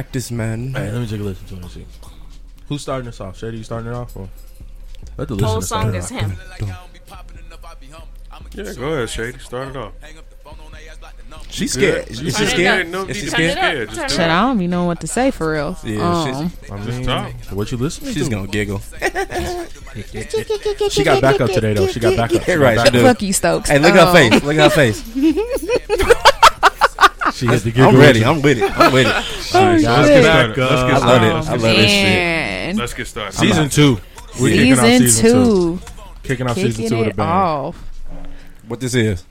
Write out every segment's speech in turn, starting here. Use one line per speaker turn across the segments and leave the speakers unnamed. practice, man.
All right, let me take a listen to it and see. Who's starting us off? Shady, you starting it off? Or? Let the
The whole
listeners start
song
it
is
off.
him.
Yeah, go ahead, Shady. Start it off.
She's scared.
Good.
Is
You
she
Turn it
scared?
up.
Is she
Turn
scared?
it up. Just
Turn
do
it
it.
Shit,
up.
I don't even know what to say for real.
Yeah, she's-
Um,
I
Just
mean,
talk.
what you listening
She's
to?
gonna giggle.
She got backup today, though. She got backup. She got
Right, she
backup.
do.
fuck you, Stokes.
Hey, look at her
Um,
face. Look at her face.
She hit the
I'm
giggle
ready.
with you.
I'm with it. I'm with it.
Oh,
Let's get
shit.
started. Let's get
I
I
started.
love it. I
Um,
love this shit.
man.
Let's get started.
Season two. We're kicking off
Season two.
Kicking off
Kicking
season two with a
it
bang.
off.
What this is?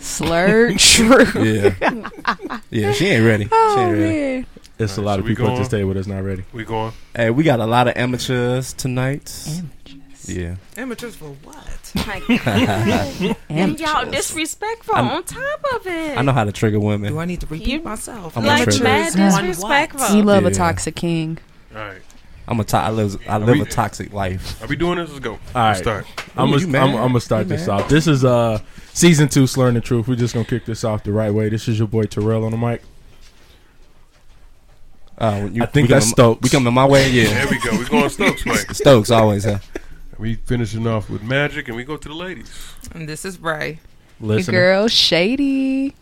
Slurred true.
Yeah. Yeah, she ain't ready. She
Oh,
ain't ready.
man.
It's a
Alright,
lot
so
of
we
people at
going?
this table that's not ready.
We going.
Hey, we got a lot of amateurs tonight.
Amateurs.
Yeah.
Amateurs for what?
And y'all
Amateurs.
disrespectful
I'm-
on top of it.
I know how to trigger
Do
women.
I need to repeat
You-
myself?
I'm
like
Amateurs.
mad
Yeah. You
disrespectful.
love
Yeah.
a toxic king.
All right.
I'm a to- I live I live a toxic life.
Are we doing this? Let's go.
All right.
Let's start.
I'm
you
gonna
mad?
I'm, I'm gonna start
You
this
mad?
off. This is uh season two, slurring the truth. We're just gonna kick this off the right way. This is your boy Terrell on the mic.
Uh, when you,
I think
we
that's
coming-
Stokes.
We coming my way, yeah.
There we go. We going Stokes way.
Stokes always, huh?
We finishing off with magic, and we go to the ladies.
And this is Ray.
Your
Listen,
girl, Shady.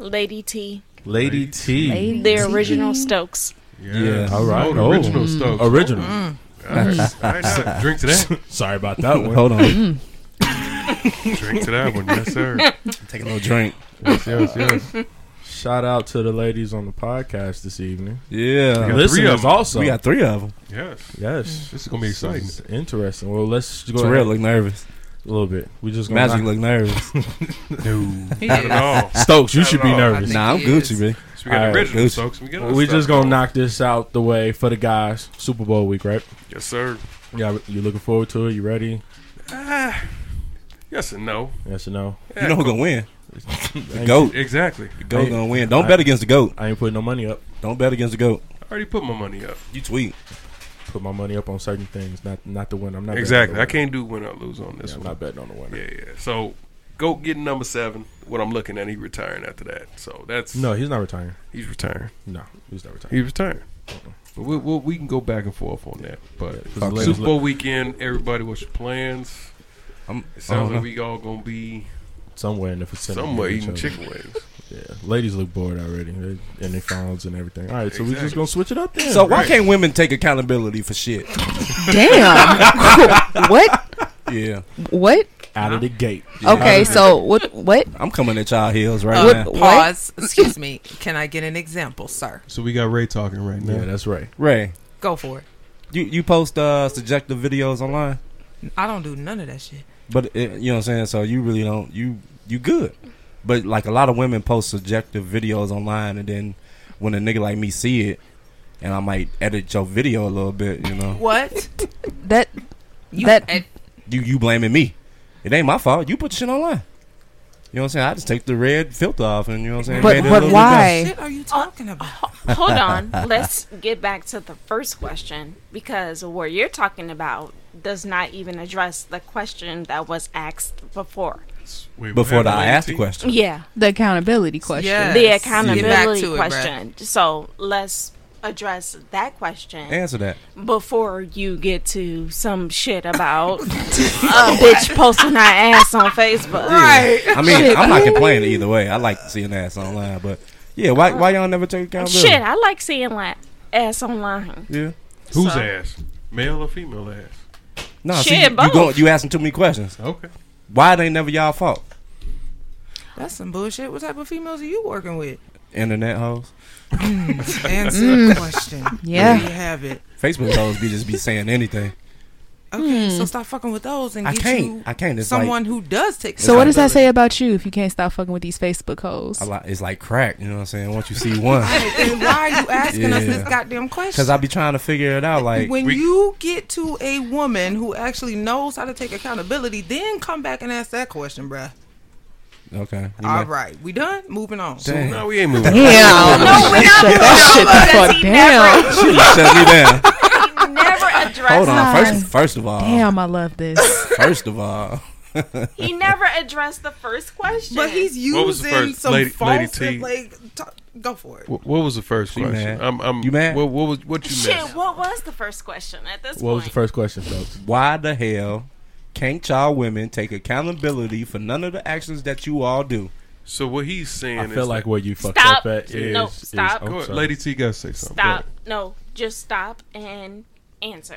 Lady T,
Lady T.
Lady
the original
T.
Stokes.
Yeah, all
right.
Oh, the
Oh.
original Stokes.
Original.
All right. All right, now, Drink to that.
Sorry about that one.
Hold on.
Drink to that one. Yes, sir.
Take a little drink.
Yes, yes, yes.
Shout out to the ladies on the podcast this evening.
Yeah.
got three of
Listeners
them.
also.
We got three of them.
Yes.
yes.
This is gonna be
This
exciting.
is interesting. Well, let's go
Terrell
ahead
look nervous.
a little bit. We just gonna
Magic look nervous.
No. Oh.
He
Not
is.
at all.
Stokes. You
Not
should
at
be
all. I
nervous.
Nah, I'm
he is.
Gucci, man.
So we got
All right,
original
Gucci.
Stokes. We, got
we
stuff.
just gonna knock this out the way for the guys. Super Bowl week, right?
Yes, sir.
Yeah, you looking forward to it? You ready?
Yes and no.
Yes or no?
You know who gonna win? The
Thank
goat.
Exactly.
The goat
Hey,
gonna win. Don't
I-
bet against the goat.
I ain't putting no money up.
Don't bet against the goat.
I already put my money up.
You tweet.
Put my money up on certain things, not not the win. I'm not betting
Exactly.
on
I
the winner.
can't do win or lose on this
Yeah, I'm
one.
not betting on the winner.
Yeah, yeah. So go get number seven. What I'm looking at, he retiring after that. So that's
No, he's not retiring.
He's retiring.
No, he's not retiring.
He's retiring. But we, we, we can go back and forth on that.
Yeah,
But
'cause the
Super
ladies
Bowl weekend, everybody, what's your plans?
I'm, I
It
don't
sounds
know.
like we all gonna be
Somewhere in the vicinity. of
somewhere
each
eating
other.
chicken wings.
Yeah, ladies look bored already, they, and their phones and everything. All right, so we
Exactly.
just gonna switch it up then.
so why
Right.
can't women take accountability for shit?
Damn. what?
Yeah,
What?
out of the gate.
Okay, so what? What?
I'm coming at y'all heels right
Uh,
now.
What?
Pause. Excuse me. Can I get an example, sir?
So we got Ray talking right
Yeah, that's right.
Ray,
Go for it.
you you post uh subjective videos online,
I don't do none of that shit.
but it, you know what I'm saying. So you really don't you you good, but like a lot of women post subjective videos online, and then when a nigga like me see it, and I might edit your video a little bit, you know,
What?
That?
You
That-
eh,
you you blaming me. It ain't my fault. You put shit online. You know what I'm saying? I just take the red filter off, and you know what I'm saying.
But-
made it a
but
little bit
why?
better.
shit are
Uh,
you talking about?
Hold on. Let's get back to the first question because what you're talking about does not even address the question that was asked before.
Wait, what
Before that, I
happened,
asked the
AT?
question.
Yeah.
The accountability question.
Yeah.
The
Yes. Get back to
accountability
it, bruh.
question. So let's address that question
Answer that.
before you get to some shit about a bitch posting her ass on Facebook.
Right. I mean, I'm not complaining either way. I like seeing ass online, but yeah, why why y'all never take accountability?
Shit, I like seeing like ass online.
Yeah.
Whose
So-
ass? Male or female ass?
No,
Shit,
see, you, you,
both.
go, you asking too many questions.
Okay.
Why it ain't never y'all fault?
That's some bullshit. What type of females are you working with?
Internet hoes.
Answer the question.
Mm. Yeah.
There you have it.
Facebook hoes be just be saying anything.
Okay,
Mm.
so stop fucking with those and
I
get
can't.
you
I can't. It's
someone who does take.
So what does that say
accountability.
about you if you can't stop fucking with these Facebook hoes?
like I li- it's like crack. You know what I'm saying? Once you see one,
Then why are you asking us this
Yeah.
goddamn question?
because I be trying to figure it out. Like
when
We-
you get to a woman who actually knows how to take accountability, then come back and ask that question, bruh.
okay, you
All
know.
right, we done. Moving on.
Damn.
No, we ain't moving.
Damn.
No, we're not moving
that shit
on
the
because
fuck
he
She
never,
down.
just shut me down.
he never addressed
Hold on.
That's
First, first of all,
Damn, I love this.
first of all,
He never addressed the first question.
But he's
What was the
using
first?
some
Lady-
false,
Lady T.
like, talk, go for it.
What, what was the first
She
question?
mad.
I'm, I'm,
You mad?
What, what was what you
shit.
missed?
What was the first question at this
What was
point?
the first question, folks?
Why the hell can't y'all women take accountability for none of the actions that you all do?
So what he's saying
I
is
feel like where you fucked
Stop.
up at is,
No,
is-
stop.
oh,
I'm
Go ahead.
sorry.
Lady T got to say something. Go
Stop.
ahead.
No, just stop and answer.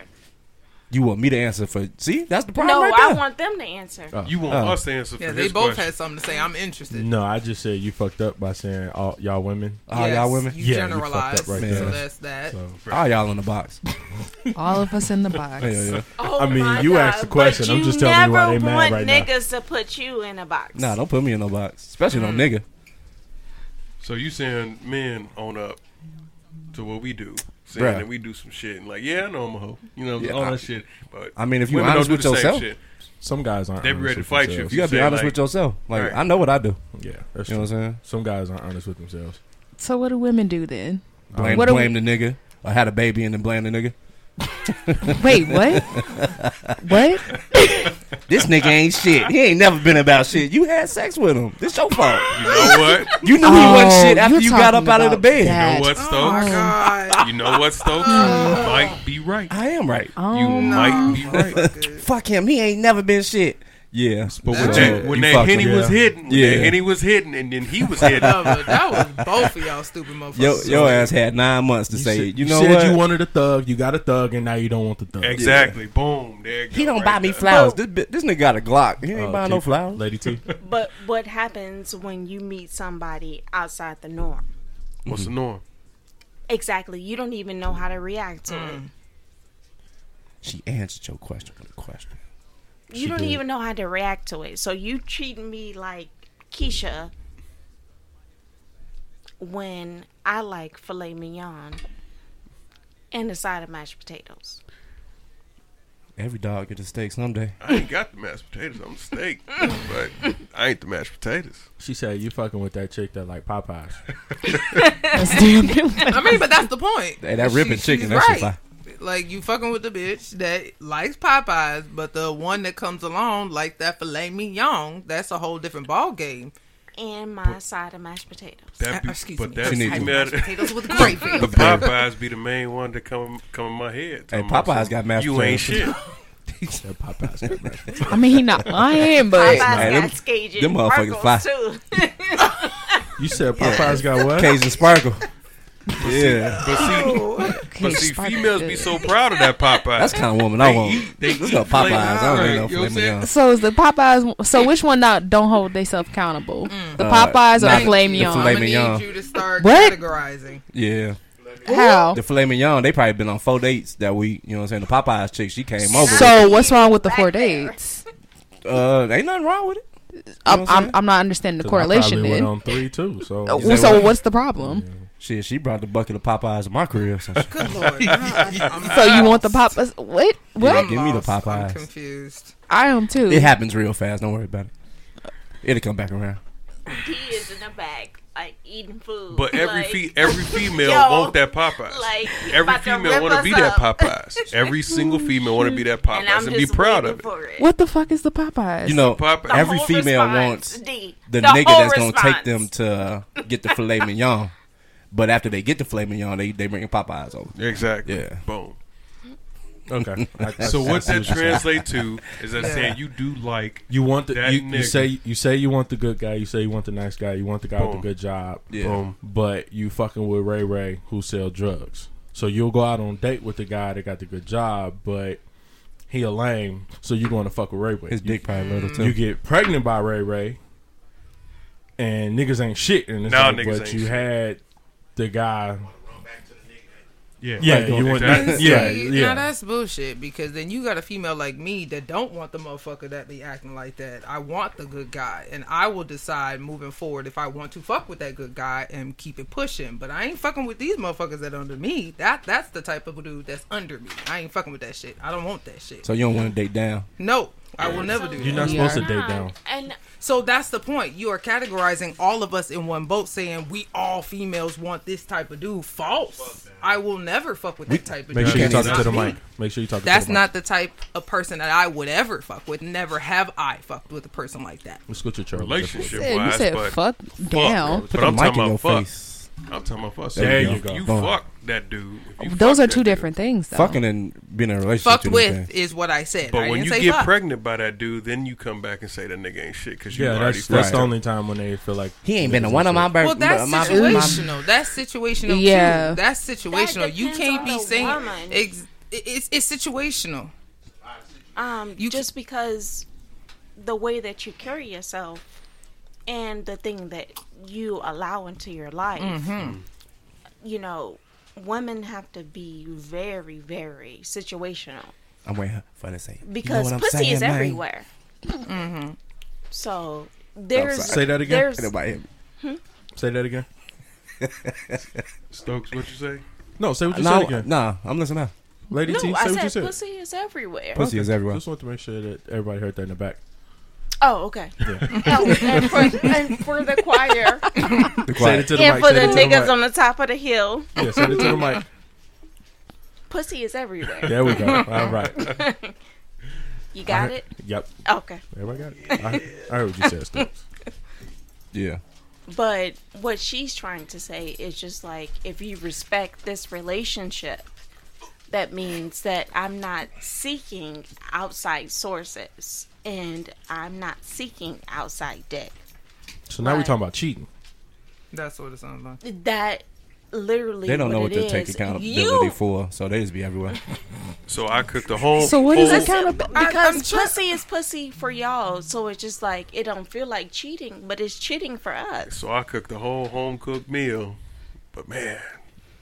You want me to answer for? See, that's the problem.
No,
right there.
I want them to answer.
Oh.
You want
Oh.
us to answer for
Yeah,
his
they both
question.
had something to say. I'm interested.
No, I just said you fucked up by saying all y'all women.
All
Yes,
y'all women,
You
Yeah, you fucked
generalize.
up right
so
there.
that's that.
So
all y'all in the box.
All of us in the box.
Hell yeah.
Oh
I mean,
my
you
God,
asked the
but
question. I'm
you
just telling you why
never
they mad
want
right now.
niggas to put you in a box.
Nah, don't put me in no box, especially
Mm.
no nigga.
So you saying men own up to what we do, saying
Bruh.
that we do some shit and like, yeah, I know I'm a hoe, you know,
Yeah,
all
I-
that shit. But
I mean, if you
women
honest
don't
with
do the same
yourself,
shit.
some guys aren't.
They be ready
honest
to
with
fight you
themselves.
You gotta be
say,
honest
like-
with yourself. Like
Right.
I know what I do.
Yeah, that's
You know
true.
what I'm saying?
Some guys aren't honest with themselves.
So what do women do then?
Blame,
What are
blame the nigga. I had a baby and then blame the nigga.
Wait, what? what?
This nigga ain't shit. He ain't never been about shit. You had sex with him. This your fault.
You know what?
You knew
Oh,
he wasn't shit after
you're
you got up
talking
out of the
about
bed.
that.
You know what,
Oh,
Stokes?
my God.
You know what, Stokes? You might be right.
I am right.
Oh,
You might be right.
Fuck him. He ain't never been shit. Yeah.
But when
So,
that, when
you
that
fucked
henny
him.
was hidden, when
Yeah.
that henny was hidden, and then he was hidden.
No, but that was both of y'all stupid motherfuckers.
Yo, your ass had nine months to say,
said-
you know
said
what?
you wanted a thug, you got a thug, and now you don't want the thug.
exactly. Boom. There.
he don't buy me flowers. This, bi- this nigga got a Glock. He ain't
Oh,
Uh,
buying
T-
no flowers.
Lady T.
But what happens when you meet somebody outside the norm?
What's the norm?
Exactly. You don't even know how to react to
Mm.
it.
She answered your question with a question.
You don't
did.
even know how to react to it. So you treat me like Keisha when I like filet mignon and a side of mashed potatoes.
Every dog get a steak someday.
I ain't got the mashed potatoes. I'm the steak, but I ain't the mashed potatoes.
She said you fucking with that chick that like Popeyes.
That's damn near-
I mean, but that's the point.
Hey, that ribbon chicken,
she's
that shit fire.
Like you fucking with the bitch that likes Popeyes, but the one that comes along like that filet mignon. That's a whole different ball game.
And my side of mashed potatoes.
That be,
Uh, excuse
but
me.
that's
She needs
you
to-
mad-
Potatoes with gravy.
The Popeyes be the main one that come come in my head.
Hey,
Talking about
Popeyes
some,
got mashed
You ain't shit.
that Popeyes got mashed potatoes.
I mean, he not lying, but
Popeyes got
them-
Cajun
them motherfuckers
parkles,
fly.
too.
You said Popeyes got what?
Cajun sparkle. yeah.
But see,
Okay,
but see,
spark
females be
good.
so proud of that Popeyes.
That's the kind of woman I want.
eat- they
Let's
eat
go Popeyes.
flavor.
I don't need no
You know what I'm
filet
saying?
mignon.
So is the Popeyes? So which one not don't hold themselves accountable?
Mm.
The Popeyes
nah,
or filet
the filet
mignon?
I'm gonna
mignon.
need you to start
What?
categorizing.
Yeah.
How?
The filet mignon, they probably been on four dates that week. You know what I'm saying? The Popeyes chick, she came over.
So what's wrong with the four
Back there.
dates?
uh, ain't nothing wrong with it.
I'm,
what I'm
I'm, I'm not understanding the
'Cause I probably um,
correlation.
went
Then,
on three too. So
Uh,
Is that
so
what-
what's the problem?
Shit, she brought the bucket of Popeyes to my career. So she,
Good lord. I'm,
So you want the Popeyes? What? What?
Yeah, give me the
lost. I'm
Popeyes.
confused.
I am too.
It happens real fast. Don't worry about it. It'll come back around.
he is in the back, like, eating food.
But every
like,
fe- every female
yo,
want that Popeyes.
like, you
every
about to
female
rip
want to
us
be that
up.
Popeyes. Every single female want to be that
And
Popeyes
I'm
and,
just
be proud
waiting
of it.
for it.
What the fuck is the Popeyes?
You know,
Popeyes. The
every
whole
female
response,
wants
D.
the,
The
nigga
whole
that's going to take
response.
them to uh, get the filet mignon. But after they get the filet mignon, they, they bring Popeyes over.
Exactly.
Yeah.
Boom.
okay. I-
So what
I see
that
you're saying.
translate to is that saying you do like
You want the
That
you, you
nigga.
say you say you want the good guy. You say you want the nice guy. You want the guy with
Boom.
the good job.
Yeah.
Boom.
But you fucking with Ray Ray who sell drugs. So you'll go out on a date with the guy that got the good job, but he a lame. So you going to fuck with Ray Ray.
His
You,
dick probably little too.
you get pregnant by Ray Ray, and niggas ain't shit. And it's
Nah,
like,
niggas
but
ain't
you
shit.
had the guy.
yeah
Yeah,
Like,
you want
exactly.
yeah,
See,
yeah.
Now that's bullshit because then you got a female like me that don't want the motherfucker that be acting like that. I want the good guy, and I will decide moving forward if I want to fuck with that good guy and keep it pushing. But I ain't fucking with these motherfuckers that under me. That that's the type of dude that's under me. I ain't fucking with that shit. I don't want that shit.
So you don't want to date down.
no. I will never do
You're
that.
not
We
supposed
are.
to date down.
And
So that's the point. You are categorizing all of us in one boat, saying we all females want this type of dude. False. I will never fuck with that type of
Make
dude.
sure you're
That's
talking to
not
the
me.
mic. Make sure you're talking
That's
to the mic.
not the type of person that I would ever fuck with. Never have I fucked with a person like that.
Let's go to Charlie.
Relationship
Said-
wise,
you said
but
fuck down.
But
the
I'm
mic
talking
in your
about fuck.
face.
I'm talking about fuck. So
There
you
you
go.
you
Fuck.
fuck that dude. If you
Those
fuck
are
that
two
dude.
different things, though.
Fucking and being in a relationship.
Fucked
two
with
different things.
is what I said. I
But when
didn't
you
say
get
fuck.
pregnant by that dude, then you come back and say that nigga ain't shit because you
Yeah,
already
that's that's
fucked
the
him.
only time when they feel like
He ain't been to one of my birthdays.
well, that's situational. That's situational. Yeah,
Yeah.
too. that's situational.
That
you
depends
can't
on
be
the
saying
woman.
ex- it- it's, it's situational.
um,
You
just because the way that you carry yourself and the thing that you allow into your life, you know, women have to be very, very situational
I'm waiting for her to say.
because
you know what I'm
pussy
saying,
is
man?
everywhere. So there's
sorry. Say
that again?
There's,
Ain't nobody hit me.
Say that again.
Stokes, what you say?
No, say what you said
No,
again.
nah, I'm listening now.
Lady
no,
T, say
I
what you
said,
said.
pussy is everywhere.
Pussy is everywhere.
Just want to make sure that everybody heard that in the back.
Oh, okay. Oh, and, for, and for the choir,
Be
Say
quiet.
it to the
and
mic.
for
Say
the
it to
niggas
the mic.
on the top of the hill,
Yeah, say it to the mic.
pussy is everywhere.
There we go. All right.
You got it?
Yep.
Okay.
Everybody got it. I, I heard what you said, Stokes.
Yeah.
But what she's trying to say is just like if you respect this relationship, that means that I'm not seeking outside sources and I'm not seeking outside dick.
So now we're
Right.
talking about cheating.
That's what it sounds like.
That literally
They don't know what
it
to take
is.
accountability
You-
for, so they just be everywhere.
So I cooked the whole.
So what is
Oh.
whole-
it kind of?
I- I'm
because
try-
pussy is pussy for y'all, so it's just like it don't feel like cheating, but it's cheating for us.
So I cooked the whole home cooked meal, but man,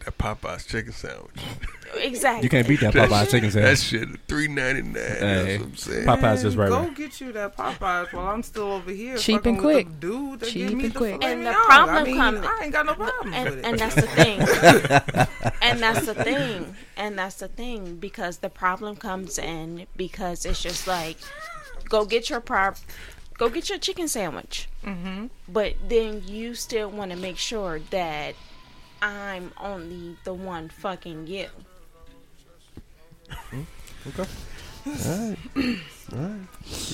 that Popeyes chicken sandwich.
Exactly.
You can't beat that Popeye chicken
That
sandwich.
shit three ninety nine.
Hey.
That's what I'm saying.
Popeyes is
Man,
right
Go
away.
get you that Popeyes while I'm still over here.
Cheap
fucking
and
with the
quick.
dude. That give
Cheap
me
and
the
quick.
filet
And the
mignon. I
problem
mean,
come-
I ain't got no problem with
and,
it.
and that's the thing. and that's the thing. And that's the thing because the problem comes in because it's just like, go get your prop, go get your chicken sandwich. Mm-hmm. But then you still want to make sure that I'm only the one fucking you.
You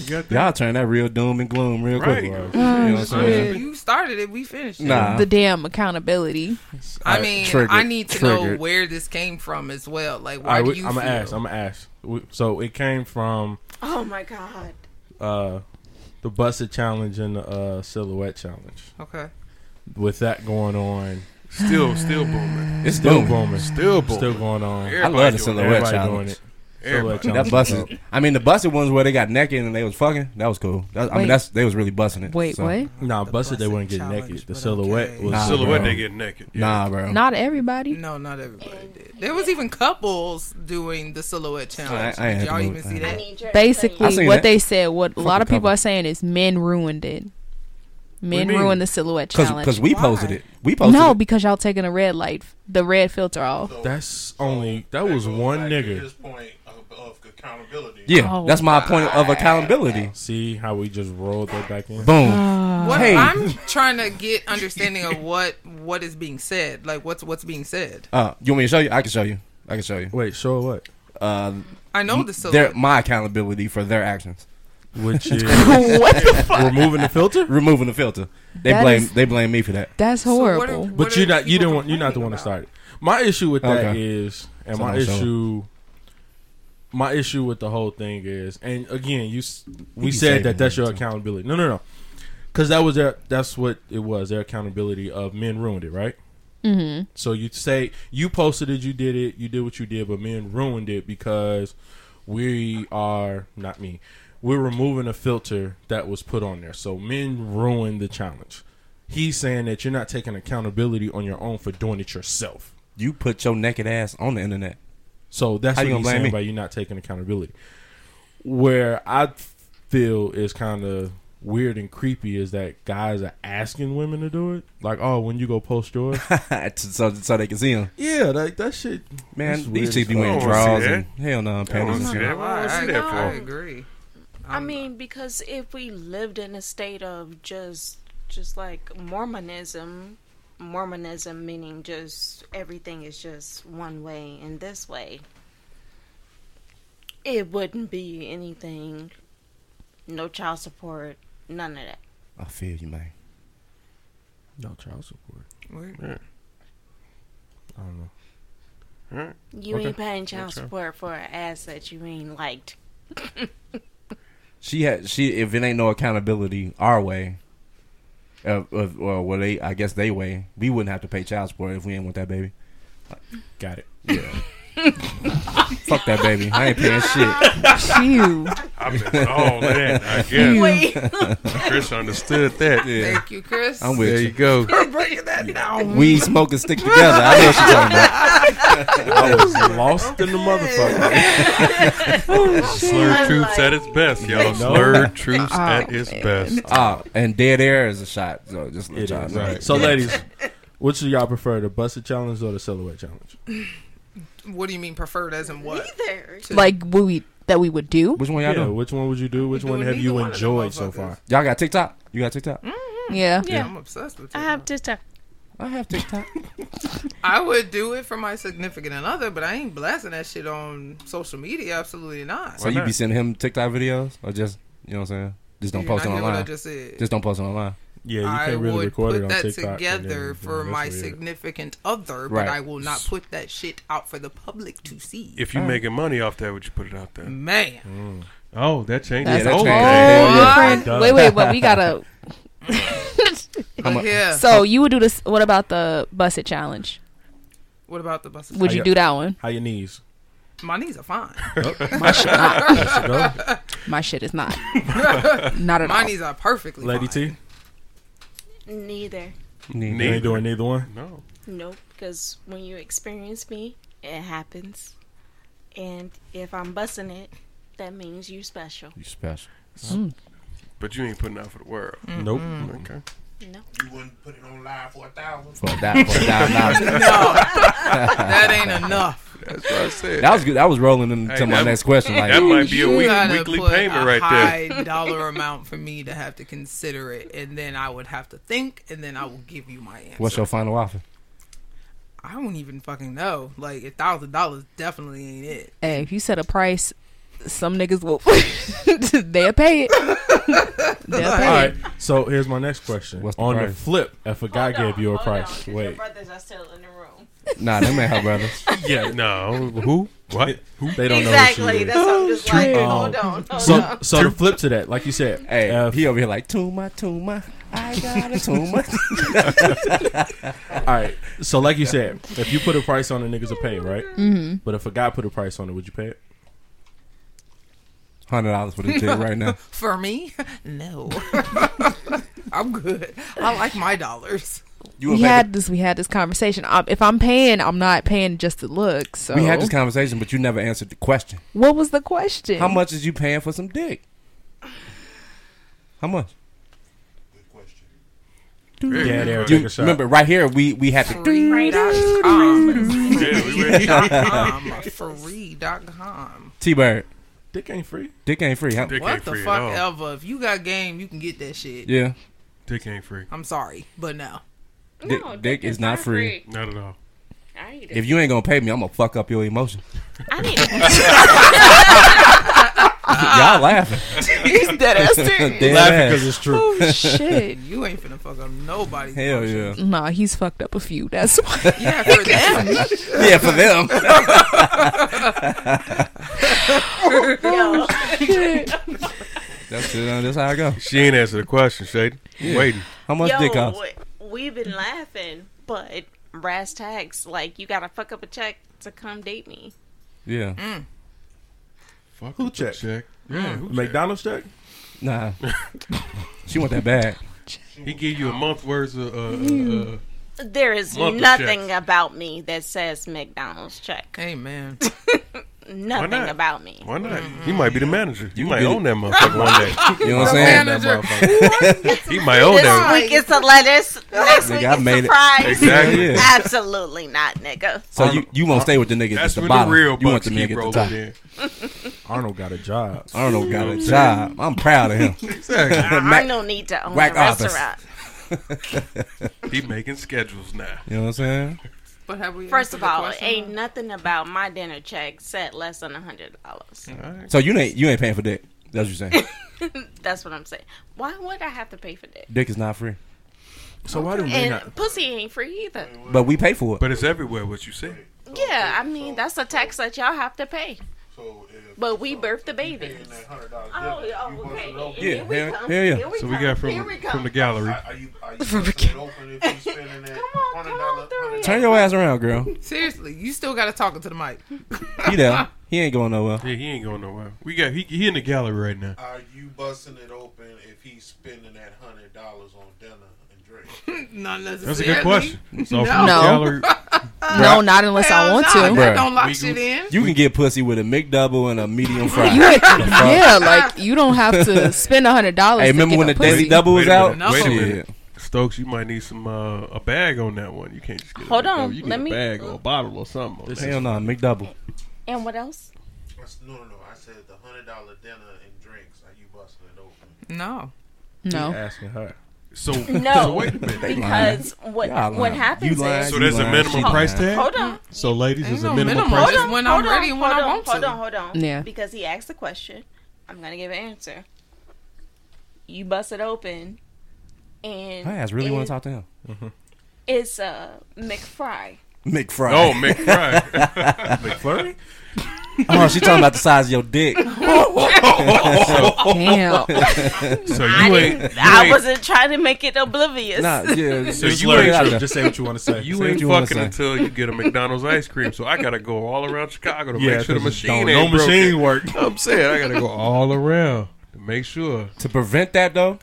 got that?
Y'all turn that real doom and gloom real quick.
Right.
You know
Oh,
what I'm saying?
shit.
you started it. We finished it.
Nah.
Mm, The damn accountability.
I
I-
mean,
triggered,
I need to know
triggered.
where this came from as well. Like,
All
why
right,
do
we,
you
I'm
feel?
gonna ask. I'm gonna ask. We, so it came from
Oh my god.
uh, the busted challenge and the uh, silhouette challenge.
okay.
With that going on,
Still, still booming.
It's
still
doom.
booming,
Still booming.
still going on.
I
Everybody
love the
doing
silhouette
Everybody doing
challenge.
it.
Everybody.
Silhouette
That
challenge is
busted. I mean, the busted ones where they got naked and they was fucking. That was cool. That, I
Wait.
mean, that's they was really busting it.
Wait,
so.
what?
dope. Nah, busted. They
busted
wouldn't get
challenge,
naked. The
but
silhouette
okay.
was
Nah,
Silhouette,
bro.
they get naked. Yeah.
Nah, bro.
Not everybody.
No, not everybody did. There was even couples doing the silhouette challenge.
I ain't
did
had
y'all
to
even
move
see
that.
that?
I
Basically,
seen
what
that.
they said, what a lot of people
couple.
are saying is men ruined it. Men
do you mean?
ruined the silhouette challenge.
because we posted
Why?
it. We posted
no,
it.
because y'all taking a red light, the red filter off.
That's only that was one nigga.
His point of, of accountability.
Yeah,
Oh,
that's my point of accountability.
See how we just rolled that back in.
Boom.
Uh.
What
Hey.
I'm trying to get understanding of what what is being said. Like what's what's being said.
Uh, you want me to show you? I can show you. I can show you.
Wait, show what?
Uh,
I know the
their,
silhouette.
my accountability for their actions,
Which is
what the fuck?
removing the filter.
removing the filter. They
That
blame
is-
they blame me for that.
That's
So what are-
horrible.
what
But
are
you're not you
people
didn't want you're not the one that
complaining
started. My issue with that
Okay.
is, and
So
my
don't show 'em.
issue my issue with the whole thing is and again you s- we
be
said that
saving
that's
me,
your
too.
accountability. No no no. Cause that was their that's what it was, their accountability of men ruined it, right?
Mm-hmm.
So you say you posted it, you did it, you did what you did, but men ruined it because we are not me. We're removing a filter that was put on there. So men ruined the challenge. He's saying that you're not taking accountability on your own for doing it yourself.
You put your naked ass on the internet.
So that's
How
what
you gonna
he's
blame
saying
me?
about you not taking accountability. Where I feel is kind of weird and creepy is that guys are asking women to do it. Like, oh, when you go post yours,
so so they can see him.
yeah, like that shit.
Man,
It's weird
these chicks
as
be wearing
fuck.
I don't wanna see
drawers and hell no
I don't
panties and
see
shit.
that. Why would
about?
you do that
I, I
for?
agree.
I mean, because if we lived in a state of just just like Mormonism, Mormonism meaning just everything is just one way and this way, it wouldn't be anything. No child support, none of that.
I feel you, man.
No child support.
Weird.
All right.
I don't know.
All right.
You
Okay.
ain't paying child
Okay.
support for an ass that you ain't liked.
She had she if it ain't no accountability our way, uh, uh, or well they I guess they way we wouldn't have to pay child support if we ain't want that baby.
Got it.
Fuck that baby, I ain't paying shit.
Phew.
I meant all that. I guess
Wait,
Chris understood that.
Yeah,
Thank you, Chris.
I'm with you.
go.
Breaking that down.
We smoke and stick together. I know what you're talking about.
I was lost in the motherfucker.
Slurred troops at its best, y'all. Slurred troops at its
Oh,
best.
Ah, and dead air is a shot. So just let
It
y'all
is.
know.
Right. So, ladies, which do y'all prefer, the busted challenge or the silhouette challenge?
What do you mean preferred as in what?
neither.
like we that we would do.
Which one y'all
Yeah,
doing?
which one would you do? Which
doing
one have
neither
you
one of them
enjoyed so far?
motherfuckers.
Y'all got TikTok? You got TikTok?
Yeah.
Yeah.
I'm obsessed with
I
it.
have to talk.
I have TikTok.
I would do it for my significant other, but I ain't blasting that shit on social media. Absolutely not.
so you be sending him TikTok videos or just you know what I'm saying? Just don't
You're
post it
not hear What I
online. Just,
just said.
don't post it online.
Yeah, you
I
can't really
would
record
put
it on
that
TikTok. and then,
together
you know,
for
that's
my
weird.
significant other,
Right.
but I will not put that shit out for the public to see.
If you making money off that, would you put it out there?
Man,
Oh, that changes.
Yeah, that
the whole
changes.
game.
Different-
Done.
Oh, Wait, wait, but we gotta.
Mm.
look here.
so you would do this? What about the busset challenge?
what about the bus?
Would
I
you
got-
do that one?
How your knees?
My knees are fine.
Go.
My shit is not. not at
My
all.
knees are perfectly
Lady T,
fine.
Neither.
Need-
you ain't
Neither.
doing neither one.
No.
Nope, because when you experience me, it happens. And if I'm busting it, that means you special.
You special.
But you ain't putting out for the world.
Nope.
Okay.
No.
You wouldn't put it on live for a thousand.
For that, for that, that,
That ain't enough.
That's what I said.
that was good. That was rolling into
Hey,
my
that-
next question. Like,
that might be a
You
week,
gotta
weekly
put
payment
a
right there.
high dollar amount for me to have to consider it, and then I would have to think, and then I will give you my answer.
what's your final offer?
I don't even fucking know. Like a thousand dollars definitely ain't it.
Hey, if you set a price, some niggas will. they'll pay it. they'll pay
All right.
it.
So here's my next question.
What's the
on the
price?
flip, if a guy gave you a price, wait.
brothers are still in the room.
Nah, them ain't her brothers.
Yeah, no. Who? What? Who?
They don't know who she
Exactly.
is.
That's what I'm just like,
Um,
hold on. Hold on.
So, so the flip to that, like you said,
Hey,
uh,
he over here like Tuma, Tuma. I got a Tuma.
all right. So, like you said, if you put a price on it, niggas will pay, right? Mm-hmm. But if a guy put a price on it, would you pay it?
Hundred dollars for the ticket right now.
For me, no. I'm good. I like my dollars.
You
We
would pay
had this. We had this conversation. Um, if I'm paying, I'm not paying just to look. So
the- we had this conversation, but you never answered the question.
what was the question?
How much is you paying for some dick? How much?
Good question.
Yeah, there.
Yeah,
Take
You
a shot.
remember right here we we had to
Free.com.
we were
Free.com.
T Bird.
Dick ain't free.
Dick ain't free, huh?
Dick ain't
What the
free at
fuck
all.
ever? If you got game, you can get that shit.
Yeah.
Dick ain't free.
I'm sorry, but no.
Dick, dick is not free.
Not at all.
I need it.
If you ain't gonna pay me, I'm gonna fuck up your emotions.
I need it.
Y'all laughing.
He's dead ass
Dead
Laughing
ass.
because it's true.
Oh shit!
You ain't finna fuck up nobody.
Hell yeah.
nah, he's fucked up a few. That's why.
Yeah, for
yeah, for
them.
them.
Yo,
That's it. uh, That's how I go.
She ain't answered the question, Shady. Waiting.
How much dick
yo
cost?
we've been laughing, but brass tags, like, you gotta fuck up a check to come date me.
Yeah.
Fuck
Who
with the
check?
Yeah, who check?
McDonald's check.
Nah. she want that bag.
He gave you a month worth of. Uh, uh,
Mm.
uh,
There is
Love the
nothing about me that says McDonald's check.
Hey man,
nothing
not?
about me.
Why not? He might be the manager. You, might
get
own that motherfucker one day.
You know what I'm
The
saying?
manager.
He might own
This
that.
week it's a lettuce. Next
Nigga,
week
I
it's
made it.
a fries.
Exactly.
Yeah.
Absolutely not, nigga.
So you, you won't stay with the niggas
That's
at the
when the
bottom.
real
you want
bucks
the nigga
keep
at the
rolling
top.
in.
Arnold got a job.
Arnold got a job. I'm proud of him.
Exactly.
I don't need to own a
whack office.
restaurant.
He making schedules now.
You know what I'm saying?
But have we
First
answered
of
the
all,
question?
ain't nothing about my dinner check set less than a hundred dollars.
So you ain't you ain't paying for dick. That's what you're saying. Mm.
That's what I'm saying. Why would I have to pay for that?
dick is not free,
So why do men not?
And pussy ain't free either.
but we pay for it.
But it's everywhere what you said.
Yeah, I mean that's a tax that y'all have to pay.
So if
But we birthed the babies.
paying that hundred dollars,
Oh, yeah,
you
okay.
busting it open.
Yeah,
Here we
hell-
come.
hell yeah.
Here
So we
come.
got
Here
from
we
from
come.
the gallery.
Are, are you are you busting it open if you spending that
Come on,
hundred
come on
dollars?
through
Turn your ass around, girl.
seriously, you still got to talk into the mic.
He there. He ain't going nowhere.
Yeah, he ain't going nowhere. We got he, he in the gallery right now.
Are you busting it open if he's spending that hundred dollars on dinner and drink?
Not necessarily.
That's a good question. So from
No.
the gallery,
No, not unless I want to.
Hell nah, that
Bruh.
don't lock
We-
shit in.
You can get pussy with a McDouble and a medium fry.
You had- yeah, like you don't have to spend a hundred dollars.
hey,
to
remember
get
when
a
the
pussy.
Daily Double was
Wait a
out?
minute,
wait a
Shit.
minute. Stokes, you might need some uh, a bag on that one. You can't just get a
Hold
bag.
on,
You can
let
get
me-
a bag or a bottle or something. on that.
Hell no, McDouble.
And what else?
I s- no, no, no. I said the hundred dollar dinner and drinks. Are you busting it open?
No.
No,
Asking her.
So
No.
so wait a minute.
Because what
Y'all lying.
what
You
happens
lying,
is
So
you
there's a
lying,
minimum
she lying.
price tag?
hold on.
So ladies,
Ain't
is
no
a minimum
minimum.
price.
Hold Just when I'm ready and when
hold
I
on,
want
hold
to.
on, hold on.
Yeah.
Because he asked the question, I'm gonna give an answer. You bust it open, and
My ass really want
it-
to talk to him.
It's uh McFry.
McFry.
Oh, McFry. McFlurry?
oh, she talking about the size of your dick.
damn.
So
I
you
didn't.
ain't. you
I
ain't-
wasn't trying to make it oblivious.
Nah, yeah.
So
just
you
let
ain't
it out
sure-
there.
Just say what you want to say.
You
Say
ain't
what you wanna
fucking
say.
until you get a McDonald's ice cream. So I gotta go all around Chicago to
yeah,
make sure the
'cause
machine
don't-
ain't
no machine
broken.
work.
I'm saying I gotta go all around to make sure.
To prevent that though,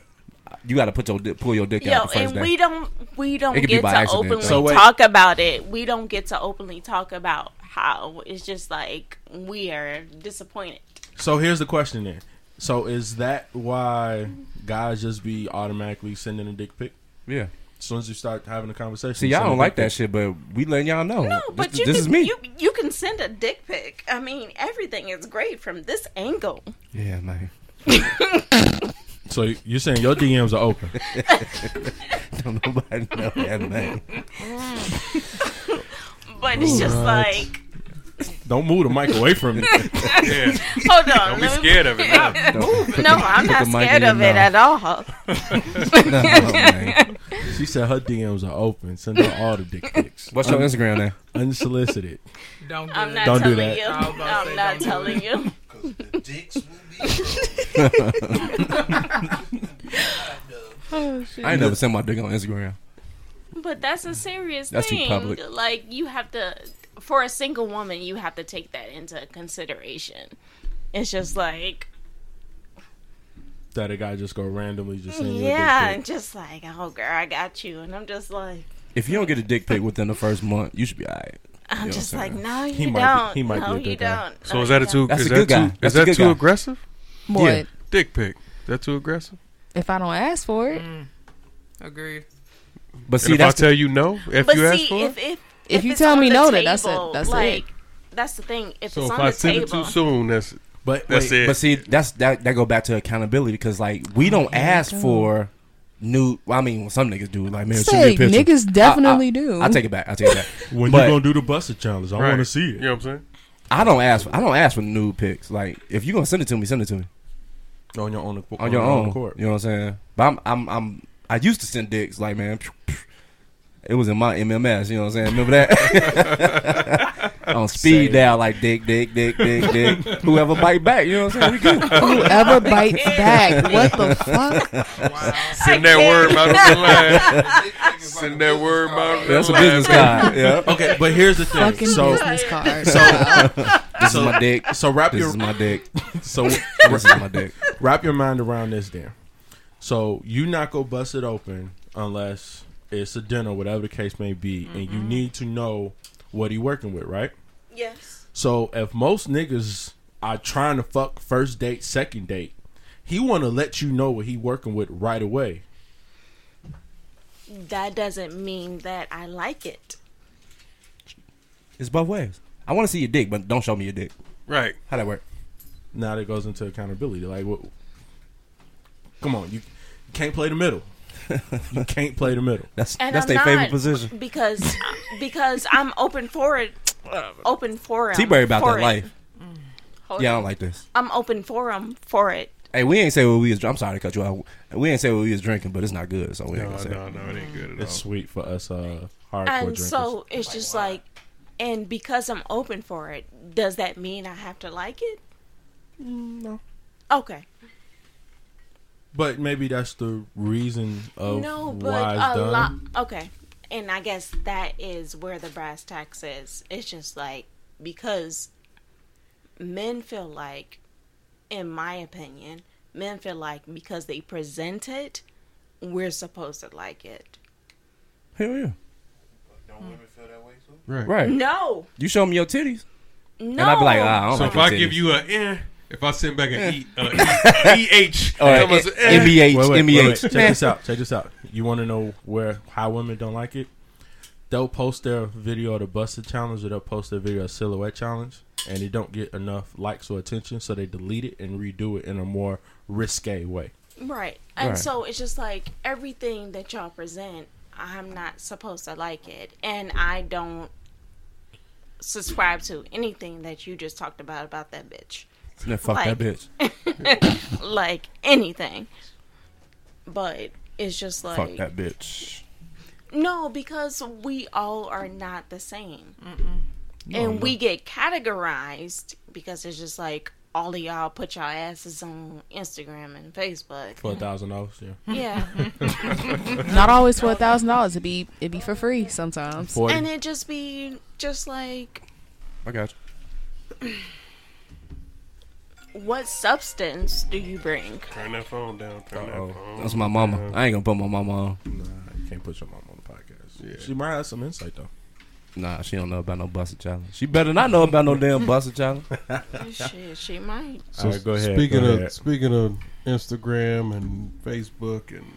you got to put your dick, pull your dick
Yo,
out the first
and
day.
we don't we don't
It could be
get to
by accident,
openly
though.
So wait.
talk about it. We don't get to openly talk about how it's just like we are disappointed.
So here's the question then. So is that why guys just be automatically sending a dick pic
yeah.
as soon as you start having a conversation?
See, y'all
send a
don't like
dick
that shit, but we letting y'all know.
No, but
this,
you
this
can,
is me.
You you can send a dick pic. I mean, everything is great from this angle.
Yeah, man.
pic. So you're saying your DMs are open?
Don't nobody know that name.
But it's just like,
Don't move the mic away from me.
Yeah,
hold on.
don't
let
be
me-
scared of it. Now.
No, I'm
Put
not
the mic
scared
in
of
your
it at all.
No, man.
She said her DMs are open. Send her all the dick pics.
What's your Instagram name?
Unsolicited.
Don't do
I'm
it.
not
Don't do
telling
that.
you.
I was about to
I'm
say,
not
don't do
telling
it.
you.
Because the dicks will be.
I ain't never sent my dick on Instagram.
But that's a serious
That's too
thing.
public.
Like you have to, for a single woman, you have to take that into consideration. It's just like,
That a guy just go randomly just send you
yeah,
a dick
and just like, oh girl, I got you, and I'm just like,
If you don't get a dick pic within the first month, you should be all right.
I'm
You know
just
what I'm
like,
saying?
no, you
He might be-
don't.
he might be
no,
a
you
good guy.
don't.
So
No,
is that
you
a too?
That's
is
a
that
good guy.
too?
That's
Is
a
that
good
too
guy.
aggressive?
What?
Yeah.
Dick pic. Is that too aggressive?
If I don't ask for
Mm.
it,
Agreed.
But see,
and if I
that's
tell you no, if
But
you
see,
ask for
if
it,
if
If you
it's
tell
on
me
the
no, then that's it.
table,
That's it.
like, That's the thing. If
so
it's
if
on
I
the
send it too
table,
soon, that's
But
that's
wait,
it.
But see, that's that that go back to accountability because like
Oh,
we don't ask for new. Well, I mean, well, some niggas do. Like, man, shoot me a
Say,
picture.
niggas definitely do.
I take it back. I take it back.
When
But-
you gonna do the busted challenge? I want to see
You
it.
know what I'm saying?
I don't ask. I don't ask for nude pics. Like, if you gonna send it to me, send it to me
On your own.
on your own.
court.
You know what I'm saying? But I'm, I'm, I'm. I used to send dicks. Like, man, psh, psh. it was in my MMS. You know what I'm saying? Remember that? on speed dial, like dick, dick, dick, dick, dick. Whoever bite back. You know what I'm saying? We good.
Whoever bites back, what the fuck?
Send that word out of the line. Send that word out.
That's a business card. Yeah.
Okay, but here's the thing.
Fucking
so
business card.
so
This is my dick.
so wrap
This
your
is my dick.
so
This is my dick.
wrap your mind around this then. So you not go bust it open unless it's a dinner, whatever the case may be, and you need to know what he working with, right?
yes.
So if most niggas are trying to fuck first date, second date, he want to let you know what he working with right away.
That doesn't mean that I like it.
It's both ways. I want to see your dick, but don't show me your dick.
Right.
How that work?
Now that goes into accountability. Like, what? Come on, you can't play the middle. you can't play the middle.
That's
And
that's
I'm
their
not,
favorite position.
because because I'm open for it. Open forum.
T Bird about
for
that
it. Mm.
life.
Hold
Yeah, I
on.
don't like this.
I'm open forum for it.
Hey, we ain't say what we was. I'm sorry to cut you off. We ain't say what we was drinking, but it's not good, so we ain't
No,
gonna say.
no,
it.
no, it ain't good at
It's
all.
sweet for us uh, hardcore
And
drinkers.
so it's just like, and because I'm open for it, does that mean I have to like it? Mm, No. Okay.
but maybe that's the reason of
no,
why
but
it's
a
done.
lot. Okay. And I guess that is where the brass tax is. It's just like, because men feel like, in my opinion, men feel like because they present it, we're supposed to like it.
Hell yeah.
Don't women feel that way too?
Right.
Right.
No.
You show me your titties,
Mm.
and
No.
I be like, ah, I don't like
So if
your
I
titties.
give you a eh, if I send back an e, a e, a EH,
All right,
someone say, eh,
M E H,
Wait, wait,
M E
wait, wait.
H.
Check
Man.
this out. Check this out. You want to know where how women don't like it? They'll post their video of the busted challenge, or they'll post their video of silhouette challenge, and it don't get enough likes or attention, so they delete it and redo it in a more risque way.
Right. And
Right.
so it's just like everything that y'all present, I'm not supposed to like it. And I don't subscribe to anything that you just talked about about that bitch.
Nah, fuck that
like-
bitch.
Like anything. But it's just like
Fuck that bitch.
no, because we all are not the same. and we get categorized because it's just like all of y'all put y'all asses on Instagram and Facebook.
For a thousand dollars, yeah.
yeah.
Not always for a thousand dollars. It be it be for free sometimes.
Forty.
and it just be just like
I got you.
what substance do you bring?
turn that phone down. Turn that
Uh-oh.
phone.
That's my mama.
Uh-huh.
I ain't gonna put my mama on.
nah, you can't put your mom on the podcast.
Yeah.
She might have some insight though.
Nah, she don't know about no busted challenge. She better not know about no damn busted challenge.
Shit, she might.
All right, go ahead.
Speaking
go
of
ahead.
speaking of Instagram and Facebook and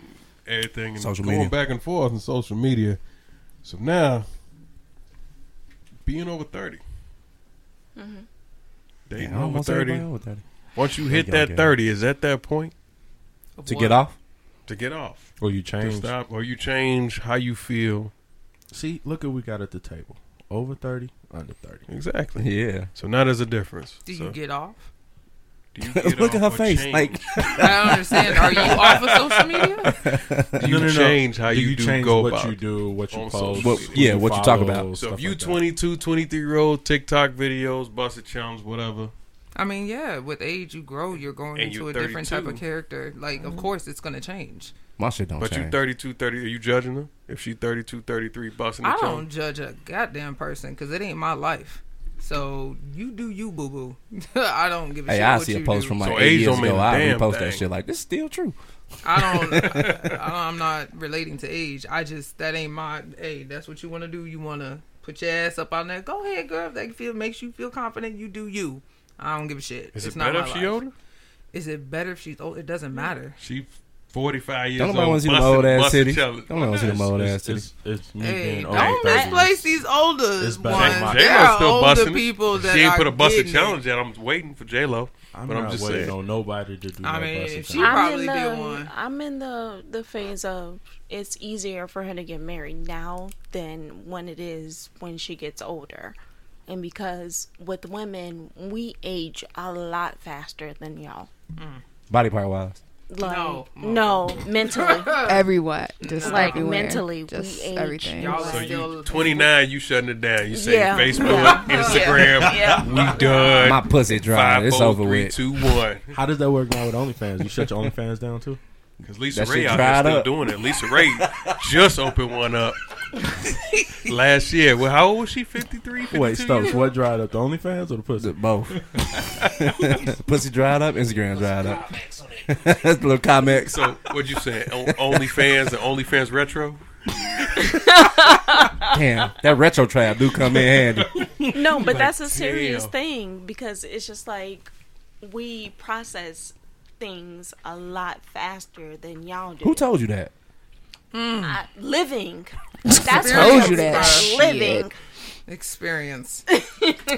everything, and
Social
going
media.
back and forth in social media. So now, being over 30
Mm-hmm.
dating
Yeah,
over
almost everybody
thirty.
over 30.
Once you hit
young
that
guy.
thirty, is at that point
To get off?
to get off,
or you
to
change.
stop, or you change how you feel?
See, look at what we got at the table. Over thirty, under thirty.
Exactly.
Yeah.
So now there's a difference.
Do
so,
you get off?
do you
Look at her
off or
face.
change?
Like,
I don't understand. Are you off of social media?
do you change how
Do
you, do
change
go
what
about
you
it?
do, what you
on
post,
social
What- media. yeah, what you talk about.
follow,
So
stuff
if you
like that.
22, 23 year old TikTok videos, busted chums, whatever,
I mean, yeah, with age you grow, you're going
And
into
you're
a different type of
32.
character. Like, of course it's gonna change.
my shit don't
but you
change.
32, 30, are you judging them? If she 32, 33, busting the
I don't
chums.
judge a goddamn person because it ain't my life. So you do you, boo boo. I don't give a
hey,
shit.
I
what
see a
you
post
do.
from like
So
eight
age
years
don't mean
ago.
a
I
damn
repost that
thing.
shit like, this is still true.
I don't. I, I, I'm not relating to age. I just that ain't my. Hey, that's what you want to do. You want to put your ass up on there. Go ahead, girl. If that feel makes you feel confident, you do you. I don't give a shit.
Is
it's
it
not
better
my
if she
life.
older?
Is it better if she's old? It doesn't matter.
She 45 years
Don't nobody
old.
wanna see them
busting-
old ass
busting
titties.
chums.
Don't nobody wanna see them
It's-
old
it's-
ass titties.
It's, it's me
Hey,
being over
don't
30.
misplace these older
It's
ones.
better than my-
There
J-Lo's
are
still
older
busting it.
people that
She ain't
are
put a busted
getting it.
challenge yet. I'm waiting for J-Lo.
I'm
but I'm
not
just
waiting
saying.
on nobody to do
I
no
mean,
busted
if she-
challenge.
probably
I'm in
be
the,
one.
I'm in the the phase of it's easier for her to get married now than when it is when she gets older. And because with women, we age a lot faster than y'all.
Body part wise.
Like,
No.
no, mentally.
Everywhere, just
Like,
everywhere.
mentally, we
just
age.
everything.
Y'all are
So
still
you 29, you shutting it down. You saying
Yeah.
Facebook,
Yeah.
Instagram, we done.
My pussy dry.
Five,
It's
four,
over
three,
with.
two, one.
How does that work now with OnlyFans? You shut your OnlyFans down too?
Because Lisa
That
Ray
shit
out there
dried
still
up.
doing it. Lisa Ray just opened one up last year. Well, how old was she? 53? 52
Wait, Stokes,
years?
what dried up? The OnlyFans or the
Is
pussy?
it Both. pussy dried up, Instagram dried up. That's little comics.
So, what you saying? O- OnlyFans and OnlyFans Retro?
Damn, that retro trap do come in handy.
No, but that's a
damn.
serious thing because it's just like we process things a lot faster than y'all do.
Who told you that?
I- living. That's
Told
what comes
you that.
from
Shit.
Living.
Experience.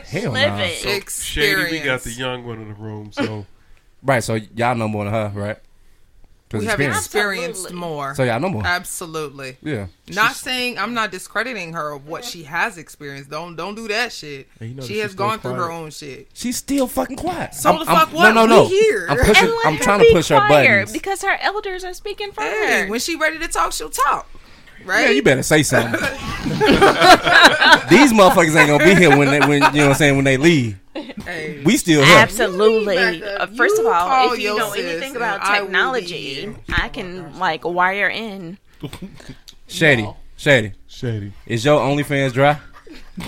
Hell no.
Living.
So, Oh, Shady, we got the
Experience.
young one in the room, so
Right, so y'all know more than her, right? 'Cause
We have
experience.
experienced
Absolutely.
more.
So y'all know
Uh,
more.
Absolutely.
yeah.
Not saying I'm not discrediting her of what she has experienced. Don't don't do that shit.
And you know
she
that
has
she's
gone
still
through her
quiet.
own shit.
She's still fucking quiet.
So the fuck what?
No, no, no.
We here.
I'm pushing.
And let
I'm
her
trying to
be
push her
quiet
buttons.
because her elders are speaking for
Hey,
her.
when she ready to talk, she'll talk. Right?
Yeah, you better say something. These motherfuckers ain't gonna be here when they, when you know what I'm saying when they leave.
Hey.
We still here.
Absolutely.
You back
Uh,
up.
first of
You
all,
call
if you
your
know
sis
anything
and
about
I will be
technology,
here.
I, can like wire in.
Shady, shady.
Shady.
Is your OnlyFans dry?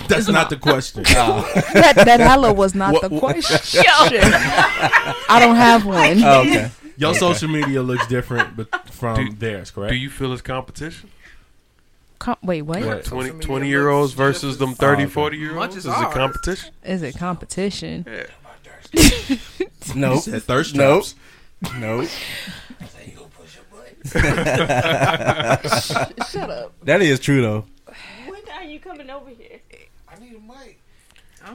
That's not the question.
that that hello was not
What-
the
what-
question. I don't have one.
Oh, okay.
Your social media looks different but from
Do-
theirs, correct?
Do you feel it's competition?
Com- wait, what is
What?
20,
media
20 year olds
looks
versus
just
them
as
30,
awesome.
40 year
Much
olds?
as
Is it
ours.
competition?
it? Competition?
Yeah.
No,
said thirst
Nope.
traps.
no.
Shut up.
That is true though.
When are you coming over here?
I need a mic.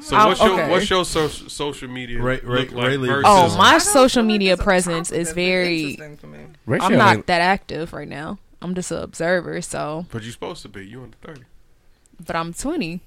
So
Oh,
what's your
okay.
what's your social, social media
Ray- Ray-
look like
Ray Lee.
versus-
Oh,
Racism.
my
I don't
social
feel like
media
it's a
presence
topic
is
that's
very.
interesting for me.
Rachel
I'm not
ain't-
that active right now. I'm just an observer. So,
But you're supposed to be. You under thirty.
but I'm 20.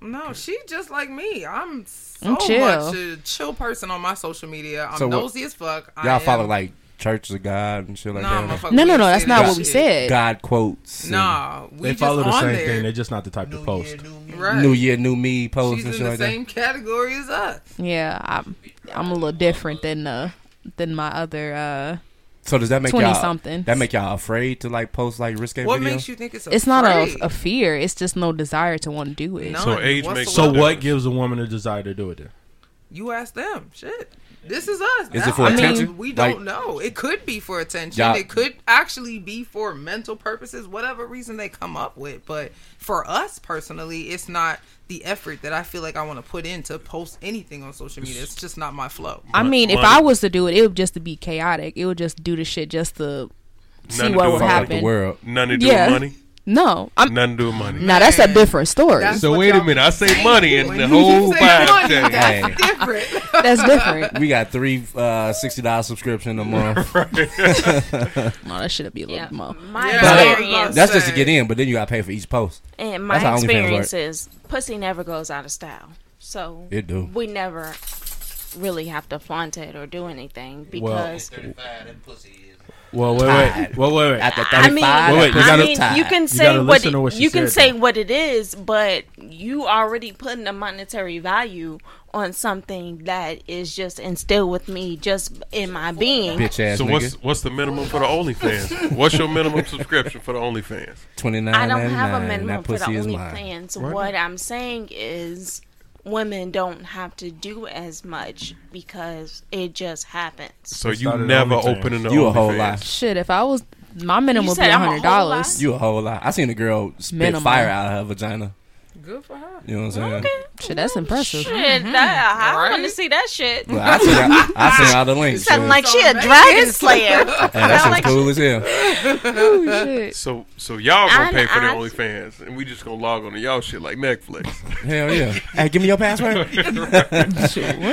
No, she just like me. I'm so
I'm chill.
much a chill person on my social media. I'm
So what-
nosy as fuck. I
Y'all follow
am-
like Church of God and shit like
nah,
that.
motherfucker,
No,
we
no,
ain't
no.
say
That's
that
not what we
shit.
said.
God quotes. and
Nah, we
They
just
follow the
on
same
there.
thing. They're just not the type to
New
post.
year, new me.
Right.
New year, new me posts
She's
and
in
shit
the
like that.
same category as us.
Yeah, I'm. I'm a little different than uh than my other uh.
So does that make
20
y'all
something.
That make y'all afraid to like post like risque
What
videos?
makes you think it's a
It's not
afraid?
a, a fear. It's just no desire to want to do it.
No.
So
None
age makes
whatsoever.
So
no
Well,
what
difference.
gives a woman a desire to do it then?
You ask them. Shit. This is us.
Is
now.
it for
I mean,
attention?
we
Like-
don't know. It could be for attention.
Yeah.
It could actually be for mental purposes, whatever reason they come up with. But for us personally, it's not the effort that I feel like I want to put in to post anything on social media. It's just not my flow.
I
Mon-
mean, if
money.
I was to do it, it would just to be chaotic. It would just do the shit just to see
to
what
do
would
Fuck
with
up
happen.
the world.
None to do
Yeah.
with money.
No, I'm.
Nothing to do with money.
Now that's a
Man.
different story.
That's
That's,
So
what
wait a
y'all-
minute. I say money and
When
the
you
whole
say money,
vibe thing.
That's different.
different.
We got three uh, sixty dollars subscription a month.
no, that should be a little
Yeah,
bit more.
my
Yeah. But-
experience
That's just to
Say.
get in, but then you got to pay for each post.
and
that's
my
how OnlyFans
experience is pussy never goes out of style. So
It do.
we never really have to flaunt it or do anything because
35, that pussy is.
Well, wait, wait, well, wait, wait.
After
I mean,
thirty-five,
Wait, wait,
that
you
pussy
I
gotta-
is
mean,
tight.
you can say
gotta
what
listen
it,
to what she
you can
said,
say
though.
what it is, but you already putting a monetary value on something that is just instilled with me, just in my being.
bitch ass
So what's
nigga.
what's the minimum for the OnlyFans? What's your minimum subscription for the OnlyFans?
Twenty nine.
I don't have a minimum
That
for the
pussy is
only
mine.
plans. What I'm saying is women don't have to do as much because it just happens.
So
It
you
started
never
OnlyFans.
opening the
You
OnlyFans.
a whole lie.
Shit, if I was, my minimum
You
would be
said I'm a
hundred
whole lot?
dollars.
You a whole lot. I seen a girl spit
Minimum.
fire out of her vagina.
Good for her.
You know what I'm saying?
Shit, that's impressive. Mm-hmm.
Shit, that, I
Right?
want to see that shit.
But I seen I, I seen all the links.
Sounding
yeah.
like she a
Vegas.
dragon slayer.
and that
sound
shit's
like-
cool as hell.
Ooh, shit.
So so y'all gonna
I'm-
pay for the
I'm-
OnlyFans and we just gonna log on to y'all shit like Netflix.
Hell yeah. Hey, give me your password.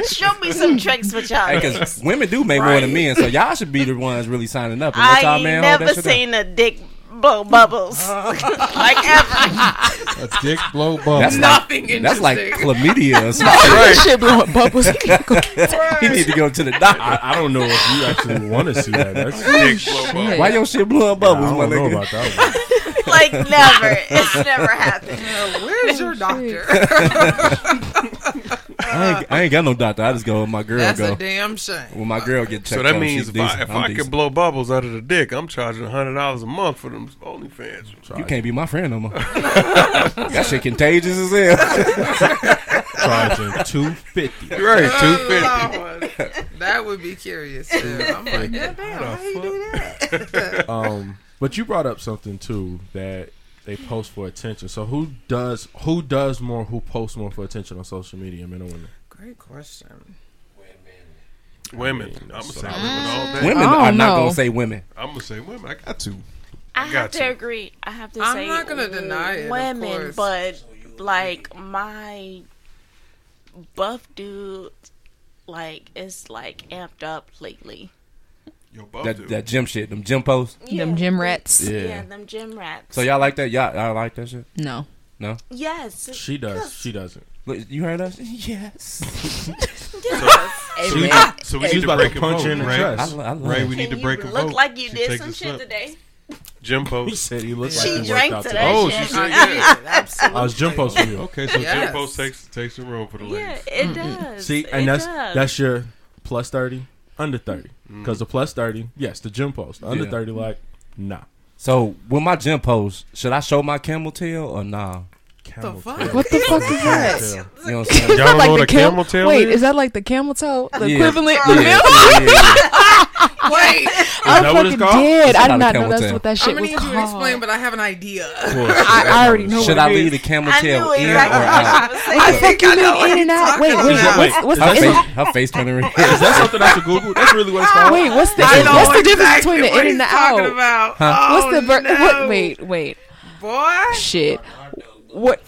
Show me some tricks with y'all.
Because women do make more than men, so y'all should be the ones really signing up. And let
I
y'all
ain't
man hold
never
that shit down.
seen a dick blow bubbles like ever.
A dick blow bump.
That's
Nothing
like,
interesting.
That's like chlamydia or something.
That shit blowing bubbles.
he need to go to the doctor.
I, I don't know if you actually want to see that. That's, I
Big blow up.
Shit.
Why your shit blowing bubbles,
don't
my
know
nigga?
about that one.
like never. It's never happened.
Where's your doctor?
I ain't, I ain't got no doctor. I just go with my girl.
That's
go
a damn shame.
when my girl get checked.
So that
out,
means
she's
if I,
decent.
if
I'm
I can
decent.
blow bubbles out of the dick, I'm charging hundred dollars a month for them OnlyFans.
you can't be my friend no more. that shit contagious as hell.
Charging two fifty.
You're right, two fifty.
That would be curious. too. I'm like, yeah, damn, how you do that?
Um, but you brought up something too that They post for attention. So who does who does more? Who posts more for attention on social media, men or women?
Great question.
Women. I'm gonna say women all
Mm.
day.
Women
I don't
are not
know.
gonna say women.
I'm gonna say women. I got to.
I have
got
to
you.
agree. I have to
I'm
say
not gonna deny it, of
women,
course.
but like my buff dude, like it's like amped up lately.
Yo, both
That
do.
that gym shit, them gym posts.
Them gym rats.
Yeah.
Yeah.
them gym rats.
So y'all like that? Y'all, y'all like that shit?
No.
yes,
She does. She doesn't.
Look, You heard us? Yes.
yes.
so we, so we
She
need
was
to
about
break
to
a
punch
vote,
you in the
right?
I,
chest.
lo- I love
Right,
it.
we need to
Can
break
you
a
look
vote.
like you
She
did
takes
some
us
shit
up.
today.
Gym
He
post.
said he looked
She
like he worked
drank
out
to
today.
that
Oh,
shit.
she said
I
yeah.
did, absolutely.
I was gym post for you.
Okay, so
Yes.
gym post takes takes the room for the
Yeah,
ladies.
it does.
See,
It
and that's
does.
that's your plus thirty, under thirty. Because the plus thirty, yes, the gym post. Under
Mm. Yeah.
thirty, like nah.
So with my gym post, should I show my camel tail or nah?
Camel
fuck?
toe.
What the fuck is
Camel
that?
toe.
You know what I'm saying?
Y'all don't know what a
cam-
camel tail
Wait,
is?
is that like the camel toe? The
Yeah.
equivalent?
Yeah,
The milk?
yeah, yeah.
Wait,
I'm
that what it's
fucking
called?
dead.
It's
I
not a
did not know
camel
that's
toe.
what that
I'm
shit was
gonna need you
called.
to explain, but I have an idea.
I, I already know
Should
what
I
it is.
leave the camel
I
tail
knew
in or out?
exactly what I
I
was saying.
fucking mean in and out. Wait, wait,
about.
what's, what's
Her
the,
face,
it's-
her face turning red.
Is that something I should Google? That's really what it's called.
wait, what's the,
I know
what's the difference between
exactly
the
what
in and the
he's talking
out?
About.
Huh?
What's
Oh,
the, ver-
no.
what, wait, wait,
boy?
shit. What,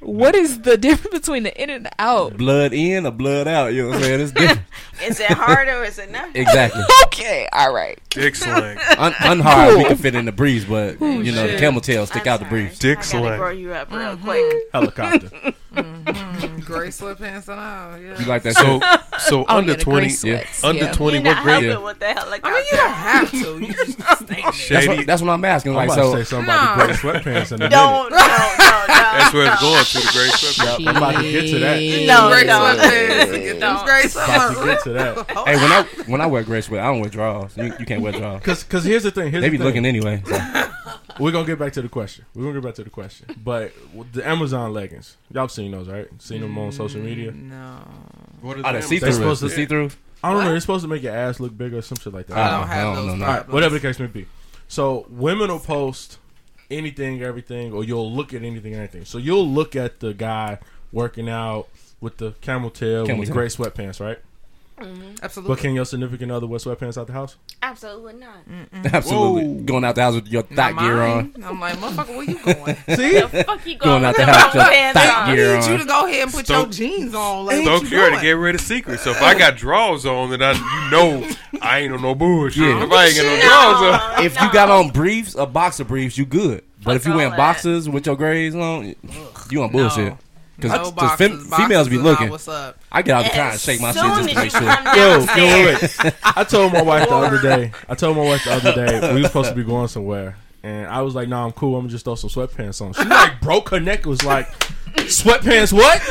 what is the difference between the in and the out?
blood in or blood out? You know what I'm saying? It's different.
Is it hard or is it not?
Exactly.
Okay, all right.
Dick slang.
Un- unhard, we can fit in the breeze, but you know the
shit.
camel tail stick
I'm
out the
sorry.
breeze.
Dick
I
slang.
gotta grow you up real quick.
Helicopter.
Gray sweatpants and all. Yeah.
You like that? So
So so
Oh,
under
yeah, the gray
twenty
sweats,
under
yeah.
twenty
You're not
what grade?
helping with the helicopter.
I mean, you don't have to. You just
that's
Shady.
what, that's what I'm asking.
I'm
Like
about to
so,
say something about the
No.
gray sweatpants in a minute.
don't, no, no, no.
That's where it's going to the gray sweatpants.
I'm about to get to that.
No,
gray
no.
sweatpants. and Get those gray
About to get
sweatpants.
to that.
hey, when I when I wear gray sweat, I don't wear drawers. You, you can't wear drawers.
Cause, cause here's the thing. Here's
They
the
be
thing.
looking anyway. so. Oh,
We're gonna get back to the question. We're gonna get back to the question. But the Amazon leggings, y'all seen those, right? Seen them on social media.
No.
What are
Oh, the
them?
see
They
through,
supposed to-
the see through.
I don't know. They're supposed to make your ass look bigger or some shit like that.
I
Oh,
don't
hell
have those
no, no.
All right,
problems.
whatever the case may be. So women will post anything, everything, or you'll look at anything, anything. So you'll look at the guy working out with the camel tail
Camel
and the
tail.
gray sweatpants, right? But
Absolutely.
can your significant other wear sweatpants out the house?
Absolutely not.
Absolutely,
Whoa.
going out the house with your
Not
thought gear on.
mine. I'm like, motherfucker, where you going?
See,
The fuck you
Going
going
out
with
the house with
your
your
pants
thought
on?
I
gear
need you to
on.
go ahead and put
Stoke-
your jeans on. Like,
Don't
what
you
you
already
doing?
get rid of secrets. So if I got drawers on, then I you know I ain't on no bullshit.
Yeah.
If I ain't got no drawers on,
No,
If you
no.
got on briefs or boxer briefs, you good. But if you
all
wearing
that.
boxers with your grays on, you on bullshit.
No
Because
boxes, boxes
females be
and all,
looking.
What's up?
I get out the
As
car and shake my shit
soon
just to
as
make
you
sure.
come
yo, yo,
downstairs-
wait, wait. I told my wife the other day. I told my wife the other day we were supposed to be going somewhere, and I was like, "No, nah, I'm cool. I'm gonna just throw some sweatpants on." She like broke her neck. Was like, "Sweatpants? What?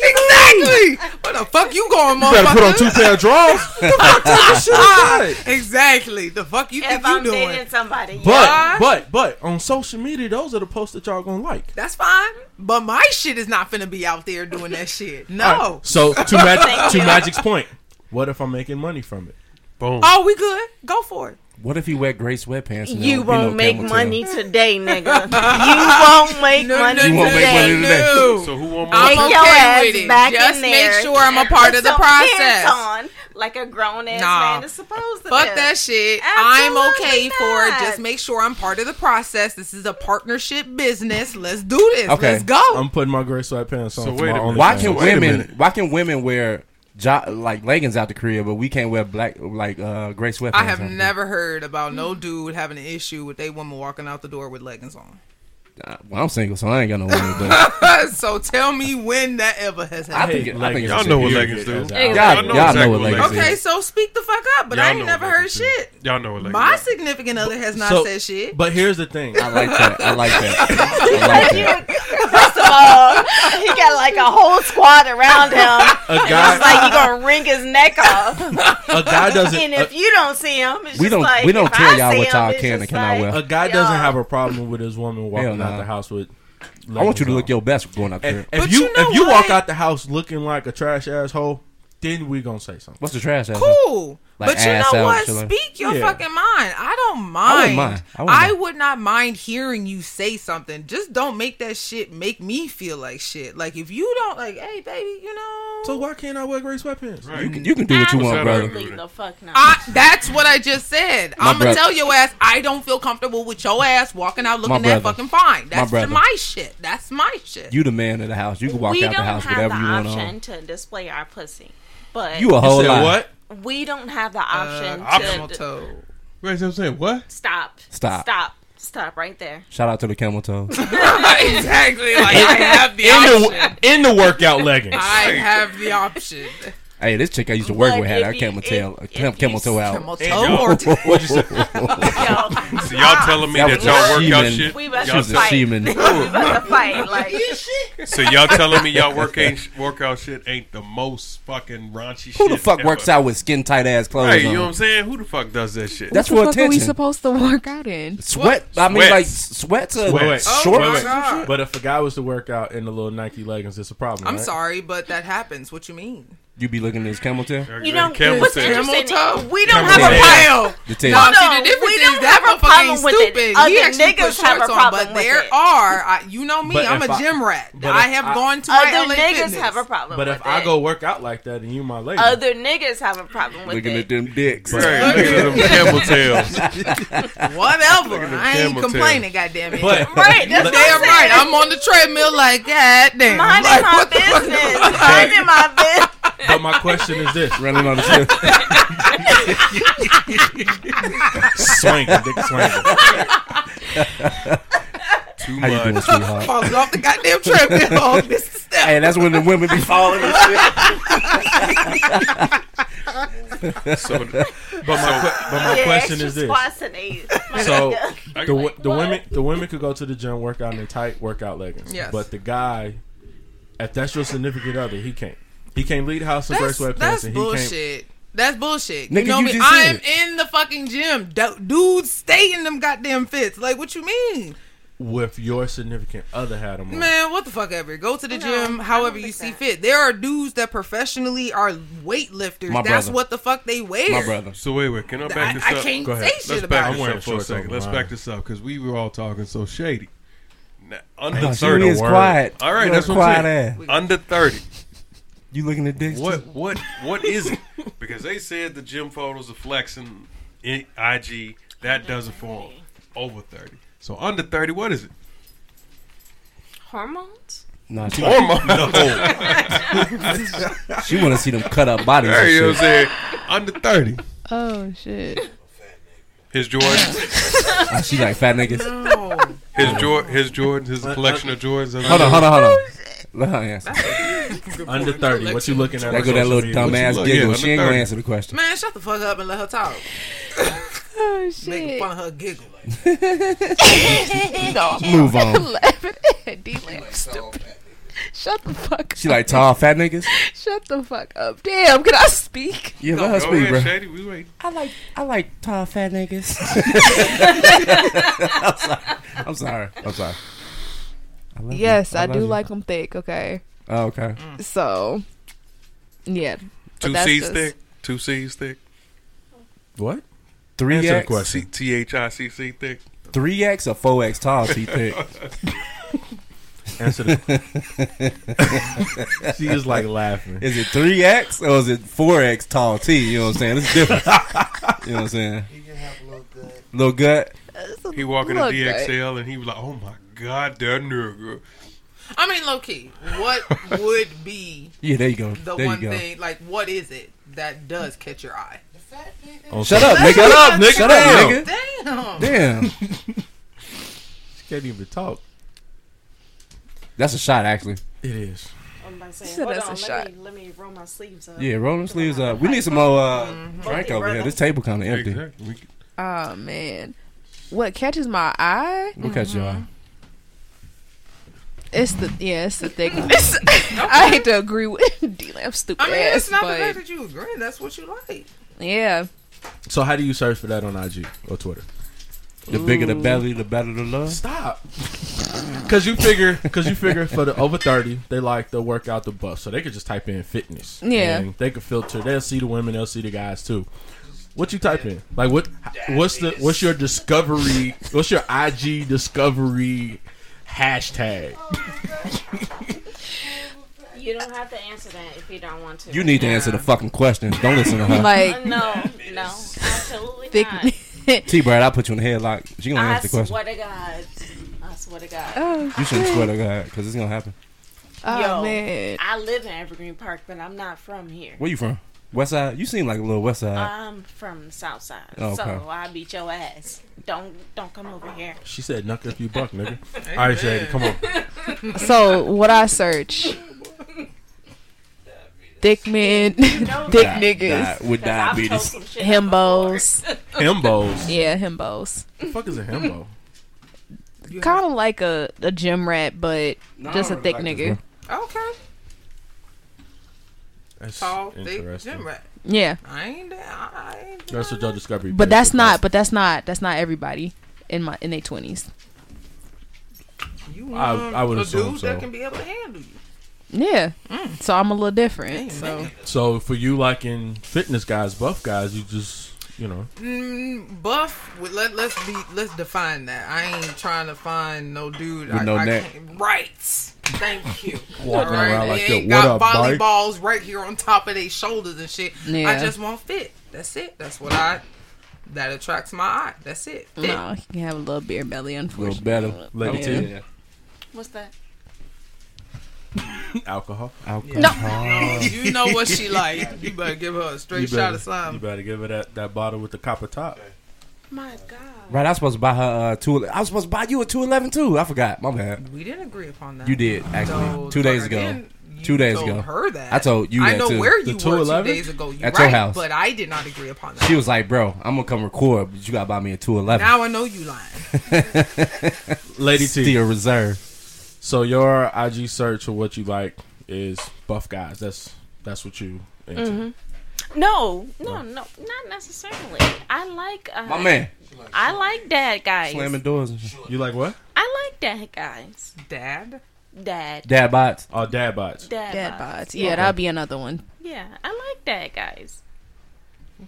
You
exactly. Where the fuck you going, motherfucker?
gotta put on two pair of drawers."
Ah, exactly. The fuck you
If
think you
I'm
doing?
dating somebody, yeah.
But but but on social media, those are the posts that y'all gonna like.
That's fine. But my shit is not finna be out there doing that shit.
All
No.
right, So to magic
Thank
to
you.
magic's point, what if I'm making money from it?
boom.
Oh, we good. Go for it.
What if you wear gray sweatpants? And
You
don't-
won't
no
make
camel
money today, nigga. You won't make money
You won't make money
today.
today.
no.
So who want more?
I'm
Take your ass
okay with it.
back in
Just make
there
sure I'm a
and
part
put
of the
some pants
process.
on like a grown ass
Nah.
man is supposed to.
Fuck
do.
that shit. I'm
Absolutely
okay for it.
not.
Just make sure I'm part of the process. This is a partnership business. Let's do this.
Okay.
Let's go.
I'm putting my gray sweatpants on.
So
for
wait
my
a minute.
Why can
Wait a
women?
minute.
Why can women wear jo- like leggings out the crib, but we can't wear black like uh, gray sweatpants?
I have
out the crib?
never heard about no dude having an issue with a woman walking out the door with leggings on. Uh,
Uh, Well, I'm single, so I ain't got no women. But
so tell me when that ever has
I
happened.
think it, I think it's
y'all
a shit.
know what
Period.
leggings do.
As
I-
Y'all,
Y'all know
y'all
exactly
know what
what
leggings. is.
leggings
Okay, so speak the fuck up, but
Y'all
I ain't
know
never
what
heard
leggings do.
shit.
Y'all know what leggings.
My
do.
significant other has not
So-
said shit.
But here's the thing.
I like that. I like that. I like that.
First of all, he got like a whole squad around him.
A
It's
guy
like you gonna wring his neck off,
a guy doesn't
and if
a,
you don't see him, it's
uh, We
just
don't.
like,
we don't
if
tell
I
y'all
see
what
him,
y'all
it's
can and
just
cannot
like,
wear.
a guy doesn't
Y'all.
have a problem with his woman
Hell
walking
nah.
out the house with.
I want you to
leggings
look
on.
your best going out there.
And if
But
you,
you know
if you walk
what?
out the house looking like a trash asshole, then we gonna say something.
What's the trash? asshole?
cool.
Like
but you
ass
know
out,
what?
shit like-
Speak your
Yeah.
fucking mind. I don't mind.
I
I,
wouldn't mind. I wouldn't mind.
would not mind hearing you say something. Just don't make that shit make me feel like shit. Like if you don't like, hey baby, you know.
So why can't I wear gray sweatpants?
you can you can do what you want,
Absolutely.
brother.
the fuck not.
I, that's what I just said.
My
I'm gonna
brother-
tell your ass I don't feel comfortable with your ass walking out looking
My
that
brother.
fucking fine. That's
brother.
my, shit. That's my shit.
You the man of the house. You can walk
we
out
don't
the house
have
whatever
the
you want
option
on.
to display our pussy, but
You a
You
whole
said
lot.
what?
we don't have the
Uh,
option to
camel
d-
toe.
Wait, so I'm saying what?
stop,
Stop.
stop, stop right there.
Shout out to the camel toe.
exactly. Like I have the
In
option.
the in the workout leggings.
I have the option.
hey, this chick I used to work
But
with had
if
her
you-
camel
if-
tail,
if
cam-
you
camel toe
Camel
out.
toe or
Yo,
So y'all telling me that
That
y'all
was
workout
semen.
shit?
we about
She
Y'all
to
was a
fight.
semen.
we about to fight. Like
So y'all telling me y'all work ain't, workout shit ain't the most fucking raunchy shit?
Who the fuck
ever?
works out with skin tight ass clothes
Hey, you
on?
know what I'm saying? Who the fuck does that shit?
That's
the
for
fuck are we
attention.
supposed to work out in?
Sweat. I mean,
Sweats.
like sweats or
Wait, wait.
shorts.
Oh, my
Wait, wait.
God.
But if a guy was to work out in the little Nike leggings, it's a problem.
I'm
right?
sorry, but that happens. What you mean?
You be looking at this camel tail.
Like
you
Randy
know
Campbell
what's
said.
Camel
interesting?
toe.
We don't
Camel
have a
toe.
problem.
Pile.
The tail.
No,
No,
see the
we
difference is
don't
that
have a
motherfucker ain't
problem with it.
stupid.
Other
He actually put
niggas have
shorts
a
on,
problem
but
with
there
it.
are. I, you know me.
But
I'm
if
a
I-
gym rat.
but
I
if
have
I-
gone to my
Other
LA
niggas
Fitness.
have a problem.
But
with
if I
it.
go work out like that and you my lady,
other niggas have a problem with
Looking
it.
at them dicks.
Hey, look at them camel tails.
Whatever. I ain't
camel toe.
complaining. Goddamn it.
but
Right, that's what
Damn
I'm
right.
saying.
I'm on the treadmill like goddamn.
minding
Like,
my
what the fuck?
business. Minding my business.
but my question is this:
Running on the shit.
swinging, dick swinging.
Too
How you doing,
much.
sweetheart?
Falls off the goddamn treadmill. Oh, this is step.
hey, that's when the women be falling and shit.
So,
But my que- but my
Yeah,
question
extra
is this:
squats and eight. My
So
nigga.
the w- the women the women could go to the gym, work out in tight workout leggings.
Yes.
But the guy, if that's your significant other, he can't. He can't lead house in gray
That's,
sweatpants,
that's
and he can't.
bullshit. That's bullshit.
Nigga,
you know
you
me.
just
I
said
am in the fucking gym. Du- Dudes stay in them goddamn fits. Like, what you mean?
With your significant other had him on.
Man, what the fuck ever. Go to the
No, I
gym
don't
however you
think
see
that.
fit. There are dudes that professionally are weightlifters.
My
That's
brother.
what the fuck they wear.
My brother.
so wait, wait. Can I
I,
back this
I
up?
can't
Go ahead.
say
Let's
shit
Let's
about
back
I'm
it.
this
wearing
up for a
shorts
second.
over
Let's
mine.
back this up because we were all talking so shady. Now,
Oh,
under
she
thirty.
is quiet.
All right,
You
that's
a
what
quiet
I'm saying.
ass.
Under thirty.
You looking at dicks?
What
too?
what what is it? Because they said the gym photos are flexing in IG. That does it for 'em. Over thirty. So under thirty, what is it?
Hormones?
Nah, she,
Hormone. No.
she want to see them cut up bodies.
There you know
and
what I'm
shit.
saying? Under thirty.
Oh shit!
His Jordans.
Ah, she like fat niggas.
His Jordan. His Jordan. His collection of Jordans. that's
Hold on,
under-
hold on, hold
Oh,
on. Let her answer.
Under thirty, what you looking at?
That
on
go that
social
little
media?
you
dumbass
look- yeah,
giggle.
I'm
She ain't gonna
30.
answer the question.
Man, shut the fuck up and let her talk.
Oh
Making
shit!
fun of her giggle.
Move on.
Laughing at D-Lane. Stupid. Shut the fuck.
She like tall fat niggas.
Shut the fuck up. Damn, can I speak?
Yeah, let her
Go
speak,
ahead,
bro.
Shady. We wait.
I like I like tall fat niggas. I'm sorry. I'm sorry. I'm sorry. I love you.
Yes, I,
love
do
you.
like them thick. Okay,
Oh, okay.
so yeah,
Two
that's
C's
just-
thick. Two C's thick.
What?
Three
Answer the
X,
question.
C T H I C C thick.
three X or four X tall. She thick.
Answer the. she is like laughing.
Is it three X or is it four X tall T? You know what I'm saying? It's different. you know what I'm saying?
You can have a little good.
Little gut.
He walking in
Look,
DXL and he was like, "Oh my god, that nigga."
I mean, low key, what would be
Yeah, there you go.
the
there
one
you go.
thing? Like, what is it that does catch your eye?
On
Oh, Shut
social-
up, nigga.
Shut up, nigga.
Shut up,
Damn.
nigga.
Damn.
Damn.
She can't even talk.
That's a shot, actually.
It is.
I'm about to say,
So
hold
that's
on,
a
let
shot.
Me, let me roll my sleeves up.
Yeah, roll them sleeves up. We need some more uh, drink
Okay,
over here.
brother.
This table kind of empty.
Exactly. We-
Oh man, what catches my eye?
We'll catch you all.
It's the yeah, it's the thickness. I hate to agree with D-Lane. I'm stupid
I mean,
ass,
it's not the
but
fact that you agree. That's what you like.
yeah.
So how do you search for that on IG or Twitter?
The bigger the belly, the better the love.
Stop. Cause you figure, cause you figure for the over thirty, they like to work out the buff, so they could just type in fitness.
Yeah.
and they could filter. They'll see the women, they'll see the guys too. What you type in? Like what? What's the? What's your discovery? What's your IG discovery hashtag?
You don't have to answer that if you don't want to.
You need to answer the fucking questions. Don't listen to her.
Uh,
Like
no, no, absolutely
thick.
not.
T Brad, I put you in the headlock. She gonna
I
answer the question.
swear to God. I swear to God.
oh,
You shouldn't swear to God, because it's gonna happen.
oh,
Yo.
man.
I live in Evergreen Park, but I'm not from here.
Where you from? West Side? You seem like a little West Side.
I'm from the South Side,
Oh, Okay.
so I beat your ass. Don't don't come over here.
She said, "Knock if you buck, nigga." All right, Shady, come on.
So what I search? Thick men, thick
Di-
niggas,
di- with
'Cause I've told
diabetes.
some shit
himbos.
Himbos.
Yeah, himbos.
the fuck is a himbo?
Kind of like a, a gym rat, but just a thick nigga.
Okay.
That's
Tall, thick,
interesting.
gym rat.
yeah,
I ain't. I ain't
That's what y'all discovery.
but
page
that's
was.
not. But that's not. That's not everybody in my in their twenties.
you
I-
want
I would
a
assume
dude
so.
that can be able to handle you.
Yeah.
Mm.
So I'm a little different.
Dang,
so
nigga.
So for you, like in fitness guys, buff guys, you just you know
Mm, buff. with- Let let's be let's define that. I ain't trying to find no dude.
With
I,
no
I
neck.
can't- Right. Thank you.
Walking around
They
like that,
ain't
"What
got
up, Mike?"
volleyballs right here on top of their shoulders and shit. I
Yeah.
just want fit. That's it. That's what I. That attracts my eye. That's it. Fit.
no, you can have a little beer belly,
Little
unfortunately.
better.
Lady
Yeah.
T,
What's that?
alcohol.
Alcohol.
You know what she like. You better give her a straight
You
shot
better,
of slime.
you better give her that, that bottle with the copper top.
My God.
Right, I was supposed to buy her uh, two. I was supposed to buy you a two eleven too. I forgot. My bad.
We didn't agree upon that.
You did actually
No,
two days
fuck,
ago.
I didn't. You
Two days
told
ago.
her that.
I told you
I
that
know
too.
where
The
you were two
211?
days ago. You
At
right,
your house.
but I did not agree upon that.
She was like, "Bro, I'm gonna come record, but you gotta buy me a two eleven.
now I know you lying.
Lady T.
Still reserve.
So your IG search for what you like is buff guys. That's that's what you into.
Mm-hmm.
No, no, no, not necessarily. I like. Uh,
My man,
I like dad guys.
slamming doors. And shit.
You like what?
I like dad guys.
Dad.
Dad.
Dad bots.
Oh, dad bots.
Dad.
Dead
bod.
bots. Yeah, that'll be another one.
Yeah, I like dad guys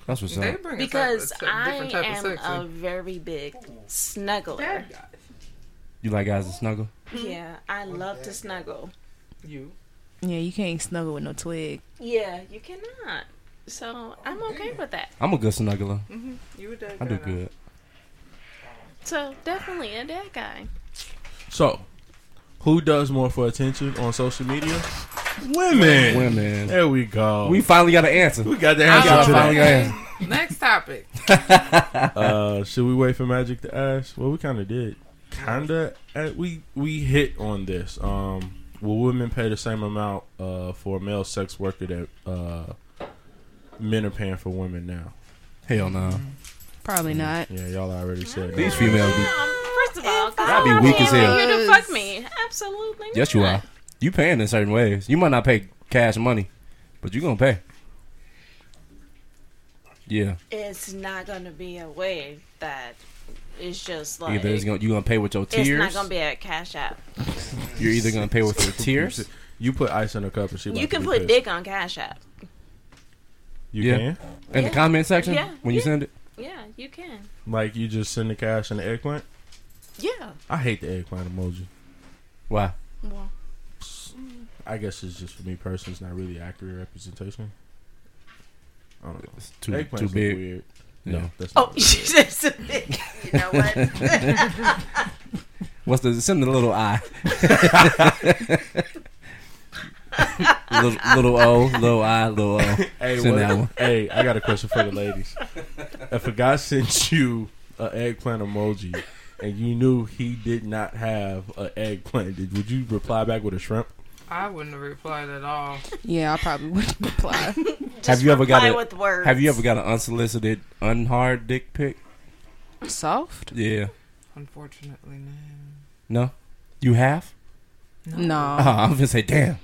That's what's
They
up.
bring a
because
type, a type-
I
different type of
am
sex. eh?
a
in.
very big snuggler.
Dad guys.
You like guys to snuggle?
Yeah, I love to snuggle.
You.
Yeah, you can't snuggle with no twig.
Yeah, you cannot. So
Oh,
I'm okay with that.
I'm a good snuggler.
You a dad
I do
guy.
good.
So definitely a dad guy.
So, who does more for attention on social media? Women.
Women.
There we go.
We finally got an answer.
we got the
We
answer
got
to
finally
that.
got an answer.
Next topic.
Uh, should we wait for Magic to ask? Well, we kind of did. Kinda. uh, We we hit on this. Um, will women pay the same amount uh, for a male sex worker that uh, men are paying for women now?
Hell no.
Probably not.
Yeah, y'all already said.
These
that.
females be.
Um, first of all,
Y'all
God,
be
I'm
weak
not
as hell.
paying You to fuck me? Absolutely.
Yes, you
not.
are. You paying in certain ways. You might not pay cash money, but you gonna pay. Yeah,
It's not gonna be a way that it's just like
either it's gonna, you gonna pay with your
it's
tears.
not gonna be a cash app.
You're either gonna pay with your tears.
You put ice in a cup and she. about
you
to
can
be
put
pissed.
dick on cash app.
You
Yeah.
can.
In the
Yeah.
comment section
Yeah,
when you
yeah.
send it.
Yeah, you can.
Like you just send the cash and the eggplant.
Yeah.
I hate the eggplant emoji.
Why?
Well,
I guess it's just for me personally. It's not really accurate representation. I don't know.
It's too
Eggplants
too
look
big.
Weird.
Yeah.
No, that's
oh,
not.
that's a dick. You know what?
What's the send the little eye? little, little O, little I, little O.
Hey,
Send
what-
that one.
hey, I got a question for the ladies. If a guy sent you an eggplant emoji and you knew he did not have an eggplant, did, would you reply back with a shrimp?
I wouldn't have replied at all.
Yeah, I probably wouldn't reply.
Have you ever got
Play
a
with words.
Have you ever got an unsolicited, unhard dick pic?
Soft?
Yeah.
Unfortunately, no.
No. You have?
No.
Uh-huh.
Oh, I'm gonna say, damn.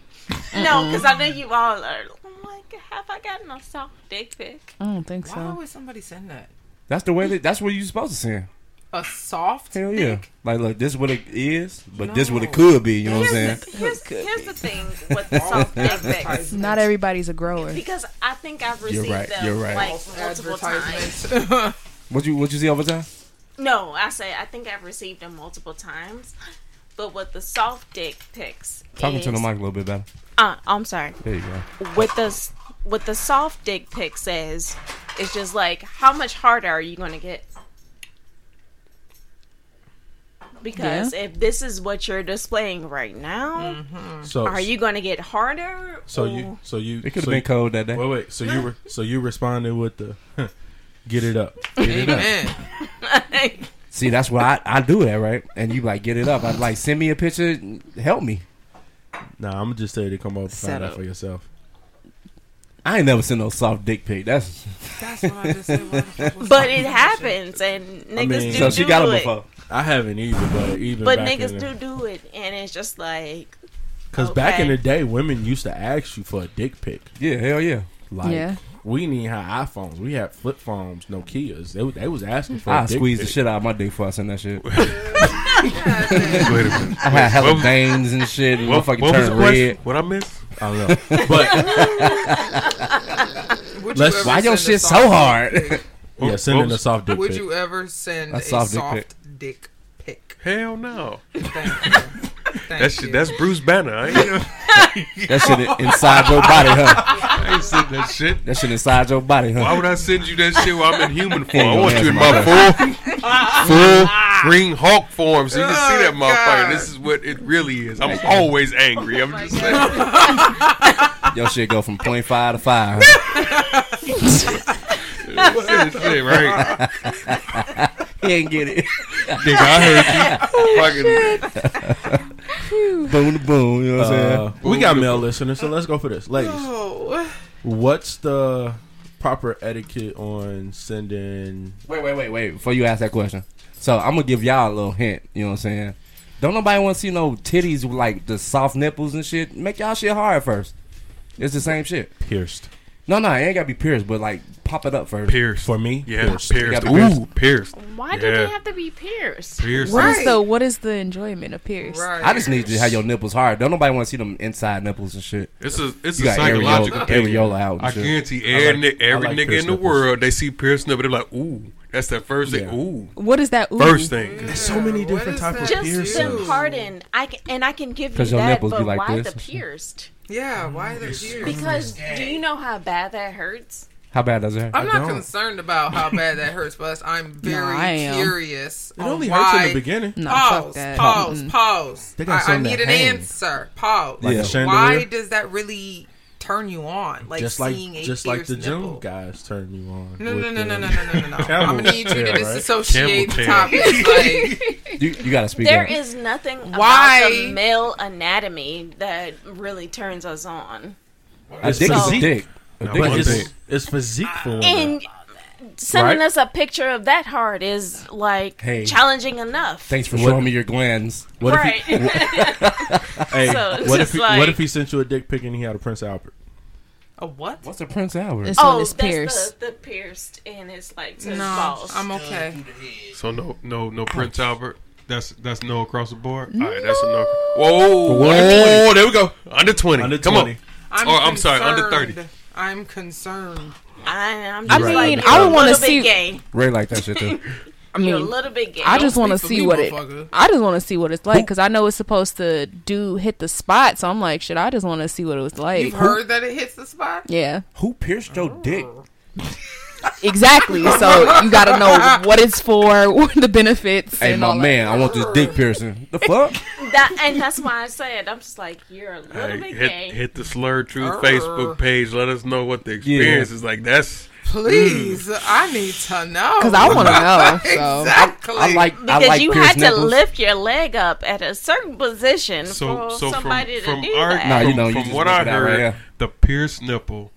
No, because I think you all are like, have I gotten a soft dick pic?
I don't think
Why
so.
would somebody send that?
That's the way that. That's what you're supposed to send.
A soft
Hell yeah.
dick.
Like, look, this is what it is, but this is what
No.
it could be. You know what I'm saying?
here's the, here's,
Could
here's
be.
the thing with the soft dick
Advertisements.
Not everybody's a grower.
because I think I've received
right,
them
you're right.
like
False
multiple times.
advertisements.
What you what you see all the time?
No, I say I think I've received them multiple times. But with the soft dick pics,
Talking to the
is-
mic a little bit better.
Uh, I'm sorry.
There you go.
What the s- what the soft dick pic says is just like how much harder are you gonna get? Because if this is what you're displaying right now,
So
are you gonna get harder?
So
or-
you so you
It could have
so
been cold that day.
Wait, wait. So you were so you responded with the get it up.
Amen.
See, that's why I, I do that, right? And you like get it up. I'd like send me a picture, help me.
Nah, I'm gonna just tell you to come up and
Set
find out
up.
for yourself.
I ain't never seen no soft dick pic. That's
That's what I just said.
but it happens, and niggas
mean-
do
so she
do
got him
it.
before.
I haven't either, but even
But
back
niggas
in
do
the,
do it, and it's just like
because back in
okay.
the day, women used to ask you for a dick pic.
Yeah, hell yeah.
Like
Yeah.
we need have iPhones. We had flip phones, Nokias. They, wa- they was asking for.
I
a dick
squeezed the
pic.
shit out of my dick before I sent that shit.
Wait a minute.
I had hella
What-
veins and shit. And
What,
motherfucking
what was the
turned red.
question? What I missed?
I don't know, but
Would
Let's-
you ever
Why your
send a
shit so
soft dick
hard?
pic?
What-
yeah, sending
what
a
was-
soft dick
Would
pic.
you ever send
A
a
soft
soft,
dick pic.
dick pic?
Hell no.
Thank you. Thank
That shit,
you.
that's Bruce Banner. I ain't,
That shit inside your body, huh?
I ain't sent that shit.
That shit inside your body, huh?
Why would I send you that shit while I'm in human form?
Ain't
I
no
want you in my
answer,
full, full Green Hulk form so you can see that
Oh,
motherfucker.
God.
This is what it really is. I'm always angry.
Oh,
I'm just saying.
Your shit go from point five to five. Huh?
Send this shit, right?
he ain't get it.
Nigga, I
Oh,
heard you. Fucking,
boom to boom. You know what I'm saying?
Uh, we got male listeners, so let's go for this, ladies.
Oh.
What's the proper etiquette on sending?
Wait, wait, wait, wait. Before you ask that question, so I'm gonna give y'all a little hint. You know what I'm saying? Don't nobody want to see no titties with like the soft nipples and shit. Make y'all shit hard first. It's the same shit.
Pierced
No, no, it ain't gotta be pierced, but like pop it up first.
Pierce.
for me.
Yeah,
pierced.
pierced.
gotta be
Ooh, pierced.
why do they
Yeah.
have to be pierced?
Pierced.
What is
Right.
the what is the enjoyment of Pierce?
Right.
I just need you to have your nipples hard. Don't nobody want to see them inside nipples and shit.
It's a it's
You
a
got
psychological
areola,
thing.
areola out. And
I
shit.
guarantee every,
like-
ni- every
I like
nigga
pierced
in the
nipples.
world they see pierced nipple they're like ooh that's that first thing
Yeah.
ooh
What is that? Ooh,
first thing
Yeah,
so many
what
different
is
type of
that?
piercings.
Just them hardened. I can, and I can give you
'Cause your
that,
nipples be
but
like
why
this.
the pierced?
Yeah, why are they pierced?
Because do you know how bad that hurts?
How bad does it hurt?
I'm not
don't.
concerned about how bad that hurts, but I'm very
I am.
curious.
It
on
only
why...
hurts in the beginning.
No, fuck
Pause,
that.
pause,
Mm-mm.
pause.
They got
I, I
something
need
that
an
hang.
answer. Pause.
Like
Yeah.
a chandelier.
Why does that really turn you on? Like
just like
seeing a
just like
pierced
the
nipple.
June guys turn you on.
No,
with
no, no, no,
the-
no, no, no, no, no. I'm gonna need you
tail,
to
right?
disassociate
Camel
the
tail.
topics. Like,
You, you gotta speak
There
up.
is nothing about
Why?
the male anatomy that really turns us on.
a dick is a
physique.
dick. A
Now,
dick
but
But
is a dick.
it's, it's physique for
Ah.
women.
And sending
Right.
us a picture of that heart is like
Hey.
challenging enough.
Thanks for
What-
showing me your glands.
what if he,
right.
hey,
So, it's
what if
just
he,
like-
what if he sent you a dick pic and he had a Prince Albert?
a what?
What's a Prince Albert?
This one
oh,
is
that's
Pierce.
the, the pierced, and it's like to his
No,
balls.
I'm okay.
so no no no Prince Albert that's that's no across the board all right that's a no whoa,
Whoa.
Under 20. there we go under 20
Under
come
20.
on Or, I'm sorry, under
concerned.
30.
I'm concerned.
I, am
I
just
mean,
like,
I
you're
would
a
wanna
little bit
see-
gay.
Ray like that shit too.
I
You're a
mean,
little bit gay.
I just want to
speak for
see
me,
what it.
motherfucker.
I just want to see what it's like because I know it's supposed to do hit the spot. So I'm like, shit. I just want to see what it was like.
You've heard that it hits the
Mm.
spot.
Yeah,
Who pierced your dick?
exactly. So you gotta know what it's for, what the benefits.
Hey,
and
my
all that.
man, I want this dick piercing. The fuck?
that, and that's why I said I'm just like you're a little
Hey,
bit gay.
hit, hit the slur truth
Err.
Facebook page let us know what the experience is like that's
Please, I need to know.
Because I want to know. So
exactly.
I like. I
because
like
you
pierced
had to
nipples.
lift your leg up at a certain position
so
for
so from,
somebody
from
to do
our
that.
Nah, you
from,
know, you
from
just
what
look
I
it out right
heard
here.
the pierced nipple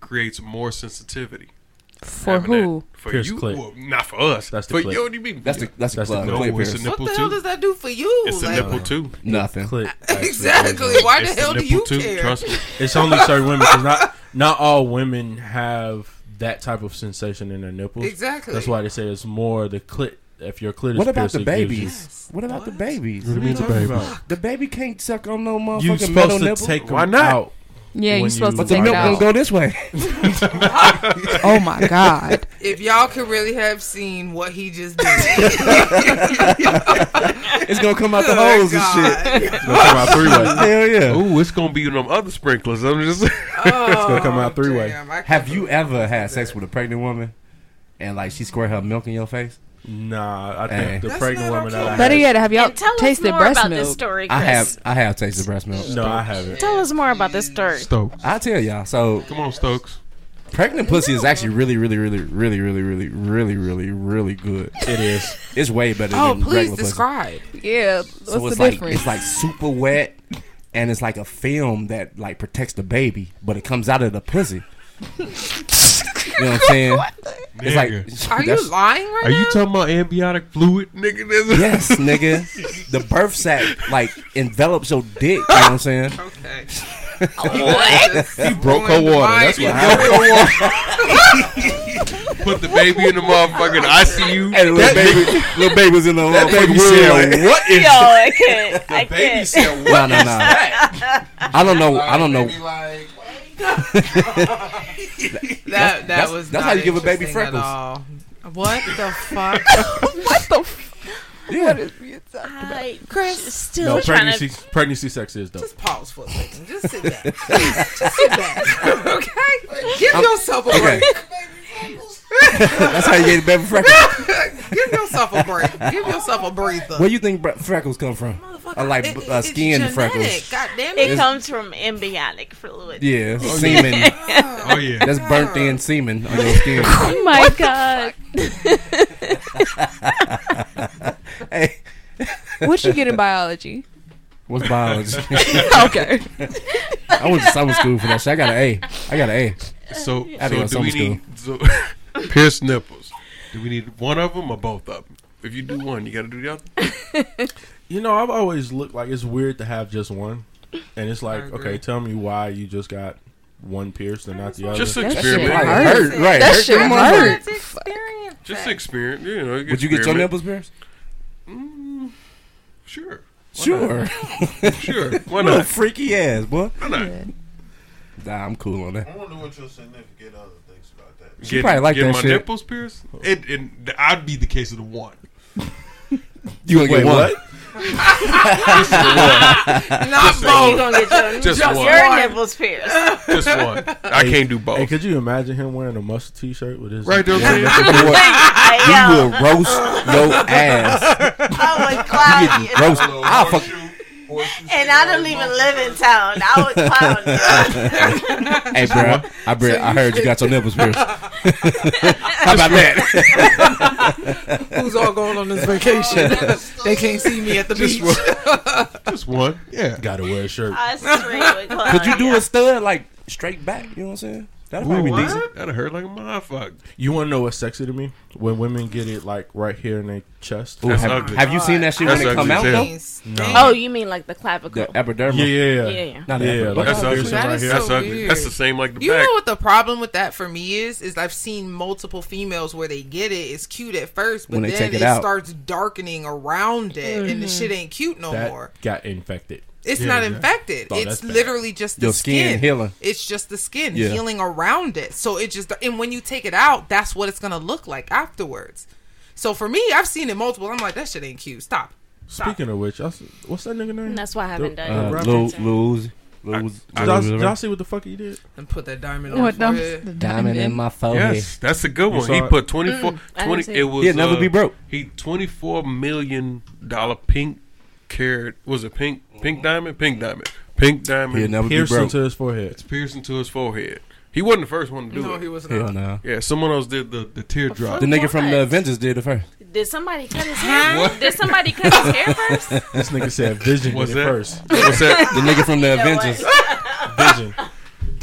creates more sensitivity
for
Having that-
who?
for
Pierced
you
clit.
well, not for us
That's the
for
clit.
you what do you mean
That's the that's the
That's the
plug.
no,
Clay
no it's a
piercing.
nipple
what the hell
too
does that do for you?
it's a
Like,
nipple too
Nothing.
Clit.
Exactly. Why the
It's
hell do
nipple
you care?
Trust me.
It's only certain women because not not all women have that type of sensation in their nipples.
Exactly.
That's why they say it's more the clit if your clitoris
What about
piercing
the
gives
babies?
you-
What about the
What?
babies?
What do you mean the babies?
The baby can't suck on no motherfucking
You
metal
supposed to
nipple.
take them
Why not?
out.
Yeah,
When
you're supposed
you
but
to
the
take
like
it
milk gonna
out.
go this way.
Oh my god.
If y'all could really have seen what he just did,
It's gonna come out the holes
Oh,
and shit.
shit.
It's gonna come out three ways.
Hell yeah.
Ooh, it's gonna be them other sprinklers. I'm just
it's
gonna come out three way.
Have you ever had sex with a pregnant woman and like she squirt her milk in your face?
Nah, I think
Hey.
the
That's
pregnant
not
woman
okay.
that I
Better
had-
yet, have y'all
And tell us
tasted
more
breast
about
milk?
this story, Chris.
I have I have tasted breast milk.
No, I haven't.
Tell us more about this story.
Stokes.
I tell y'all, so
Come on, Stokes.
pregnant pussy is actually really, really, really, really, really, really, really, really, really good.
It is.
It's way better
Oh,
than
please
regular pussy.
describe.
Yeah. What's
So
the
it's like
difference?
it's like super wet, and it's like a film that like protects the baby, but it comes out of the pussy. You know what I'm saying? It's like
Are
that's-
you lying right
Are you
now?
talking about amniotic fluid, nigga? This
Yes, nigga. The birth sack like envelops your dick. You know what I'm saying?
okay. what? He
broke her water, that's what Put the baby in the motherfucking ICU.
And little baby, little baby was in the that
baby said,
"What
Yo, I can't. I
Baby
can't.
said,
No, no, no. I don't know. I don't know.
Baby, like, what?
That, that
that's-
was
that's
not
how you give a baby
interesting
freckles.
at all. What the fuck?
Yeah.
I, Chris, still
No,
trying
pregnancy
to.
pregnancy sex is though.
Just pause for a second. Just sit back. Just sit back. Okay? Give yourself a
Okay,
break.
that's how you get baby freckles.
Give yourself a break. Give yourself a breather.
Where you think bre- freckles come from? I like
It-
uh,
it's
skin
genetic.
freckles.
God damn
It
it.
comes from embryonic fluid.
Yeah, semen.
"Oh yeah."
That's burnt in semen on your skin.
Oh my god.
hey,
what you get in biology?
what's biology?
okay.
I went to summer school for that shit. I got an A. I got an A.
So,
I think
so
I'm
do we
summer
need so, pierced nipples? Do we need one of them or both of them? If you do one, you got to do the other.
You know, I've always looked like it's weird to have just one, and it's like,
agree.
okay, tell me why you just got one pierced and not the other.
Just
shit
experiment.
Like, hurt,
hurt.
right?
That
hurt
shit
them
hurt.
motherfuckers.
experience.
Just experiment. You know,
Would you get your
experiment.
nipples pierced?
Mm, sure,
Sure.
sure. Why
Little
not?
freaky ass, boy.
Why not?
Nah, I'm cool on that.
I wonder what your significant other thinks about that.
She probably like
get
that
my
shit.
nipples pierced. It, and I'd be the case of the one.
You gonna
Wait,
get one?
what?
Not
You
both.
gonna get your,
Just one.
your nipples pierced.
Just one. I can't do both.
Hey, could you imagine him wearing a mustard T-shirt with his
Oh. right there.
Boy, we
I,
will roast your ass.
I would clown you.
Roast.
Hello,
I'll fuck.
horseshoe- horseshoe
And
shit,
I
right?
don't even
Mom,
live in town. I would clown
Hey, bro. I, bre- I heard you got your nipples pierced. How about that?
Who's all going on this vacation? they can't see me at the beach.
Just one. Yeah.
Got to wear a shirt.
you. I straight would clown
Could you do
you.
a stud like straight back? You know what I'm saying? That'd probably be decent.
That'd hurt like a motherfucker.
You want to know what's sexy to me? When women get it like right here in their chest.
Ooh,
That's
have,
ugly.
have you seen that shit
That's
when it come
ugly
out
as hell.
though?
Oh, you mean like the clavicle?
The epidermal.
Yeah, yeah,
yeah,
yeah.
yeah.
Not the
Yeah,
epidermal.
like
That's
That's
ugly.
piercing
That
right
is
here.
That's
so
ugly.
weird.
That's the same like the
You
back.
know what the problem with that for me is? Is I've seen multiple females where they get it. It's cute at first, but
When they
then
take
it,
it out.
starts darkening around it, and the shit ain't cute no
That
more.
got infected.
It's
Yeah,
not
yeah.
infected.
Oh,
it's
that's bad.
literally just the
Your skin healing.
It's just the skin
Yeah.
healing around it. So it just and when you take it out, that's what it's gonna look like afterwards. So for me, I've seen it multiple. I'm like, that shit ain't cute. Stop.
Speaking of which, I s what's that nigga name?
That's why I haven't done
Uh,
it.
Lil, lose, lose,
Did y'all, did y'all see what the fuck he did?
And put that diamond on.
What
What
the
forehead.
Diamond in my forehead.
Yes, that's a good
You
one.
saw
He
it?
put 24
Mm, I didn't
20
see
it
it.
was
He'll never
uh,
be broke.
He 24 million dollar pink carat was it pink pink diamond pink diamond pink diamond
He'll never be
Piercing
broke.
to his forehead.
piercing to his forehead. He wasn't the first one to do
No,
it.
he was
Hell
not.
no.
yeah, someone else did the the teardrop.
The nigga from the
What?
Avengers did it first.
Did somebody cut his hair? Did somebody cut his hair first?
This nigga said vision
What's
was it
that?
first.
What's that?
The nigga from the
You know
Avengers.
what?
Vision.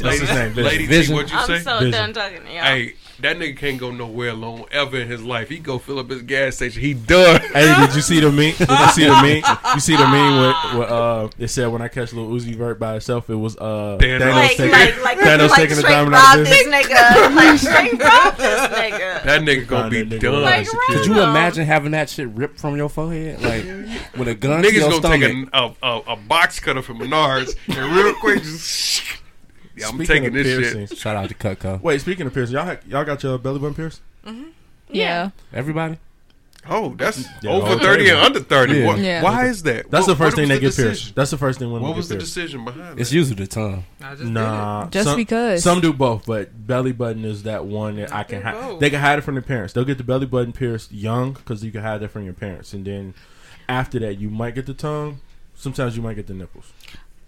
What's his name? Vision.
Lady T,
Vision.
what you
I'm
say?
so
Vision.
done talking to y'all.
Hey, that nigga can't go nowhere alone ever in his life. He go fill up his gas station. He done.
Hey, did you see the meme? Did you see the meme? You see the meme with, with uh? It said when I catch little Uzi Vert by itself, it was uh.
Thanos.
like,
taking-
like, like,
Thanos
like
taking the
straight
diamond
rob
out of
this
his.
nigga. Like straight rob this nigga.
That nigga gonna
Nah,
be
that nigga
done.
was
Like,
insecure.
right
Could you
No.
imagine having that shit ripped from your forehead, like with a gun to your
Niggas gonna
stomach?
take a, a, a, a box cutter from Menards and real quick just. Yeah, I'm
Speaking
taking
of
this shit.
piercings,
Shout out to Cutco.
Wait, speaking of piercings, y'all ha- y'all got your belly button pierced?
Yeah.
Everybody,
Oh, that's
Yeah,
over
okay.
thirty and under thirty.
Yeah.
What-
Yeah.
Why is that?
That's
What-
the first
what
thing they
was
get
the
pierced.
decision?
That's the first thing when
What was
they
the
get pierced.
decision behind
it's
that?
usually the tongue.
I just nah.
Nah,
Just
some,
because.
some do both, but belly button is that one that I can
They're
hide.
both.
They can hide it from their parents. They'll get the belly button pierced young because you can hide it from your parents, and then after that, you might get the tongue. Sometimes you might get the nipples.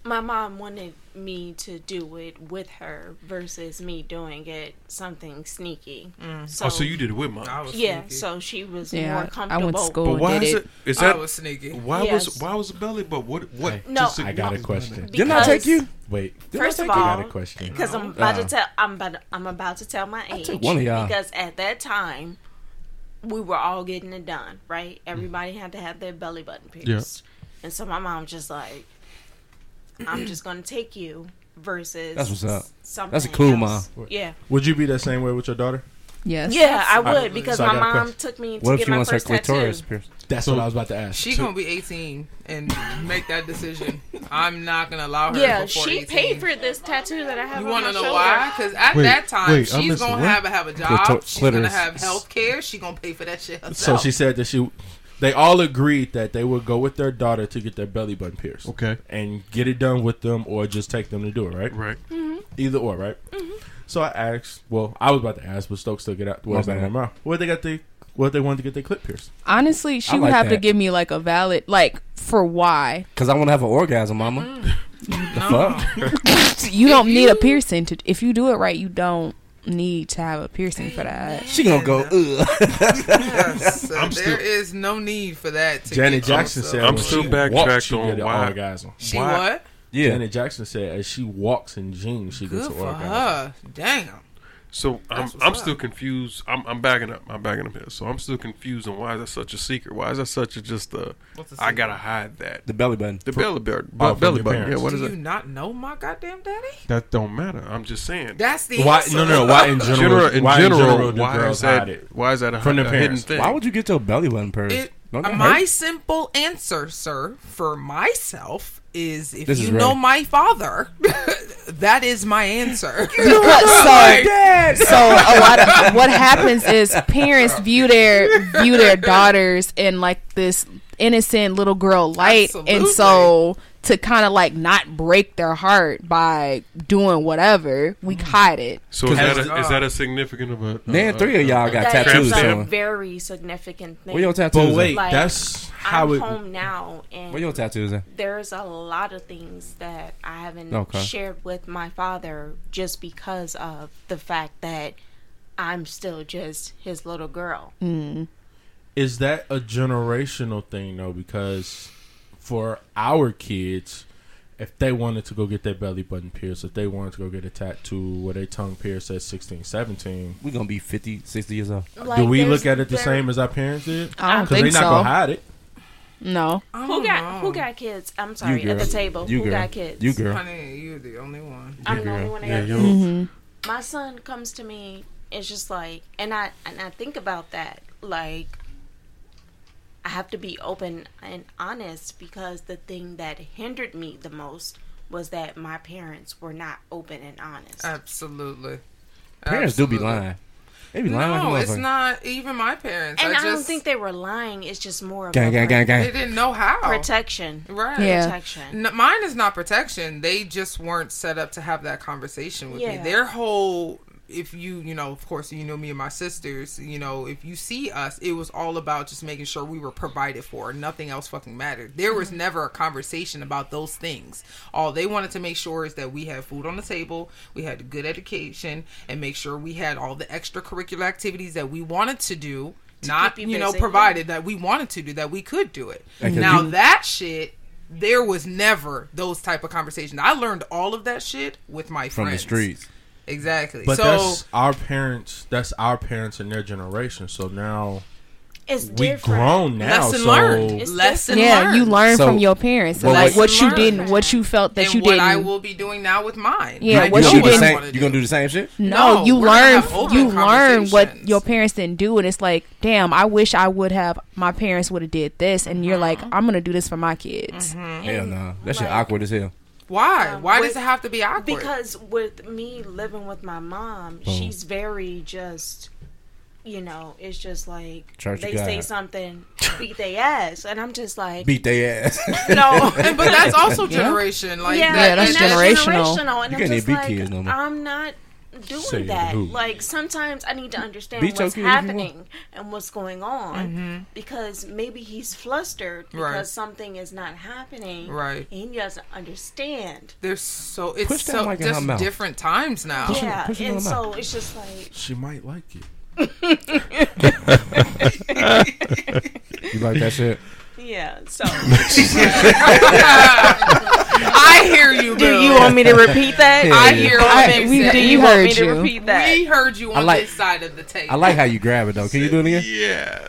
My mom wanted me to do it with her versus me doing it something sneaky. So,
oh, so you did it with mine.
I was
yeah,
sneaky.
so she was
Yeah, I
more
went to
comfortable.
school.
but
Who
why
did
is
it?
it? Is
I
that
was sneaky.
why was
Yes.
why was the belly? But what what?
No.
just-
I got a question.
Didn't I take you?
Wait,
First of
I got a
all,
question.
because I'm about
Uh,
to tell, I'm about, to, I'm about to tell my age.
took one of y'all.
Because at that time, we were all getting it done, right? Everybody had to have their belly button pierced, and so my mom was just like, "I'm just gonna take you." Versus
That's what's up.
Something
That's cool,
else. Yeah,
Would you be that same way with your daughter?
Yes.
yeah, I would because
So I
my
got a
mom
question.
took me to
What if
get
she
my
wants her
first tattoo.
clitoris pierced?
That's what I was about to ask.
She gonna be 18 and make that decision. I'm not gonna allow her.
Yeah,
before
she
18.
paid for this tattoo that I have.
You
want to
know why? Because at
Wait,
that time,
wait, I
she's
missed
gonna
what?
have have a job.
Clitor-
she's gonna
clitoris.
have health care. She's gonna pay for that shit
So
herself.
she said that she, they all agreed that they would go with their daughter to get their belly button pierced.
Okay.
And get it done with them or just take them to do it, right?
Right.
Either or, right?
Mm-hmm.
So I asked, well, I was about to ask, but Stokes took it out. What
My bad.
What they got the, what they wanted to get their clip pierced.
Honestly, she
I
would
like
have to
that.
give me like a valid like for why.
Because I want to have an orgasm, mama. The fuck?
You don't need a piercing to if you do it right, you don't need to have a piercing for that.
She gonna go. Ugh.
Yes, so
I'm still-
there is no need for that. To
Janet
get
Jackson
also-
said,
I'm
when
still
she
backtracked
walked, she
on
get an
why-
orgasm.
She
Why-
what?
Yeah.
Janet Jackson said, as she walks in jeans, she gets
Good
an
for
orgasm.
her. Damn.
So I'm
That's what's
I'm
up.
still confused. I'm I'm backing up. I'm backing up here. So I'm still confused on why is that such a secret? Why is that such a just a?
What's the
I gotta hide that.
The belly button.
The belly button.
Oh, from
belly
your
button. Yeah.
parents.
What is
Do you
that?
not know my goddamn daddy?
That don't matter. I'm just saying.
That's the
Why?
answer.
No, no, no. Why in general?
general, in
why
general,
do
why
girls
is that?
hide it?
Why is that a,
From
hi-
their
a hidden
parents.
thing?
Why would you get your belly button pierced?
It,
Don't that
my
hurt?
simple answer, sir, for myself is if
This
you
is
know
ready.
my father, that is my answer.
so so a lot of what happens is parents view their view their daughters in like this innocent little girl light and so to kind of like not break their heart by doing whatever we hide it
So is that, a,
Has-
is
uh,
that a significant of a? uh,
Man, three of y'all got
That is
tattoos
a-
a
showing.
very significant thing.
Where your tattoos?
But wait,
at?
Like,
that's how
I'm
it.
home now, and
Where your tattoos? At?
there's a lot of things that I haven't
Okay.
shared with my father just because of the fact that I'm still just his little girl.
Mm.
is that a generational thing though? Because for our kids, if they wanted to go get their belly button pierced, if they wanted to go get a tattoo or their tongue pierced at 16, 17,
We gonna be 50, 60 years old.
Like,
do we
there's-
look at it the
there-
same as our parents did?
i don't
Because they
think
not
so
gonna hide it.
no
Who
I don't
got who
know.
got kids? I'm sorry, at the table.
You
who
girl.
got kids?
You girl.
Honey, you're the only one.
I'm the only one that
Yeah,
got
yo.
my son comes to me it's just like and i and i think about that like i have to be open and honest because the thing that hindered me the most was that my parents were not open and honest
Uh, Absolutely.
Parents do be
Absolutely.
lying. They be lying.
No,
like a
it's
motherfucker.
not even my parents.
and
I
i,
just
don't think they were lying it's just more of
Gang,
a
gang, gang, gang.
they didn't know how.
protection
right.
Yeah.
protection
No, mine is not protection. They just weren't set up to have that conversation with
Yeah.
me. Their whole, if you, you know, of course, you know me and my sisters, you know, if you see us, it was all about just making sure we were provided for. Nothing else fucking mattered. There
Mm-hmm.
was never a conversation about those things. All they wanted to make sure is that we had food on the table, we had a good education, and make sure we had all the extracurricular activities that we wanted to do. Not
keep
you,
you
know
busy.
provided that we wanted to do that we could do it.
Like, 'cause
now
you-
that shit there was never those type of conversations. I learned all of that shit with my
from
friends
the streets.
Exactly.
But
so
that's our parents. That's our parents and their generation. So now
It's
we
different.
grown now.
lesson
so
learned.
It's
lesson
yeah,
learned.
you learn
So-
from your parents,
Well,
like
what-
what you
Lesson
didn't,
learned.
what you felt that
and
you
what
didn't.
I will be doing now with mine.
Yeah,
I
what
know
you
you gonna do the
didn't-
I
same,
wanna
you gonna do the same shit?
no,
No,
you
we're gonna
learn
have open
you learn what
conversations.
your parents didn't do, and it's like, damn, I wish I would have. My parents would have did this, and you're like, I'm gonna do this for my kids.
Hell no, that shit
like-
awkward as hell.
Why?
Um,
Why
with-
does it have to be awkward?
because with me living with my mom, she's very just. You know, it's just like
Church of
they say
God.
something, beat they ass, and I'm just like,
Beat their ass.
no,
And- but that's also generation. Like
yeah,
Yeah, that's
and
generational.
And
You
I'm
can't
just
even
like,
be kids no more.
I'm not doing
Say
that.
who?
Like sometimes I need to understand
Beat your
what's
kid if you want.
happening and what's going on because maybe he's flustered because
Right.
something is not happening.
Right.
He doesn't understand.
There's so it's
Push that
so
mic in her
just
mouth.
different times now.
yeah.
push it
and
on the
so it's just like
She might like it.
you like that shit?
yeah. So
I hear you.
do
Bill.
you want me to repeat that?
Yeah,
I
yeah.
hear
I-
what
we-
you.
do
said.
you
we
want me
heard
to
you.
repeat that?
We heard you on
I like-
this side of the table.
I like how you grab it though. Can you do it again?
Yeah.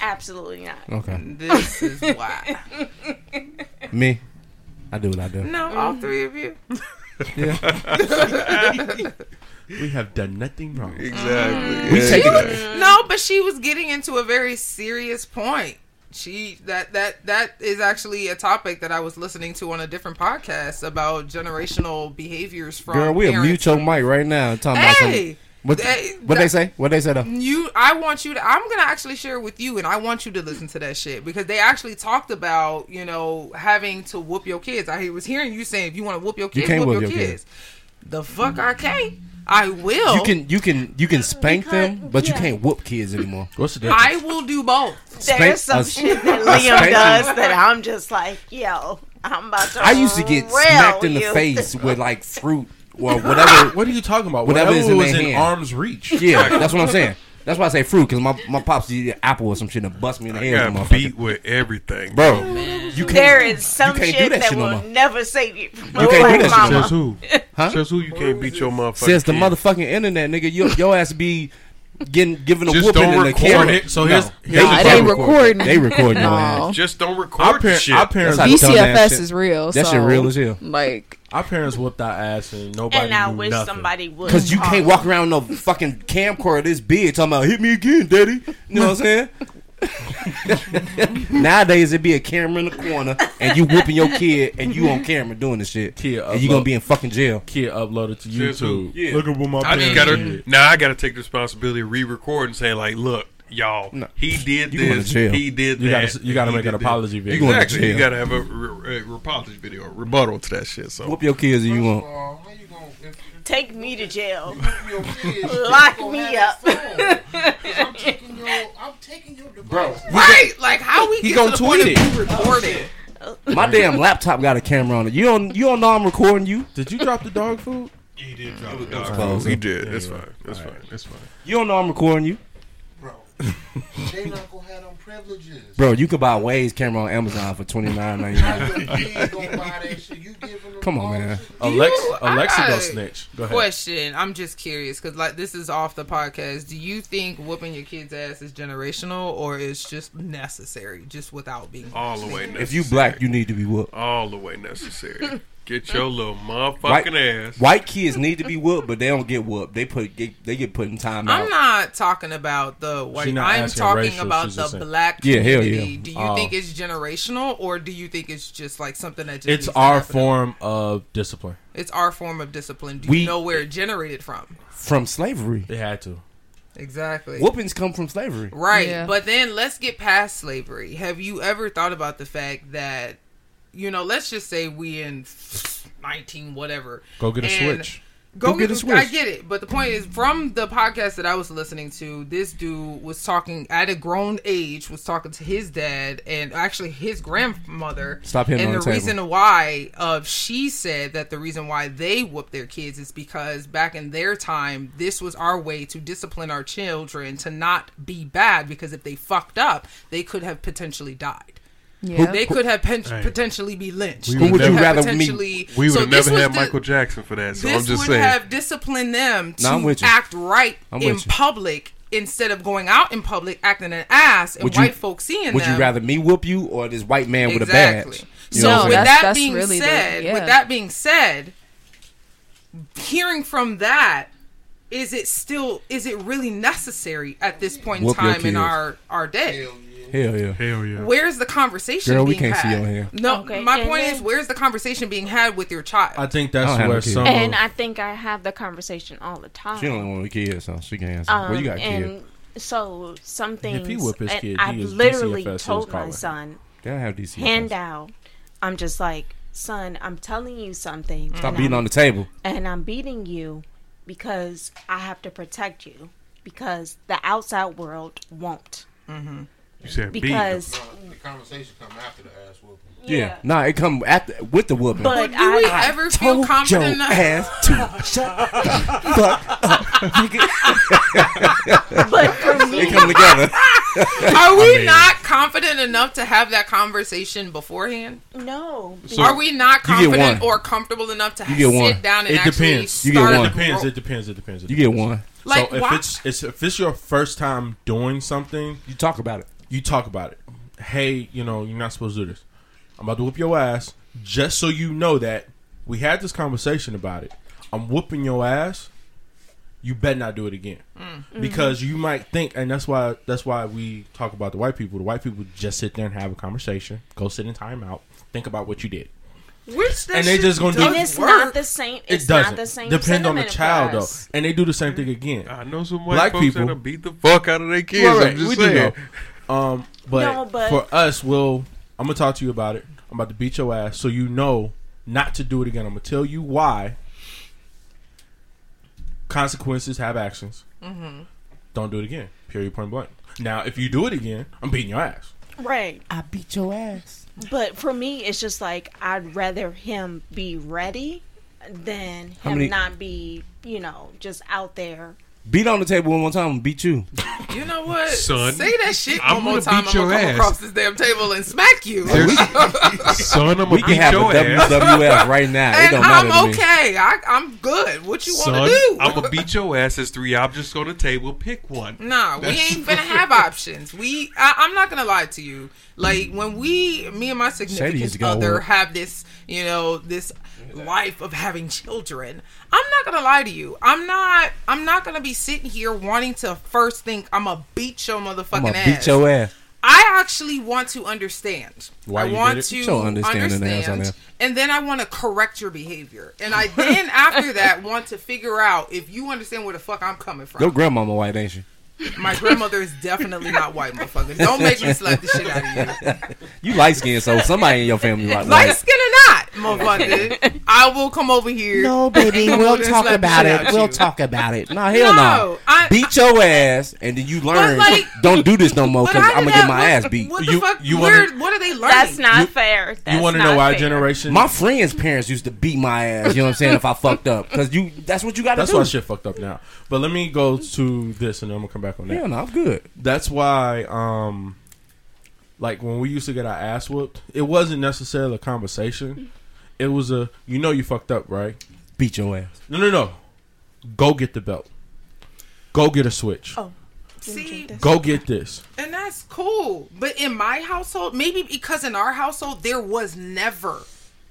Absolutely not.
Okay,
This is why.
me. I do what I do.
No, all three of you.
We have done nothing wrong.
Exactly.
We
Yeah.
take it.
No, but she was getting into a very serious point. She that that that is actually a topic that I was listening to on a different podcast about generational behaviors from
Girl, we'll
parents.
mute your mic right now. and Talking about something.
Hey,
What
Hey,
what they say? What they say though?
you i want you to i'm gonna actually share with you and i want you to listen to that shit because they actually talked about you know having to whoop your kids i was hearing you saying if you want to whoop your kids
can't
whoop,
whoop
your,
your
kids. the fuck i can't i will
You can you can you can spank them, but you
yeah.
can't whoop kids anymore.
What's the difference?
i will do both
Spank-
There's some
uh,
shit that
spank
Liam
you.
does that I'm just like, yo, I'm about to.
I used to get
rail
smacked in the
you.
face with like fruit or whatever.
what are you talking about?
Whatever is in
was
their
in
hand.
arm's reach.
yeah, that's what I'm saying. That's why I say fruit because my my pops used to eat apple or some shit and bust me in the head, with a
Got beat
motherfucker.
with everything,
Bro, you can't
There is some
can't do
shit
that
that,
shit no
will
more.
never save you from a
can't do
black
that shit no
mama.
more.
Says who?
Huh?
Says who? You can't beat your motherfucker.
says the
kid.
motherfucking internet, nigga. Your your ass be getting given a
Just
whooping
don't
in the
record
camera.
it. So here's-
they
here's the
record-
problem.
they record-
They recording.
They recording your ass.
No.
Just don't record
Our,
the
par-
shit.
our parents,
That's how- Dumb ass
BCFS
shit.
is real.
That shit
so,
real as hell.
Like
our parents whooped our ass and nobody
And I
knew
wish
nothing.
somebody would.
Cause you can't walk around no fucking camcorder this big talking about hit me again, daddy. You know what I'm saying? Nowadays it'd be a camera in the corner and you whooping your kid and you on camera doing this shit.
Kid
and you gonna be in fucking jail.
Kid uploaded to
Says who?
YouTube.
Yeah.
Look at what my
I
parents
just gotta
did.
now. I gotta take the responsibility, of re-record, and say like, look, y'all,
No.
he did
You going
this,
to jail.
he did
You
that.
gotta- you gotta
he
make
did
an
this.
apology video. You
going to
Exactly, you
jail.
gotta have a, re- a, apology video, a rebuttal to that shit. So
Whoop your kids if you
First of
want.
all, how you gonna if, if
Take me to jail.
you your kids,
Lock
you gonna
me
have
up.
that phone. 'Cause I'm taking your, I'm taking your device. Bro,
right like how we
He
get
gonna
to the point
tweet
of you recording
My damn laptop got a camera on it. You don't you don't know I'm recording you.
Did you drop the dog food?
he
Mm.
did drop the
Nah,
close.
Oh, he did. That's fine. That's fine. That's fine.
You don't know I'm recording you.
bro. they not gonna have them privileges.
Bro, you could buy Waze camera on Amazon for twenty nine ninety
How
nine.
your kid gonna buy that shit? You giving them
Come on,
all
man.
this shit?
Alexa, Alexa, go
I-
snitch. Go ahead.
question i'm just curious because like this is off the podcast do you think whooping your kids ass is generational or it's just necessary just without being
All the way. Necessary.
If you black, you need to be whooped.
all the way necessary. Get your little motherfucking
White-
ass.
White kids need to be whooped, but they don't get whooped. They put they, they get put in time out.
I'm not talking about the white.
not
I'm
asking
talking
racial,
about
she's
the
just saying-
black
Yeah, hell
community.
yeah.
Do you
Oh.
think it's generational, or do you think it's just like something that just
It's
needs to
our
happen?
form of discipline.
It's our form of discipline. Do
We-
you know where it generated from?
from slavery.
They had to.
Exactly.
Whoopings come from slavery.
Right.
Yeah.
But then let's get past slavery. Have you ever thought about the fact that, you know, let's just say we in 19 whatever.
Go get a
and
switch.
Go,
Go
get,
get a switch.
I get it. But the point is, from the podcast that I was listening to, this dude was talking at a grown age, was talking to his dad and actually his grandmother.
Stop hitting
And
on
the
the table.
reason why of she said that the reason why they whoop their kids is because back in their time this was our way to discipline our children to not be bad because if they fucked up they could have potentially died
Yeah.
They could have pen-
Hey.
potentially be lynched.
We
They
would
could
never-
have
rather me-
potentially-
We would
So
have
this
never
was
had
the-
Michael Jackson for that. So
this
I'm just
would
saying.
have disciplined them
No, I'm
to
with you.
act right
I'm
in
with you.
public instead of going out in public acting an ass and
Would you-
white folks seeing
Would
them.
you rather me whoop you or this white man with a badge? You
So
know
No,
what I'm
with
saying?
that's-
that
that's
being
really the-
said,
yeah.
with that being said, hearing from that, is it still is it really necessary at this point in
Whoop your
time in
kids.
our our day?
hell yeah.
Hell yeah.
Where's the conversation?
Girl, we
being
can't see
had?
your hand.
No,
Okay,
my
and
point
then-
is, where's the conversation being had with your
I
child?
think
I don't
that's
have
where
a kid.
some.
And
of-
I think I have the conversation all the time.
She only one with kids, so she can't answer.
Um,
well, you got a kid.
and so some things.
he whip his
and
kid,
I've
he is
literally
DCFS is
told my
calling.
son,
They don't have DC.
hand out. I'm just like, son, I'm telling you something.
Stop
and
beating
I'm-
on the table.
and I'm beating you because I have to protect you because the outside world won't.
You said beat.
Because
The conversation come after the ass whooping.
Yeah. Nah, it come after with the whooping.
but
Do we
I
ever feel confident
your
enough?
ass to shut the fuck up.
but for
They
me
come together.
Are we not confident enough to have that conversation beforehand?
no.
Are we
You
not
get
confident
one.
or comfortable enough to
You get
sit
one.
down and
It
actually
depends.
You get
start
one.
a
It depends.
gro-
It depends. It depends. It
You
depends.
get one.
Like
so if
why?
it's, it's if it's your first time doing something,
You talk about it.
you talk about it. Hey, you know you're not supposed to do this. I'm about to whoop your ass, just so you know that we had this conversation about it. I'm whooping your ass. You better not do it again,
Mm-hmm.
because you might think, and that's why that's why we talk about the white people. The white people just sit there and have a conversation, go sit in timeout, think about what you did.
Which that
and they
shit
just gonna do-
does
And it's
work.
not the same.
It
It's
doesn't
not the same.
depend on the
sentiment
child
for
though,
us.
and they do the same thing again.
I know some white
Black
folks
people-
that'll beat the fuck out of their kids.
Right,
I'm
right,
just
we do
saying.
know. Um, but,
No, but-
for us, we'll. I'm gonna talk to you about it. I'm about to beat your ass, so you know not to do it again. I'm gonna tell you why. Consequences have actions.
Mm-hmm.
Don't do it again. Period. Point blank. Now, if you do it again, I'm beating your ass.
Right.
I beat your ass.
But for me, it's just like I'd rather him be ready than
How
him
many-
not be, you know, just out there.
Beat on the table one more time and beat you.
You know what?
Son,
Say that shit
I'm
one more
gonna
time.
beat
I'm gonna
your
come
ass.
across this damn table and smack you.
Son, I'm
We
gonna
can
beat
have a
your ass.
WWF right now. it
and
don't matter to
I'm
me.
okay. I, I'm good. What you want
Son,
to do?
I'm gonna beat your ass. There's three objects on the table. Pick one.
Nah, we ain't gonna have options. We, I, I'm not gonna lie to you. Like when we, me and my
used to
significant
go
other
work.
have this, you know, this life of having children. I'm not gonna lie to you. I'm not. I'm not gonna be sitting here wanting to first think I'm gonna beat your motherfucking
I'm gonna
ass.
beat your ass.
I actually want to understand.
Why
I
you did
want
it?
to
You don't understand
understand,
an ass on there.
and then I want to correct your behavior. And I then after that want to figure out if you understand where the fuck I'm coming from.
Your grandmama white, ain't she?
My grandmother is definitely not white, motherfucker. Don't make me slap the shit out of you.
You light skinned, so somebody in your family like
Light
white.
skin or not, motherfucker, I will come over here.
baby,
we'll talk about it. We'll
talk about it. No, hell no.
No, I-
beat your ass, and then you learn.
like-
don't do this no more,
But
because
how
I'm
did
gonna get
that-
my
what-
ass beat.
What the
You-
fuck?
you
where,
wanna-
what are they learning?
That's not
You-
fair. That's
you want to
not
know why
fair.
generation?
My friends' parents used to beat my ass. You know what I'm saying? If I fucked up, because you, that's what you got to
that's
do.
why shit fucked up now. But let me go to this, and then I'm gonna come back on that.
Yeah, no, I'm good.
that's why um like when we used to get our ass whooped it wasn't necessarily a conversation it was a you know you fucked up right
Beat your ass.
no no no go get the belt go get a switch
Oh.
See,
go get this
and that's cool. But in my household, maybe because in our household there was never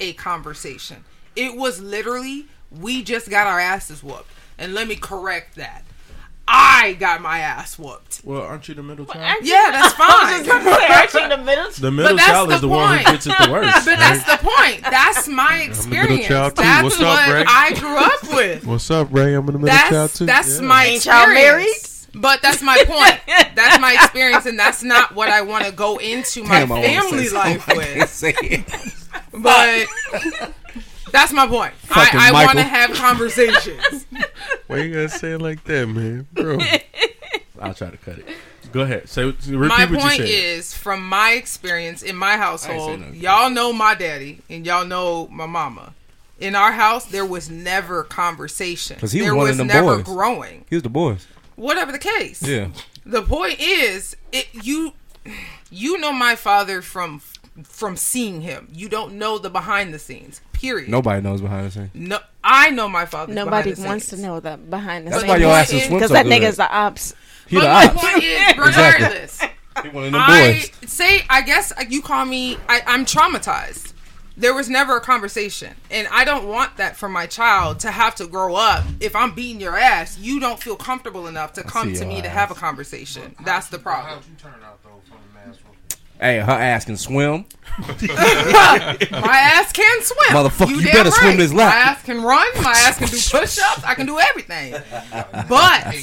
a conversation. It was literally we just got our asses whooped. And let me correct that. I got my ass whooped.
well aren't you the middle child
Aren't you-
Yeah, that's fine.
Aren't you the middle
the middle
that's
child is
the
the one who
point.
gets it the worst
But that's the point. That's my experience.
child, too.
That's
What's up,
what
Greg?
I grew up with.
What's up, Ray? I'm in the middle
That's that's my
Ain't y'all
experience.
married?
But that's my point. that's my experience, and that's not what I want to go into my
Damn, I wanna say
family
something.
life
I can't
with.
say it.
But that's my point.
Fucking
I, I want
Michael.
to have conversations.
Why you gotta say it like that, man, bro?
i'll try to cut it go ahead say repeat
my
what
point
you said
is, from my experience in my household,
nothing.
y'all know my daddy and y'all know my mama. In our house, there was never conversation.
'Cause he was
there
one of
was
them
never
boys.
growing.
Here's the boys.
Whatever the case.
Yeah.
The point is, it you you know my father from from seeing him. You don't know the behind the scenes. Period.
Nobody knows behind the scenes.
No, I know my father's
Nobody
behind the
wants to
scenes.
know the behind the
That's
scenes.
why your ass
point
is
is-
swim so
Because
good.
that nigga's the ops.
he the
but
ops.
my point is,
Exactly.
regardless,
He one of them
I
boys.
say I guess uh, you call me. I, I'm traumatized. There was never a conversation, and I don't want that for my child to have to grow up. If I'm beating your ass, you don't feel comfortable enough to come
see
to
your
me to
ass.
have a conversation. That's the problem.
How'd you turn out though from the mass whooping?
Hey, her ass can swim.
My ass can swim.
Motherfucker, you
damn
better swim this lap.
My ass can run. My ass can do push-ups. I can do everything. But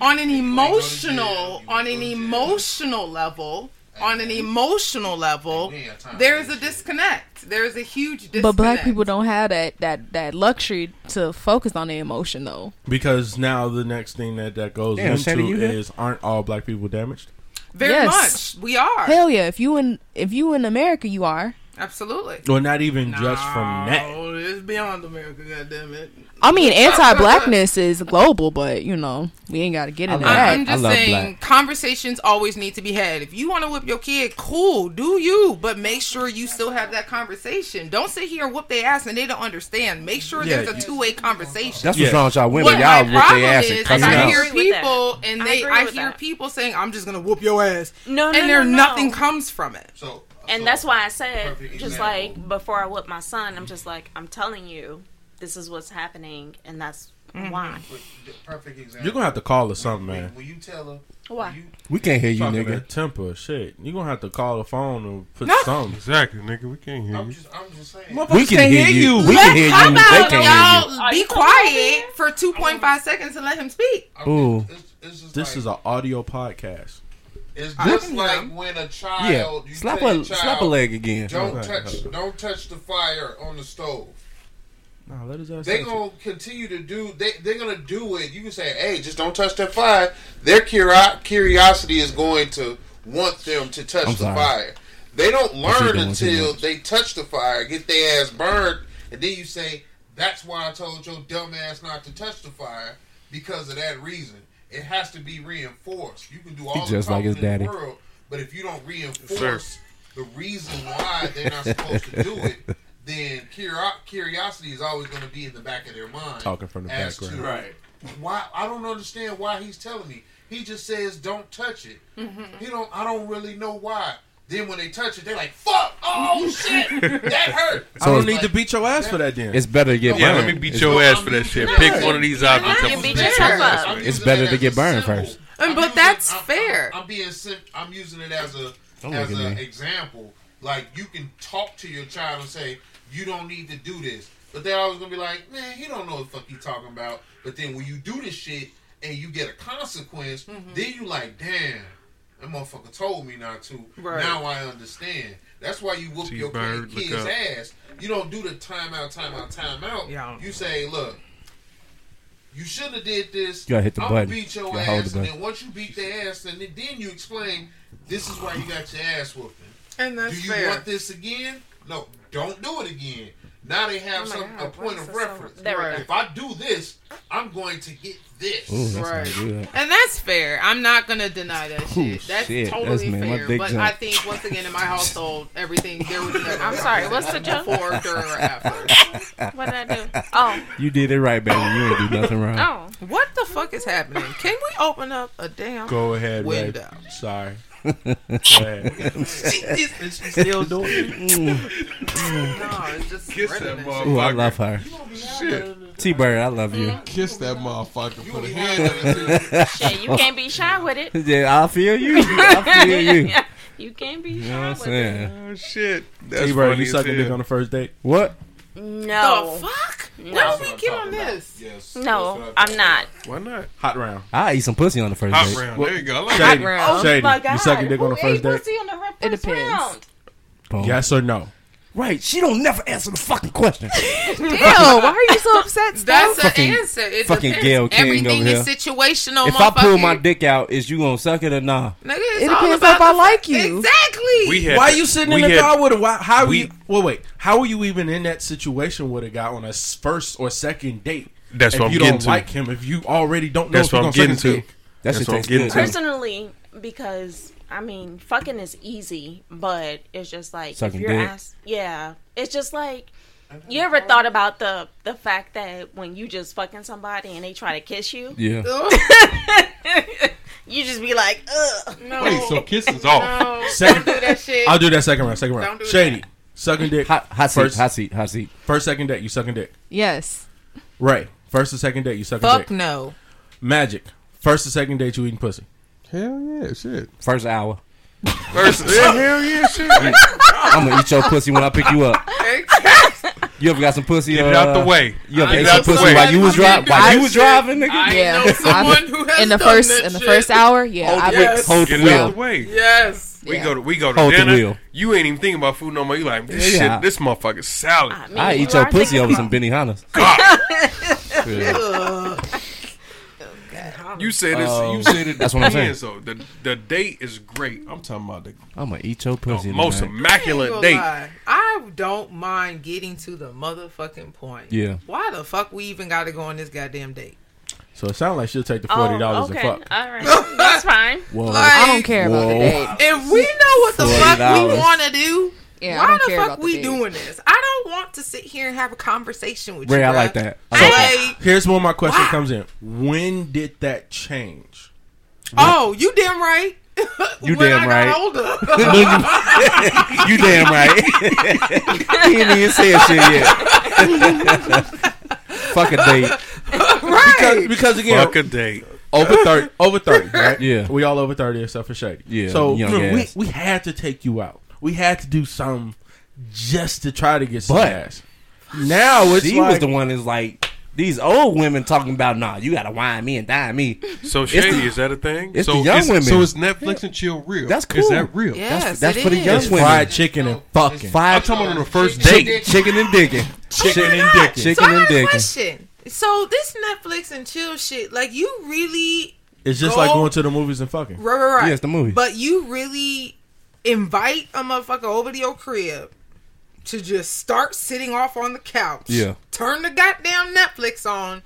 on an emotional, on an emotional level, on an emotional level, there's a disconnect. There's a huge disconnect.
But black people don't have that that that luxury to focus on their emotion though.
Because now the next thing that that goes
Damn,
into
Shannon, you here?
is aren't all black people damaged?
very
Yes.
much. We are
Hell yeah, if you in if you in America, you are.
absolutely.
Or not even just from that.
No, it's beyond America. goddamn it.
I mean, anti-blackness is global, but you know we ain't got to get into
I-
that.
I'm
I
just
love
saying, conversations always need to be had. If you want to whip your kid, cool, do you? But make sure you still have that conversation. Don't sit here and whoop their ass and they don't understand. Make sure
Yeah,
there's a
you-
two way conversation.
That's
Yeah.
what's wrong with y'all women.
What
y'all
my
with their
problem
ass
is,
and
is
coming
I
out.
hear
agree with that.
people and
I
they,
agree
I,
with
hear
that.
people saying, "I'm just gonna whoop your ass,"
No, no, no,
and there
no.
nothing comes from it.
So,
And
so-
that's why I said,
Perfect
just
example.
like before I whip my son, I'm just like, I'm telling you, this is what's happening, and that's why.
But the perfect example.
You're gonna have to call her something, man.
When you tell her,
Why?
you-
We can't hear you,
Fucking
nigga.
a temper, shit. You're gonna have to call the phone or put something.
Exactly, nigga. We can't hear
I'm
you.
just, I'm just saying.
We can hear you. We
Let-
can hear you.
how
They
about
can't hear
y'all
Are
be
you coming over
quiet
here?
for 2.5 seconds and let him speak?
I'm
Ooh.
Just, it's, it's just
This
like,
is an audio podcast.
It's
I
just
can hear
like
him.
when a
you. Yeah,
child. You
slap
tell
a
your child,
slap a leg again.
Don't
Okay,
touch,
okay.
don't touch the fire on the stove.
Nah, let his ass.
They
touch it.
gonna continue to do. They they're gonna do it. You can say, hey, just don't touch that fire. Their curi- curiosity is going to want them to touch
I'm
the
sorry.
fire. They don't learn
doing too
until
much.
they touch the fire, get their ass burned, and then you say, that's why I told your dumb ass not to touch the fire because of that reason. It has to be reinforced. You can do all the
just like
talking
his
in
daddy.
the world, but if you don't reinforce the reason why they're not supposed to do it, then curio- curiosity is always going to be in the back of their mind.
Talking from the
as
background.
to Why I don't understand why he's telling me. He just says don't touch it. He don't. I don't really know why. Then when they touch it, they're like, "Fuck! Oh shit, that hurt."
I don't
So-
need to beat your ass for that then.
It's better to get
Yeah,
burned.
let me beat
It's-
your ass for that shit. Pick one of these out.
Nah,
and
you
tell
beat
me-
yourself up.
I'm
It's
using
better
it
to
as
get
a
burned
symbol.
first.
Um,
I'm
but
using-
that's
I'm-
fair.
I'm, I'm being. sim- I'm using it as a
Don't
as
look at
an
me.
example. Like you can talk to your child and say, "You don't need to do this," but they're always gonna be like, "Man, he don't know what the fuck he talking about." But then when you do this shit and you get a consequence,
Mm-hmm.
then you like, "Damn, that motherfucker told me not to."
Right.
Now I understand. That's why you whoop your
T-Bird,
kid,
look
kid's
up.
ass. You don't do the timeout, timeout, timeout.
Yeah, I don't-
You say, "Look." You shouldn't have did this.
You gotta hit the
I'm
button.
Gonna beat your
You gotta hold the
ass, and
button.
then once you beat their ass, and then then you explain, this is why you got your ass whooping.
And that's
do you
fair.
want this again? No, don't do it again. Now they have
Oh my
some
God,
a
why
point
is
of
this so-
reference.
There we
Right.
go.
If I do this, I'm going to get this.
Ooh, that's
Right.
not good.
And that's fair. I'm not gonna deny that
Ooh,
shit. That's
shit.
totally
That's- man, my
fair.
dick
But
jumped.
I think once again in my household, everything there was. Never
I'm sorry, what's the
conversation
joke?
Before, during, or after.
What did I do? Oh,
You did it right, baby. You ain't do nothing wrong.
oh.
What the fuck is happening? Can we open up a damn?
Go ahead, Ray.
Window.
Sorry. Go ahead.
still doing. no, it's just
Kiss
spreading
that
it.
motherfucker.
Ooh, I love her. T Bird, I love you.
Kiss that motherfucker
You
for
don't
the
even
head.
have nothing to-
Shit, you can't be shy with it.
Yeah, I feel you. I feel you. You know
you can't be shy
what I'm
with it.
saying?
Oh shit. That's
T Bird,
funny
you
as
sucking
hell.
dick on the first date?
What?
No.
The fuck?
No.
Where did we get on this?
Yes. that's
No,
what
I'm not.
Why not?
Hot round.
I eat some pussy on the first
Hot
date.
round. There you go. I like
Shady,
round. Oh
Shady, you sucking dick on the
Who
first
ate
date?
pussy on the re-
It
first
depends.
round?
Oh.
Boom.
Yes or no?
Right. She don't never answer the fucking question.
Oh,
Damn, why are you so upset? Steph?
That's the
Fucking-
answer. It
fucking
depends.
Gayle King
Everything
over
is
here.
situational.
if I pull my
motherfucker.
dick out, is you gonna suck it or nah?
Nigga, it's
It
all
depends
about
if I
the-
like you.
Exactly.
We had
Why
to-
you sitting
we
in the
had-
car with a why, how
we-
you well wait, how are you even in that situation with a guy on a s- first or second date?
That's
if
what I'm
you
getting
don't
to.
like him, if you already don't know
That's
if you're
what I'm
gonna
getting
suck his
to.
dick.
That
That's
shit
what I'm
tastes
getting
good.
to.
though.
Personally, because I mean, fucking is easy, but it's just like
Sucking
if you're
dick.
asked, yeah, it's just like you ever thought about the the fact that when you just fucking somebody and they try to kiss you,
Yeah.
you just be like, ugh.
No,
Wait, so kissing's off.
no,
Second-
don't do that shit.
I'll do that second round. Second round.
Don't do
Shady. Second dick.
Hot, hot seat,
First-
hot seat, hot seat.
First, second date, you sucking dick.
Yes.
Right. First and second date, you sucking
Fuck
dick.
no.
Magic. First and second date, you eating pussy.
Hell yeah, shit.
First hour.
First, yeah, hell yeah, shit.
I'm gonna eat your pussy when I pick you up. You ever got some pussy?
Get it out
uh,
the way.
You ever
Get
ate
it
some
out the
pussy
way.
while you was driving? While you was driving,
I
nigga.
Yeah.
know someone who has
in the
done
first
that
in the
shit.
first hour, yeah.
Hold
I
the
would-
wheel. Hold the
Get it out
wheel.
the way.
Yes.
We
yeah.
go to we go to
Hold the
dinner.
wheel.
You ain't even thinking about food no more. You like this
Yeah.
shit. This motherfucker's salad.
I, mean,
I
you
eat your
are thinking
pussy over some
about-
Benny Hanna's.
God, you said this.
Oh,
you said it.
that's what I'm saying.
So the the date is great. I'm talking about the
I'm gonna eat your pussy.
Oh, most
tonight.
immaculate
Gonna
date.
lie. I don't mind getting to the motherfucking point.
Yeah.
Why the fuck we even got to go on this goddamn date?
So it sounds like she'll take the forty
Oh,
dollars
okay,
and fuck.
all right, that's fine.
Whoa.
Like,
I don't care about the
Whoa.
date.
If we know what the fuck we
$40.
want to do,
Yeah, I
why
don't
the
care
fuck
about the
we
date.
doing this? I don't want to sit here and have a conversation with
Ray,
you.
I
bruh.
like that. I like that.
Like,
Here's where my question
Wow.
comes in. When did that change?
oh, you damn right.
You
when
damn
I
right.
Got older.
you damn right. he didn't even say shit yet. Fuck a date.
Because, because again,
Fuck a date.
over thirty, over thirty, right?
Yeah.
we all over thirty except for Shady.
Yeah,
so
young
remember, we
ass.
we had to take you out. We had to do something just to try to get some
But-
ass. Now it's
She
like,
was the one that's like these old women talking about. Nah, you gotta wine me and dine me.
So shady
the-
is that a thing?
it's
so
the young
it's,
women.
So it's Netflix and chill real.
That's
Is
cool.
that real?
yes,
that's
it
for the
is.
young
it's
women.
fried chicken and fucking
Five
I'm talking about on the first
chick-
date.
chicken and dicking.
chicken and
not?
dick.
Chicken
so I
and
have a
dick.
question. So this Netflix and chill shit, like you really
It's just like going to the movies and fucking.
right, right, right.
Yes, the movies.
But you really invite a motherfucker over to your crib to just start sitting off on the couch.
Yeah.
Turn the goddamn Netflix on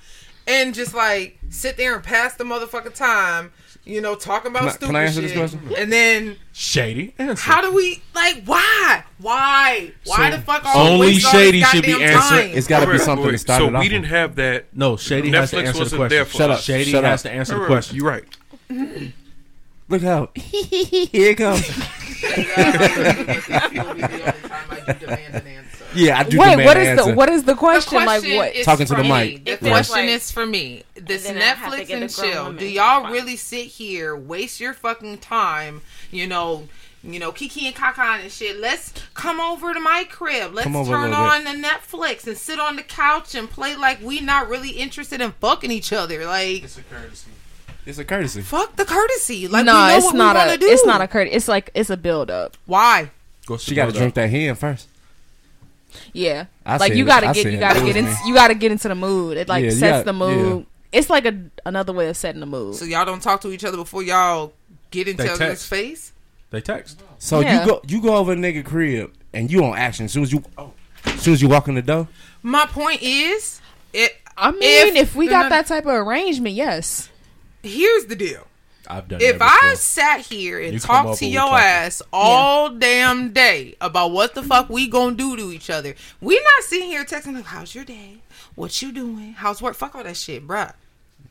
and just like sit there and pass the motherfucker time. You know, talking about
Can I-
stupid
can I answer
shit.
this question?
And then
Shady answer.
how do we like why? Why? Why
So
the fuck
only
always all this
Shady should be
goddamn
answering-
time?
It's got to be
Wait,
something
wait,
to start it
So
off.
we
with.
didn't have that.
No, Shady has to
Netflix
answer the
wasn't there
question.
for
Shut up.
us.
Shady
Shut
has
up.
to answer the
You're
question.
right.
Look how here it comes. Yeah, I do.
Wait,
demand
what
an
is
answer.
the what is the
The
question?
question
Like what?
is
Talking to
for
the
me.
mic.
The
If
The
there's,
question
like-
is for me. This
then I have to
Netflix
get
and
a grown
chill.
woman.
Do y'all
Fine.
really sit here, waste your fucking time? You know, you know, Kiki and Kaka and shit. Let's come over to my crib. Let's
Come over a
turn
little
on the Netflix and sit on the couch and play like we not really interested in fucking each other. Like
It's a courtesy.
It's a courtesy.
fuck the courtesy. Like we
no,
know
it's
what
not
we want
a
to do.
it's not a credit. It's like it's a build up.
why.
Go
She got to
sit
drink that hand first.
Yeah,
I
like
said
you
it.
gotta
I
get
said
you
it.
gotta
It was
get in
me.
you gotta get into the mood. It like
Yeah, you
sets
got-
the mood. It's like a another way of setting the mood.
So y'all don't talk to each other before y'all get into
They
each other's
text.
face.
They text.
So
Yeah.
you go, you go over a nigga crib, and you on action. As soon as you, as soon as you walk in the door,
My point is, it.
I mean, if, we got
no, no,
that type of arrangement, yes.
here's the deal.
I've done.
If
that
I
before.
sat here and
You come
talked
up
to
and we
your
talking.
ass all damn day about what the fuck we gonna do to each other, we not sitting here texting like, "How's your day? What you doing? How's work? Fuck all that shit, bruh."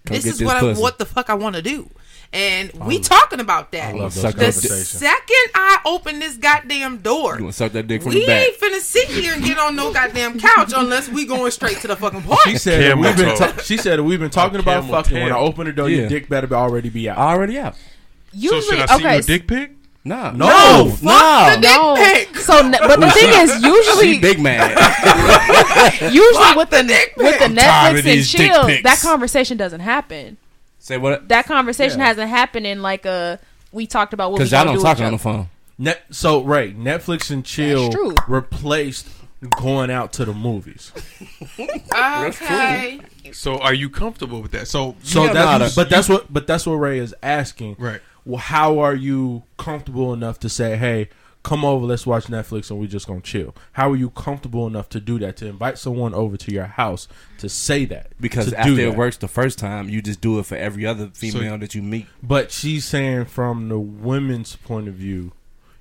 Come
this
get
is
this
what I,
pussy.
what the fuck I want to do, and we talking about that.
love those
Suck
the
that dick.
conversations.
second I open this goddamn door,
you gonna suck that dick from
we
the back.
ain't finna sit here and get on no goddamn couch unless we going straight to the fucking point.
She said that
Camel
we've been.
toe.
Ta- she said that we've been talking about
camel
fucking. When I
toe.
open the door,
Yeah. Uh,
your dick better be already be out.
Already out.
Usually,
so should I see
okay,
your dick pic?
Nah,
No,
no,
fuck
no.
no.
pic.
So, n- but the thing is,
She
usually,
big man.
usually with the, with the
tired
Netflix
of
and
these dick
chill,
pics.
that conversation doesn't happen.
Say what?
That conversation
Yeah.
hasn't happened in like a we talked about what we
Because y'all
gonna
don't
do
talk
with each
on the
other.
phone.
Net, so right, Netflix and
That's
chill
true.
replaced going out to the movies.
Okay.
So are you comfortable with that? So
So
Yeah, nah,
that's
that-
but that's what but that's what Ray is asking.
Right.
Well, how are you comfortable enough to say, hey, come over, let's watch Netflix, and we're just gonna chill. How are you comfortable enough to do that? To invite someone over to your house to say that
Because
to
after
do
it
that?
works the first time, you just do it for every other female that you meet.
But she's saying from the women's point of view,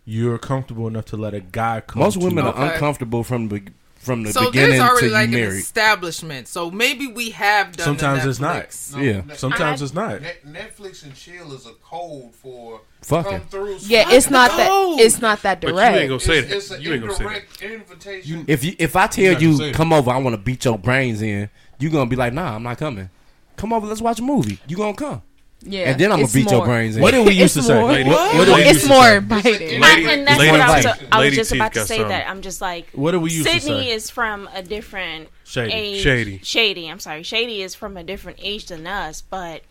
you're comfortable enough to let a guy come.
Most
to
women
you.
are
Okay.
uncomfortable from the from the
so
beginning
there's
to
already
you
like an
married.
establishment. So maybe we have done.
Sometimes
the
it's not.
Netflix.
No,
Yeah.
Net-
Sometimes
I-
it's not.
Net- Netflix and chill is a code for
Fucking.
come through.
Yeah,
slut.
it's not that.
No.
It's not that
But you ain't
direct.
gonna say
It's, it's
that.
an
You ain't gonna say that.
indirect invitation.
If you if I
You're
tell
not
you
gonna say it.
come over, I want to beat your brains in. You gonna be like, nah, I'm not coming. Come over, let's watch a movie. You gonna come,
Yeah,
and then I'm gonna
it's
beat your
more.
brains in.
What did we used
It's
to say?
more.
What,
Lady-
what did we used
It's
to
more
say?
biting.
Lady-
I- and that's
Lady
what I was,
Teeth-
I was
Lady
just
Teeth
about to
got
say
some.
that. I'm just like
What do we used to
Sydney
say?
is from a different
Shady.
age.
Shady.
Shady. I'm sorry. Shady is from a different age than us, but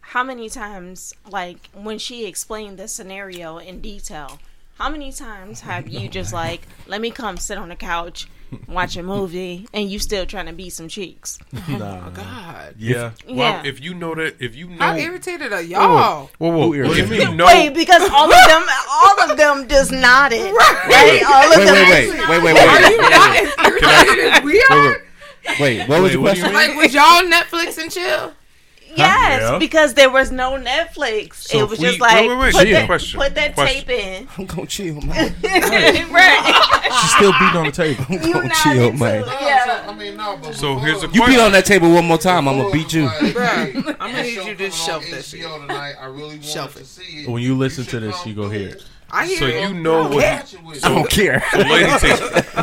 how many times, like when she explained the scenario in detail, how many times have you just like, let me come sit on the couch, watch a movie, and you still trying to beat some cheeks?
Nah.
God,
Yeah.
Well,
Yeah.
if you know that, if you know,
how irritated are y'all?
whoa, whoa,
Who
what do you
irritated?
mean? No,
Wait, because all of them, all of them just nodded. Right? All of
Wait,
them
wait, wait, wait, wait, wait,
You're not as irritated as we are.
wait. What was the
Wait, what do you
question?
Like, was y'all Netflix and chill?
Yes,
Yeah.
because there was no Netflix.
So
it
if
was
we-
just like
wait, wait, wait.
put
Yeah.
that
Question.
put that
Question.
tape in.
I'm gonna chill, man.
right.
She's still beating on the table.
I'm
You
gonna
not
Oh, chill,
into
man.
it.
No,
Yeah.
Uh, so, I mean, no, but
So
before-
here's the
You beat on that table one more time, I'm gonna beat you.
Like,
Bruh,
hey,
I'm gonna
this
need
show
you to
coming on
shelf that shit.
HBO tonight. I really wanted
Shelf
to
it.
see it.
When you listen to
should
this,
come
you go
through.
hear it.
I hear
So
it.
you know
I'll
what-
catch it with
I
you.
don't care.
Lady T,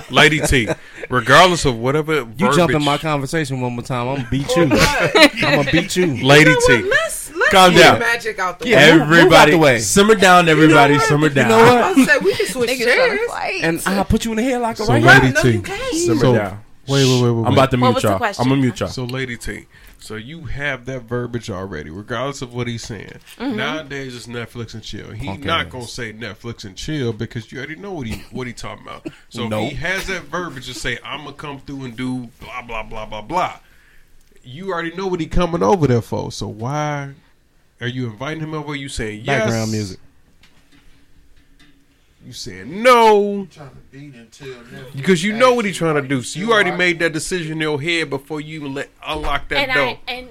Lady T, regardless of whatever
You
verbiage,
jump in my conversation one more time, I'm gonna beat you. I'm gonna beat you.
Lady T,
Let's let's
Calm
get
down.
magic out the
Yeah.
way.
move- move out
Everybody,
the way.
simmer down. Everybody, simmer
You
down.
know
I
what?
was say we can switch
Niggas trying to
chairs.
fight.
And I'll put you in the head like a
So
right
Lady
No,
T,
you can't.
simmer
So-
down.
Wait, wait, wait, wait.
I'm about to mute
was the
y'all. I'm
question?
gonna mute y'all.
So, Lady T, so you have that verbiage already, regardless of what he's saying. Nowadays, it's Netflix and chill. He
Mm-hmm. Punk
not
ass.
gonna say Netflix and chill because you already know what he what he talking about. So
Nope.
he has that verbiage to say, "I'm gonna come through and do blah blah blah blah blah." You already know what he coming over there for. So why are you inviting him over? You saying yes?
Background music.
You saying no?
Trying to beat until Netflix
Because you know what he's
actually
trying to
like,
do. So you
know,
already
I-
made that decision in your head before you even let unlock that
And
door.
I and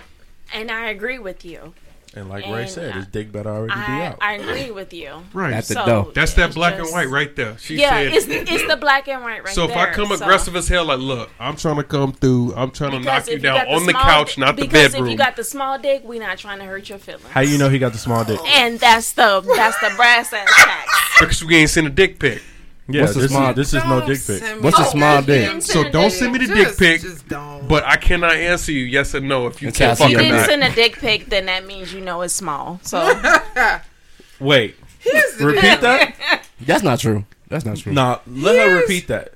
and I agree with you.
And like Ray
And
said,
I-
his dick better already be
I,
out.
I agree with you.
right.
That's the
So,
dough.
That's that
it's
black
just-
and white right there. She
yeah,
said.
it's the, it's the black and white right
so if I
there,
come
so-
aggressive as hell, like, look, I'm trying to come through. I'm trying to
Because
knock
if
you down
got
on the
small
couch,
dick-
not the
because
bedroom.
if you got the small dick, we not trying to hurt your feelings.
How you know he got the small dick?
And that's the that's the brass ass tax.
because we ain't seen a dick pic.
Yeah,
What's the
this,
small-
is, this is no
Don't
dick pic.
send me
What's a
that
small
goddamn
dick?
shit.
So don't send me the dick
Just-
pic.
Just don't.
But I cannot answer you yes or no if you
That's
can't
how I
If
see
fucking
you
Fucking
didn't
not.
send a dick pic, then that means you know it's small. So
Wait,
Here's the
repeat
deal.
that.
That's not true. That's not true.
Nah, let her repeat that.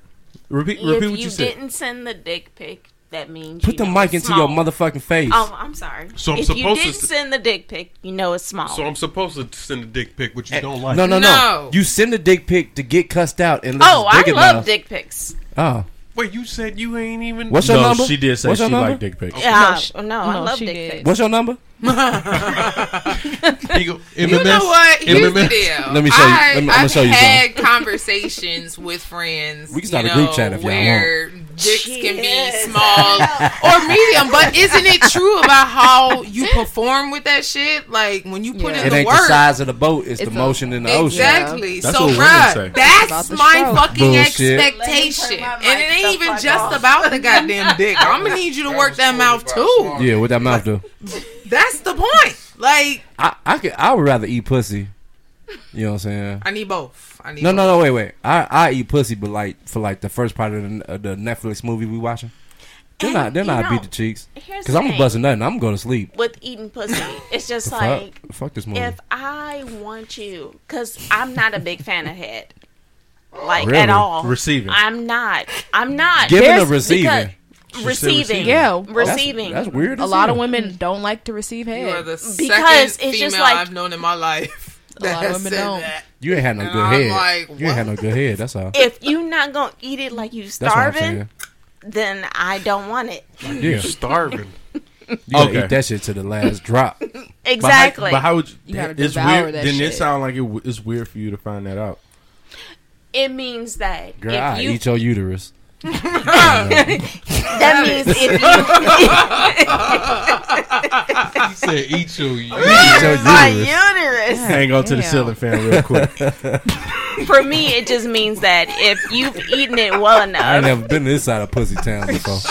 Repeat, repeat
if
what
you,
you said.
didn't send the dick pic, that means
Put
you
the
know
mic
it's
into
small.
your motherfucking face.
Oh, I'm sorry.
So I'm
if you
supposed to
didn't
s-
send the dick pic, you know it's small.
So I'm supposed to send a dick pic, which you don't like.
no, no, no,
No.
You send a dick pic to get cussed out and
oh,
it's
I
big
love
enough.
dick pics.
Oh,
Wait, you said you ain't even.
what's your
No,
number?
she did say
What's
she
your number?
liked dick pics.
Yeah, Oh,
sh-
no, I
no,
love
she
dick
did.
pics.
What's your number?
He go,
You know what? Here's the
MMS.
deal.
Let me show you-
I,
let me- I'ma
I've
show you
had conversations with friends.
We can start
you
a group
know,
chat if y'all
where dicks can
Cheers.
be small or medium. But isn't it true about how you perform with that shit? Like when you put
Yeah.
in
It
the
ain't
work.
the size of the boat; it's,
It's
the
a-
motion in the ocean.
Exactly.
That's
so,
what women say.
bruh,
About
that's
the
my
stroke.
fucking
Bullshit.
expectation.
Let me turn my
And
mic
it
the
ain't even
fuck
just
off.
about the goddamn dick. I'm gonna need you to work that mouth too.
Yeah, with that mouth though.
That's the point. Like
I, I could, I would rather eat pussy. You know what I'm saying?
I need both. I need
No,
both.
no, no. Wait, wait. I, I eat pussy, but like for like the first part of the, of the Netflix movie we watching, then I then
you
I
know,
beat the cheeks
Here's
because
the
I'm
thing
gonna bust a nut and I'm going to sleep.
with eating pussy. It's just
Fuck-
like
fuck, this movie.
if I want you, because I'm not a big fan of head, like
Really?
at all.
Receiving.
I'm not. I'm not.
Giving
There's-
or receiving?
because-
She said
Receiving.
receiving.
Yeah.
Receiving.
That's weird.
A
as
lot of
hell.
women don't like to receive
You are
head.
the
Because
second
it's just
female
like-
I've known in my life
A lot
that
of
has
women
said
don't.
that.
You ain't had no
And
good
I'm
head.
like,
you ain't had no
what?
good head. That's all.
if you not gonna eat it like you
That's what I'm
starving,
saying.
then I don't want it.
Yeah,
starving.
you gotta
Okay.
eat that shit to the last drop.
But how-
Exactly.
But how would you?
You gotta
it's
devour
weird.
that
Then it
shit.
sound like it, w- it's weird for you to find that out.
It means that
Girl,
if
I
you
eat your uterus.
that means if you
You said eat your
Eat your
my
uterus.
uterus.
Hang on to the
Damn.
ceiling fan real quick.
For me, it just means that if you've eaten it well
I ain't
enough,
never been to this side of Pussy Town before.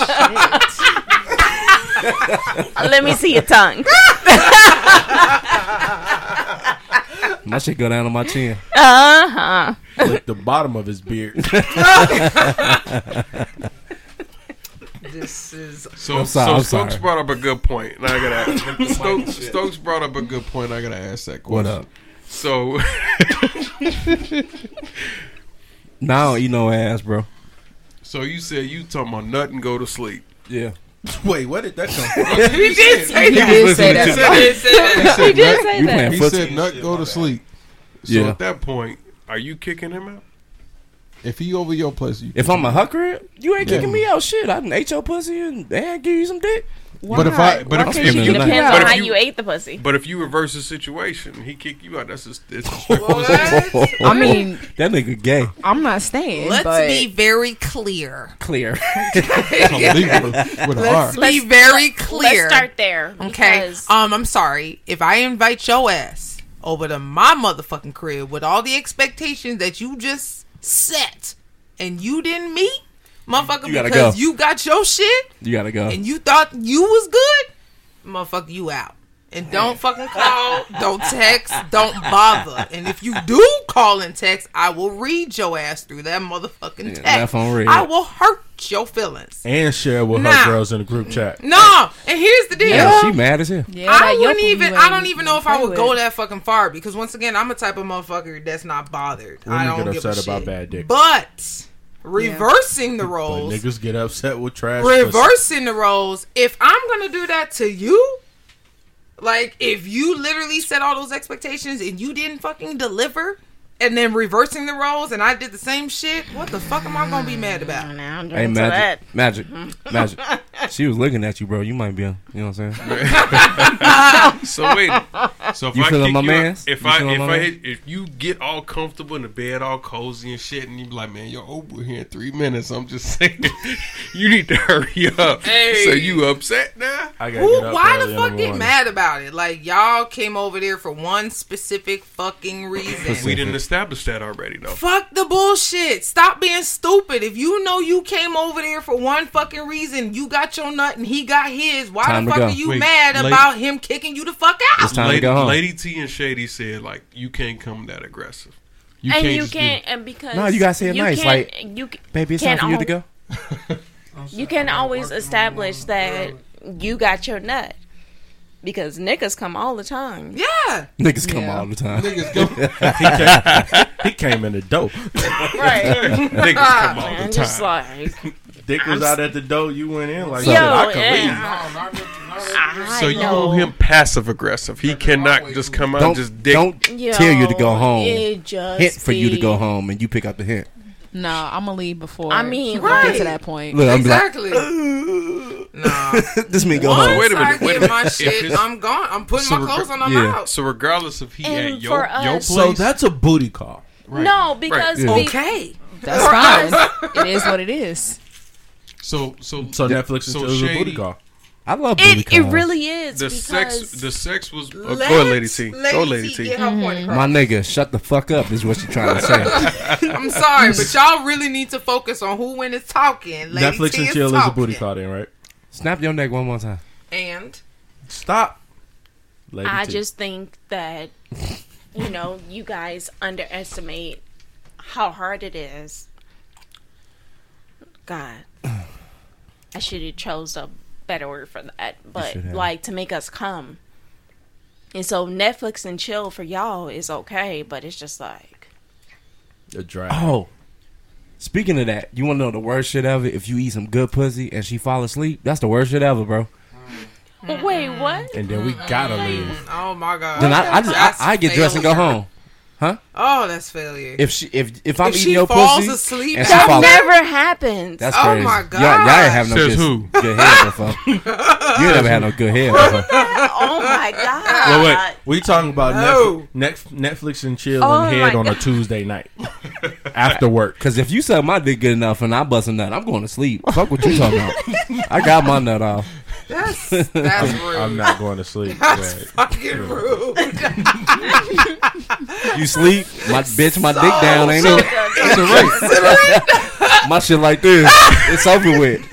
let me see your tongue.
My shit go down on my chin.
Uh
Uh-huh.
huh.
Lick the bottom of his beard.
This is
So,
I'm sorry,
so
I'm
Stokes
sorry.
brought up a good point. Now I gotta Stokes, Stokes brought up a good point. I gotta ask that
What
question.
up?
So
Now I don't eat no ass, bro.
so you said you talking about nothing go to sleep.
Yeah.
Wait, what did that come from?
he did say
He
that.
did say
listening
that.
He did say that.
He
did say
you
that.
playing
He
footsie.
said nut go to sleep. So
Yeah.
at that point, are you kicking him out? If he over your place, you
If I'm a hucker, you ain't
Yeah.
kicking me out. Shit, I done ate your pussy and, and give you some dick.
But if I but
Why
if,
can't
if
you
you
get a
Depends
But
on
if
how
you-
you ate the pussy.
but if you reverse the situation, he kick you out. That's just it's
I mean,
that nigga gay.
I'm not staying.
Let's
but
be very clear.
Clear.
illegal with a R.
Let's be very clear.
Let's start there.
Okay.
because-
Um, I'm sorry. If I invite your ass over to my motherfucking crib with all the expectations that you just set and you didn't meet, motherfucker,
You gotta
because
go.
you got your shit
You gotta go.
and you thought you was good, motherfucker, you out. And don't fucking call, don't text, don't bother. And if you do call and text, I will read your ass through that motherfucking text.
that phone read.
I will hurt your feelings.
And share with
Nah.
her girls in the group chat.
No, and here's the deal.
yeah, she mad as hell.
Yeah,
I
that
wouldn't
Yoku
even.
you
I don't
ain't
even know if I
play
would
with.
go that fucking far because once again, I'm a type of motherfucker that's not bothered.
Women
I don't
get
give
upset
a
about
shit.
bad dick.
But reversing the
But
roles,
niggas get upset with trash. pussy.
reversing the roles. If I'm gonna do that to you, like if you literally set all those expectations and you didn't fucking deliver. And then reversing the roles, and I did the same shit. What the fuck am I gonna be mad about?
Now I'm
Hey,
doing that.
magic, magic, magic. She was looking at you, bro. You might be, a, you know what I'm saying?
So wait. So if
You
I
feeling
kick
my
you
mans?
out, if
You
I
feeling
if
my
I
mans?
hit, if you get all comfortable in the bed, all cozy and shit, and you be like, man, you're over here in three minutes. I'm just saying, you need to hurry up. So you upset now?
I gotta
Who,
get up
why
early
the
in
fuck get
morning.
mad about it? Like y'all came over there for one specific fucking reason.
We didn't establish that already, though.
fuck the bullshit. Stop being stupid. If you know you came over there for one fucking reason, you got your nut and he got his. Why
Time to
the fuck
go.
are you
Wait,
mad
lady-
about him kicking you the fuck out?
It's time
Lady,
to go home.
Lady T and Shady said like, you can't come that aggressive. You
And you
just be-
can't, and because
No, you gotta say it nice,
can't-
like,
you c-
Baby, it's time
can't
for you
al-
to go.
You can always establish that you got your nut because niggas come all the time.
Yeah.
Niggas come
Yeah.
all the time.
He came in the door.
Right.
Niggas come all
Ah, Man,
the
just
time.
like,
Dick was out at the door. You went in like,
yo,
shit, I can leave.
yeah. I
so you
know.
owe him passive aggressive. He cannot just come out
Don't
and just dick.
don't
Yo,
tell you to go home.
it just
Hint for you to go
be-
home, and you pick up the hint.
No, I'm gonna leave before.
I mean,
we get
right.
to that point.
Look, I'm like,
Exactly. nah.
this mean go
Once
home.
Wait a minute,
I
wait a
get my
minute. If
shit,
it's-
I'm gone. I'm putting
So
my
we're-
clothes on. I'm
yeah.
out.
So regardless if he
And
at your,
for us-
your place,
So that's a booty call.
No, because
Yeah.
we-
Okay.
That's fine. it is what it is.
so so
So Netflix
so
is a booty
Shady-
call.
I love booty
it, it
calls.
really is.
the
because
sex the sex was uh,
Let's-
go lady T go lady T.
get her point
Mm-hmm.
across.
My nigga, shut the fuck up is what you trying to say.
I'm sorry, but y'all really need to focus on who when it's talking. Lady
Netflix
T
and chill is a
talking.
booty call, then, right?
Snap your neck one more time.
And
Stop. Lady
I
T.
just think that you know you guys underestimate how hard it is. God, I should have chose a better word for that,
should
but
have.
like to make us come. And so Netflix and chill for y'all is okay, but it's just like
a drag.
Oh, speaking of that, you want to know the worst shit ever? If you eat some good pussy and she fall asleep, that's the worst shit ever, bro.
wait, what?
And then we gotta
Mm-hmm.
leave.
oh my god.
Then I, I just
That's
I, I get dressed and go
failure.
home.
Oh, that's failure.
If she if if I'm
If
eating
she
your
falls
pussy
asleep
and she
at
That
fall,
never happens.
that's
Oh
crazy.
my
Y'all, y'all ain't have no
Says
good,
who?
good head before. you ain't never had no good head before.
oh my god!
Well, wait. We talking about
No.
Netflix, Netf- Netflix and chill
Uh, Oh
and head
my
on a
God.
Tuesday night. after work.
Cause if you suck my dick good enough and I bust a nut, I'm going to sleep. Fuck what you talking about. I got my nut off.
That's that's rude.
I'm not going to sleep.
that's
Right.
fucking rude.
You sleep, my bitch, my
Oh,
dick down, ain't it? It's a race. my shit like this. It's over with.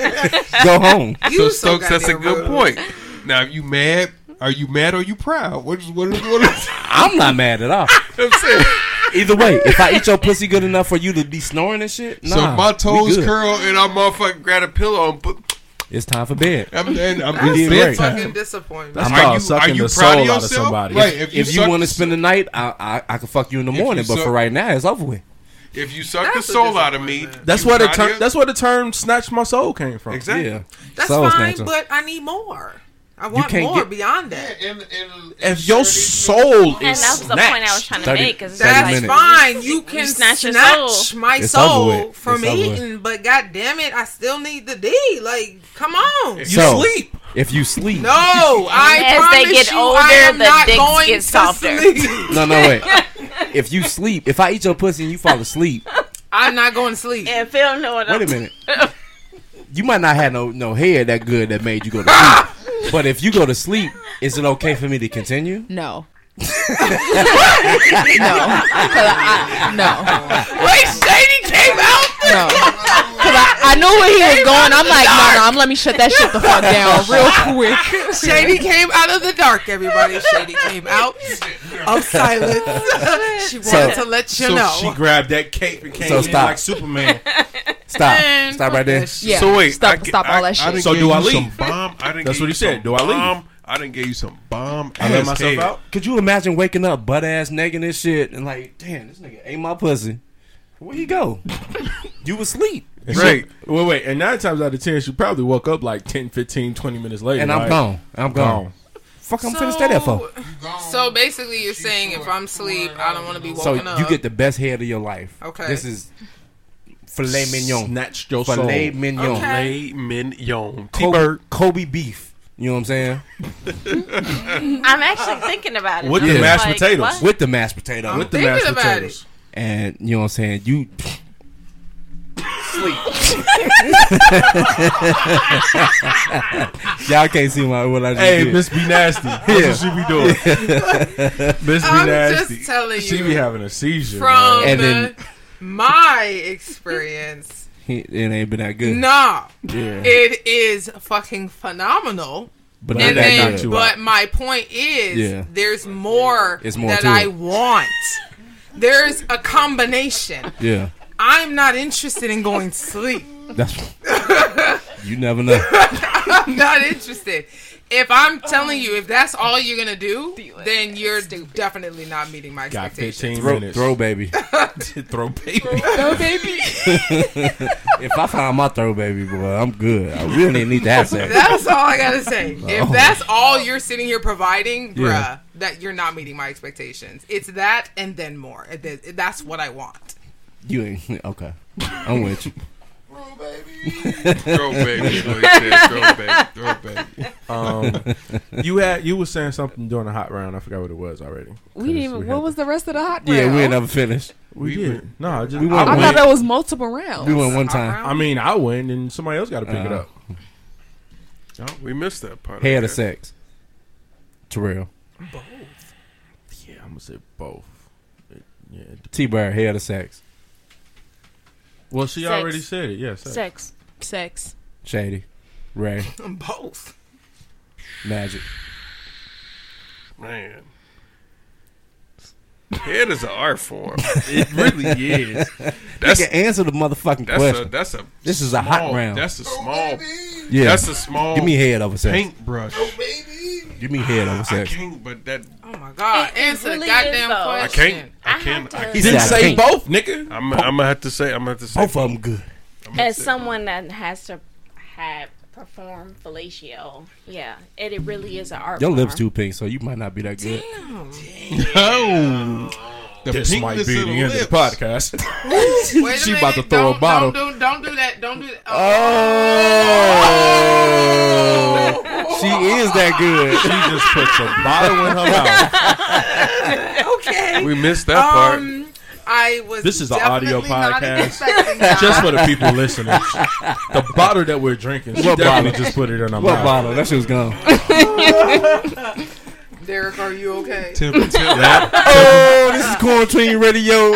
Go home.
You
so Stokes, that's a
goddamn
good
rude.
point. Now, if you mad, are you mad or you proud? What is what is what is
I'm not mad at all.
I'm saying?
Either way, if I eat your pussy good enough for you to be snoring and shit, nah,
So if my
we
toes
good.
curl and I motherfucking grab a pillow and put.
It's time for bed.
I'm, and I'm
We did
it's
right.
bedtime.
Fucking disappointment.
That's
Are
called
you- are
sucking
you
the soul
proud of
out of
yourself?
somebody.
Right, if you,
If you
suck-
want to spend the night, I, I I can fuck you in the
If you
morning. But
suck-
for right now, it's over with.
if you suck
That's
the
a
soul out of me,
That's
you
where the
proud
term.
of-
That's where the term "snatch my soul" came from.
exactly.
Yeah,
That's
Soul
fine,
snatcher.
but I need more. I want
can't
more
get-
beyond
Yeah,
that.
and, and, and
If your soul
And
is
that was the
snatched,
point I was trying to
30
make. Cause it's
That's
like,
minutes.
Fine, you can snatch,
snatch your soul.
my
It's over
soul
with.
from
It's over with.
eating, but god damn it, I still need the D. Like, come on.
you
So-
sleep.
if you sleep,
No, I
As
promise
they get
you, I
older,
am
the
not
dicks
going
get
to
softer.
sleep.
no, no, wait. If you sleep, if I eat your pussy and you fall asleep,
I'm not going to sleep.
and Phil know what I'm
wait a minute. You might not have no no hair that good that made you go to sleep. But if you go to sleep, is it okay for me to continue?
No. no. 'Cause I- no.
Wait, Shady came out.
No. Cause I, I knew where he was going. I'm like, no, no, I'm let me shut that shit the fuck down real quick.
Shady came out of the dark. Everybody, Shady came out of silence. she wanted to let you
So
know.
she grabbed that cape and came
So
in
stop.
like Superman.
Stop.
Man,
Stop
fuck
right there.
that shit.
Yeah.
So wait,
stop,
I g-
stop all that
I
shit.
done
So
gave
do
you
I leave?
some Bomb. I
That's
done gave
what he
you
said.
some
Do I leave?
Bomb. I didn't give you some bomb.
I let
ass
myself
head.
out.
Could you imagine waking up butt ass naked and shit and like, damn, this nigga ate my pussy. Where you go? you was asleep.
Right.
Wait, wait. And nine times out of ten, she probably woke up like 10, 15, 20 minutes later.
And I'm
like,
gone. I'm gone.
Gone.
Fuck, I'm finna stay there for.
So basically, you're saying if I'm asleep, I don't want to be
So
woken up.
you get the best head of your life.
Okay.
This is filet mignon.
Snatched your soul.
Filet mignon.
Okay.
Lay mignon.
Kobe, Kobe beef. You know what I'm saying?
I'm actually thinking about it.
With
I'm
the
just
mashed
like,
potatoes.
what?
With the mashed potato.
With the
Thinking
mashed
about
potatoes.
and you know what I'm saying? You sleep. Y'all can't see my what I just
Hey,
did.
Miss Be Nasty. That's what she be doing. Miss Be
I'm
Nasty.
just telling
She
you
be having a seizure.
from
man.
And then-
the- my experience.
it ain't been that good.
Nah,
Yeah.
it is fucking phenomenal.
but
And
not
And
that
that
knocked
then,
good.
you
but
out.
my point is,
Yeah.
there's more,
It's more
that
to
I
it.
want. There's a combination.
Yeah,
I'm not interested in going to sleep.
that's you never know.
I'm not interested. If I'm telling you, if that's all you're gonna do, then you're definitely not meeting my
Got
expectations.
15
Throw,
minutes.
throw baby.
throw paper.
If I find my throw baby, boy, I'm good. I really didn't need to have sex.
That's all I gotta say.
Oh.
If that's all you're sitting here providing, bruh,
Yeah.
that you're not meeting my expectations. It's that and then more. It- it- That's what I want.
You ain't okay. I'm with you.
Throw baby. is what he said. Throw baby. Throw baby.
Um, you had you were saying something during the hot round. I forgot what it was already.
We
Because
didn't even.
we
What
had-
was the rest of the hot
Yeah,
round?
we ain't never finished.
We,
We
did. No, I just
we
I,
went-
I
went-
thought that was multiple rounds.
We went one time.
I mean, I win, and somebody else got to pick it
Uh,
up.
Oh, we missed that part.
Head
Okay.
of sex. Terrell.
Yeah, I'm gonna say both. It- yeah. it dep-
T Bird, head of sex.
Well, she
Sex.
already said it. Yes. Yeah,
Sex.
Sex.
Shady. Ray.
Both.
Magic.
Man. Head is an art form. It really is. That's
Nigga, answer the motherfucking
that's a
question.
that's a
This is a
small,
hot round.
That's a small
yeah.
that's a small
Give me head over sex.
paintbrush.
Give me head over
I
sex.
can't but that
Oh my god!
It- it
Answer the
really
goddamn
is, though.
I
question.
can't I
I
can't
have
I
to-
He
can't.
said I can't.
both, nigga.
I'm, I'm gonna have to say I'm gonna have to say
Both of them good.
I'm gonna
As
say-
someone that has to have perform fellatio, yeah, it, it really is an art.
Your lips
form.
too pink, so you might not be that good.
Oh, the
This might be
pinkness
the
of the
end of the
lips.
podcast.
Wait a
She about to
minute.
throw a
Don't-
bottle.
Don't do, don't do that. Don't do that. Oh.
Oh, she is that
she
good.
just puts a bottle in her mouth.
okay.
Oh,
We missed that part.
Um, I was.
This is an audio
definitely not
podcast.
expecting that.
Just for the people listening, the bottle that we're drinking, she
What
definitely
bottle?
just put it in her
What
mouth.
bottle? That shit was gone.
Derek, are you okay?
Tim, Tim,
oh, this is quarantine radio.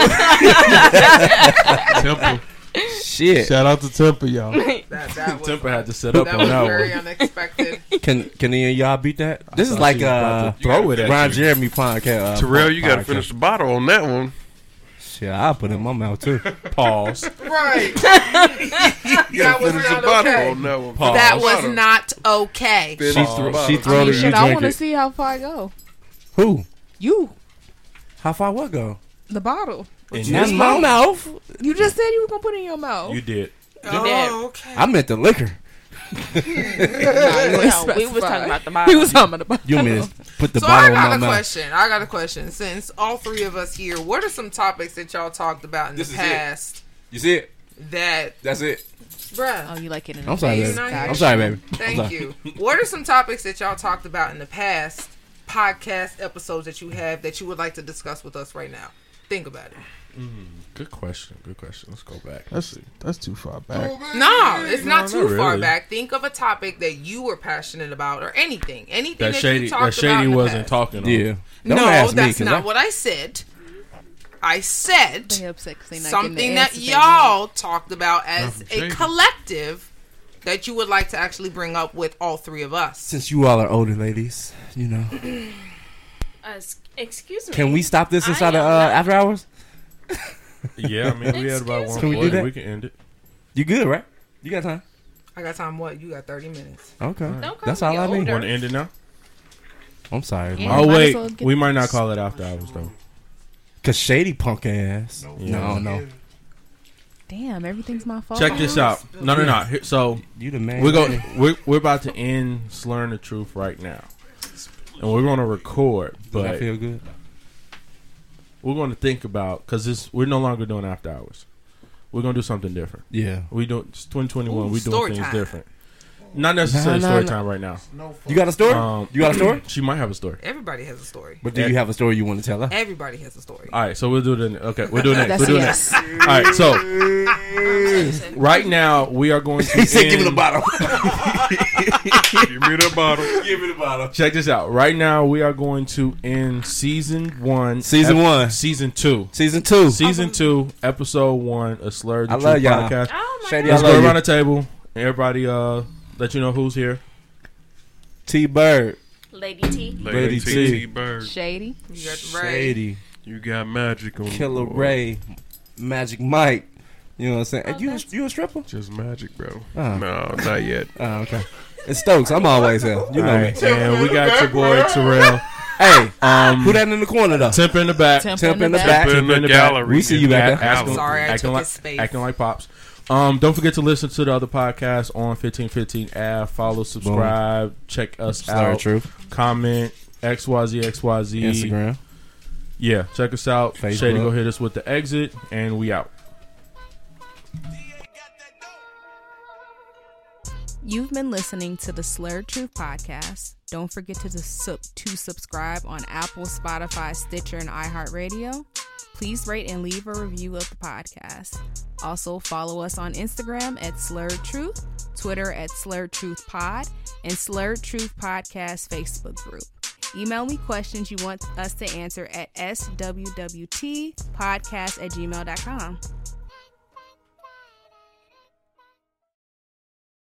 Temple.
shit.
Shout out to Temple, y'all.
That, that was,
Temper had to set up
that
on
was
that
very
one.
unexpected.
Can can any of y'all beat that? This is
thought
like
she was about
uh
to throw it at
Ron
you.
Jeremy podcast. Uh,
Terrell, you got to
podcast.
finish the bottle on that one.
Shit, I'll put it in my mouth too.
Pause.
right.
You got
That
to
was
finish the
not
bottle
okay.
on that one.
Pause.
That was not okay.
She
Finish the
thro-
bottle.
she throw it. You
Shit, I
drink
want to
it.
see how far I go.
Who?
You,
How far what go?
the bottle.
And
That's
you-
my mouth.
You just said you were gonna put it in your mouth.
You did.
Oh,
okay.
I meant the liquor.
no, we was talking about the
He
bottle.
was talking about the
You meant put the
So I
bottle in
got
my
a
mouth.
question. I got a question. Since all three of us here, what are some topics that y'all talked about in
This
the
is it.
past
You see it?
that,
That's it.
bruh?
Oh, you like it in
I'm sorry,
He's
baby.
not here.
I'm sorry, baby. I'm
Thank
sorry.
you. What are some topics that y'all talked about in the past podcast episodes that you have that you would like to discuss with us right now? Think about it.
Good question. Good question. Let's go back.
That's, that's too far back.
No, it's not
No,
too
not
far
really.
back. Think of a topic that you were passionate about or anything. Anything that,
That shady.
you talked
That
about
shady
in the
wasn't
past.
talking. On.
Yeah. Don't
no,
ask me,
that's
'cause
not
I-
what I said. I said
They upset 'cause they not getting the
something that
answers they want.
y'all talked about as
Nothing
a
shady.
collective that you would like to actually bring up with all three of us.
Since you all are older ladies, you know,
Uh, s- excuse me.
can we stop this
I
inside of
am
uh,
not-
after hours?
Yeah. I mean, we had about one.
Can we do
forty.
that?
We can end it.
You good, right? You got time?
I got time. What you got? Thirty minutes.
Okay.
Don't call
That's
me
all I
older.
need.
Want to end it now?
I'm sorry,
Yeah.
mom.
Oh
might as
wait,
well get-
we might not call it after hours though.
Cause shady punk ass. No, no.
Damn, everything's my fault.
Check this out. No, no, no. Here- So
You the man.
we're going. We're, we're about to end slurring the truth right now, and we're going to record.
I
But
feel good.
we're going to think about because we're no longer doing after hours. We're going to do something different.
Yeah.
We don't. It's 2021.
Ooh,
we doing
story
things
time.
different. Not necessarily
No, no,
story
no.
time right now.
No fuck.
You got a story?
Um,
you got a story?
She might have a story.
Everybody has a story.
But do you have a story you want to tell us?
Everybody has a story.
All right, so we'll do the okay. We'll do it next.
That's
We'll do it next.
yes.
All right, so right now we are going to.
He said, "Give me
end-
the bottle."
Give me the bottle.
Give me the bottle.
Check this out. Right now, we are going to end season one.
Season one.
Season two.
Season two.
Season two, episode one, a slur the
I
Truth
love y'all.
podcast.
Oh my
Shady, I
Let's
love
go
you.
around the table and everybody uh let you know who's here.
T Bird.
Lady T.
Lady
Lady T.
T.
T. Bird.
Shady.
You got the right.
Shady.
You got magic on the
Killer
board.
Ray. Magic Mike. You know what I'm saying? you a, you a stripper?
Just magic, bro.
Uh.
No, not yet.
Oh, okay. It's Stokes. I'm always here. You
All
know me.
right, and we got your boy Terrell.
Hey,
Um,
who that in the corner though?
Temp in the back.
Temp
Temp in the
back.
back.
Temp in the
back.
gallery.
We see you back there.
Acting,
Sorry, I
acting
took
like
his space.
acting like pops. Um, don't forget to listen to the other podcasts on 1515 Ave. Follow, subscribe, check us
Sorry,
out,
Truth.
comment XYZ XYZ.
Instagram.
Yeah, check us out.
Facebook.
Shady go hit us with the exit, and we out.
You've been listening to the Slur Truth podcast. Don't forget to sub- to subscribe on Apple, Spotify, Stitcher, and iHeartRadio. Please rate and leave a review of the podcast. Also, follow us on Instagram at Slur Truth, Twitter at Slur Truth Pod, and Slur Truth Podcast Facebook group. Email me questions you want us to answer at swwtpodcast at gmail.com.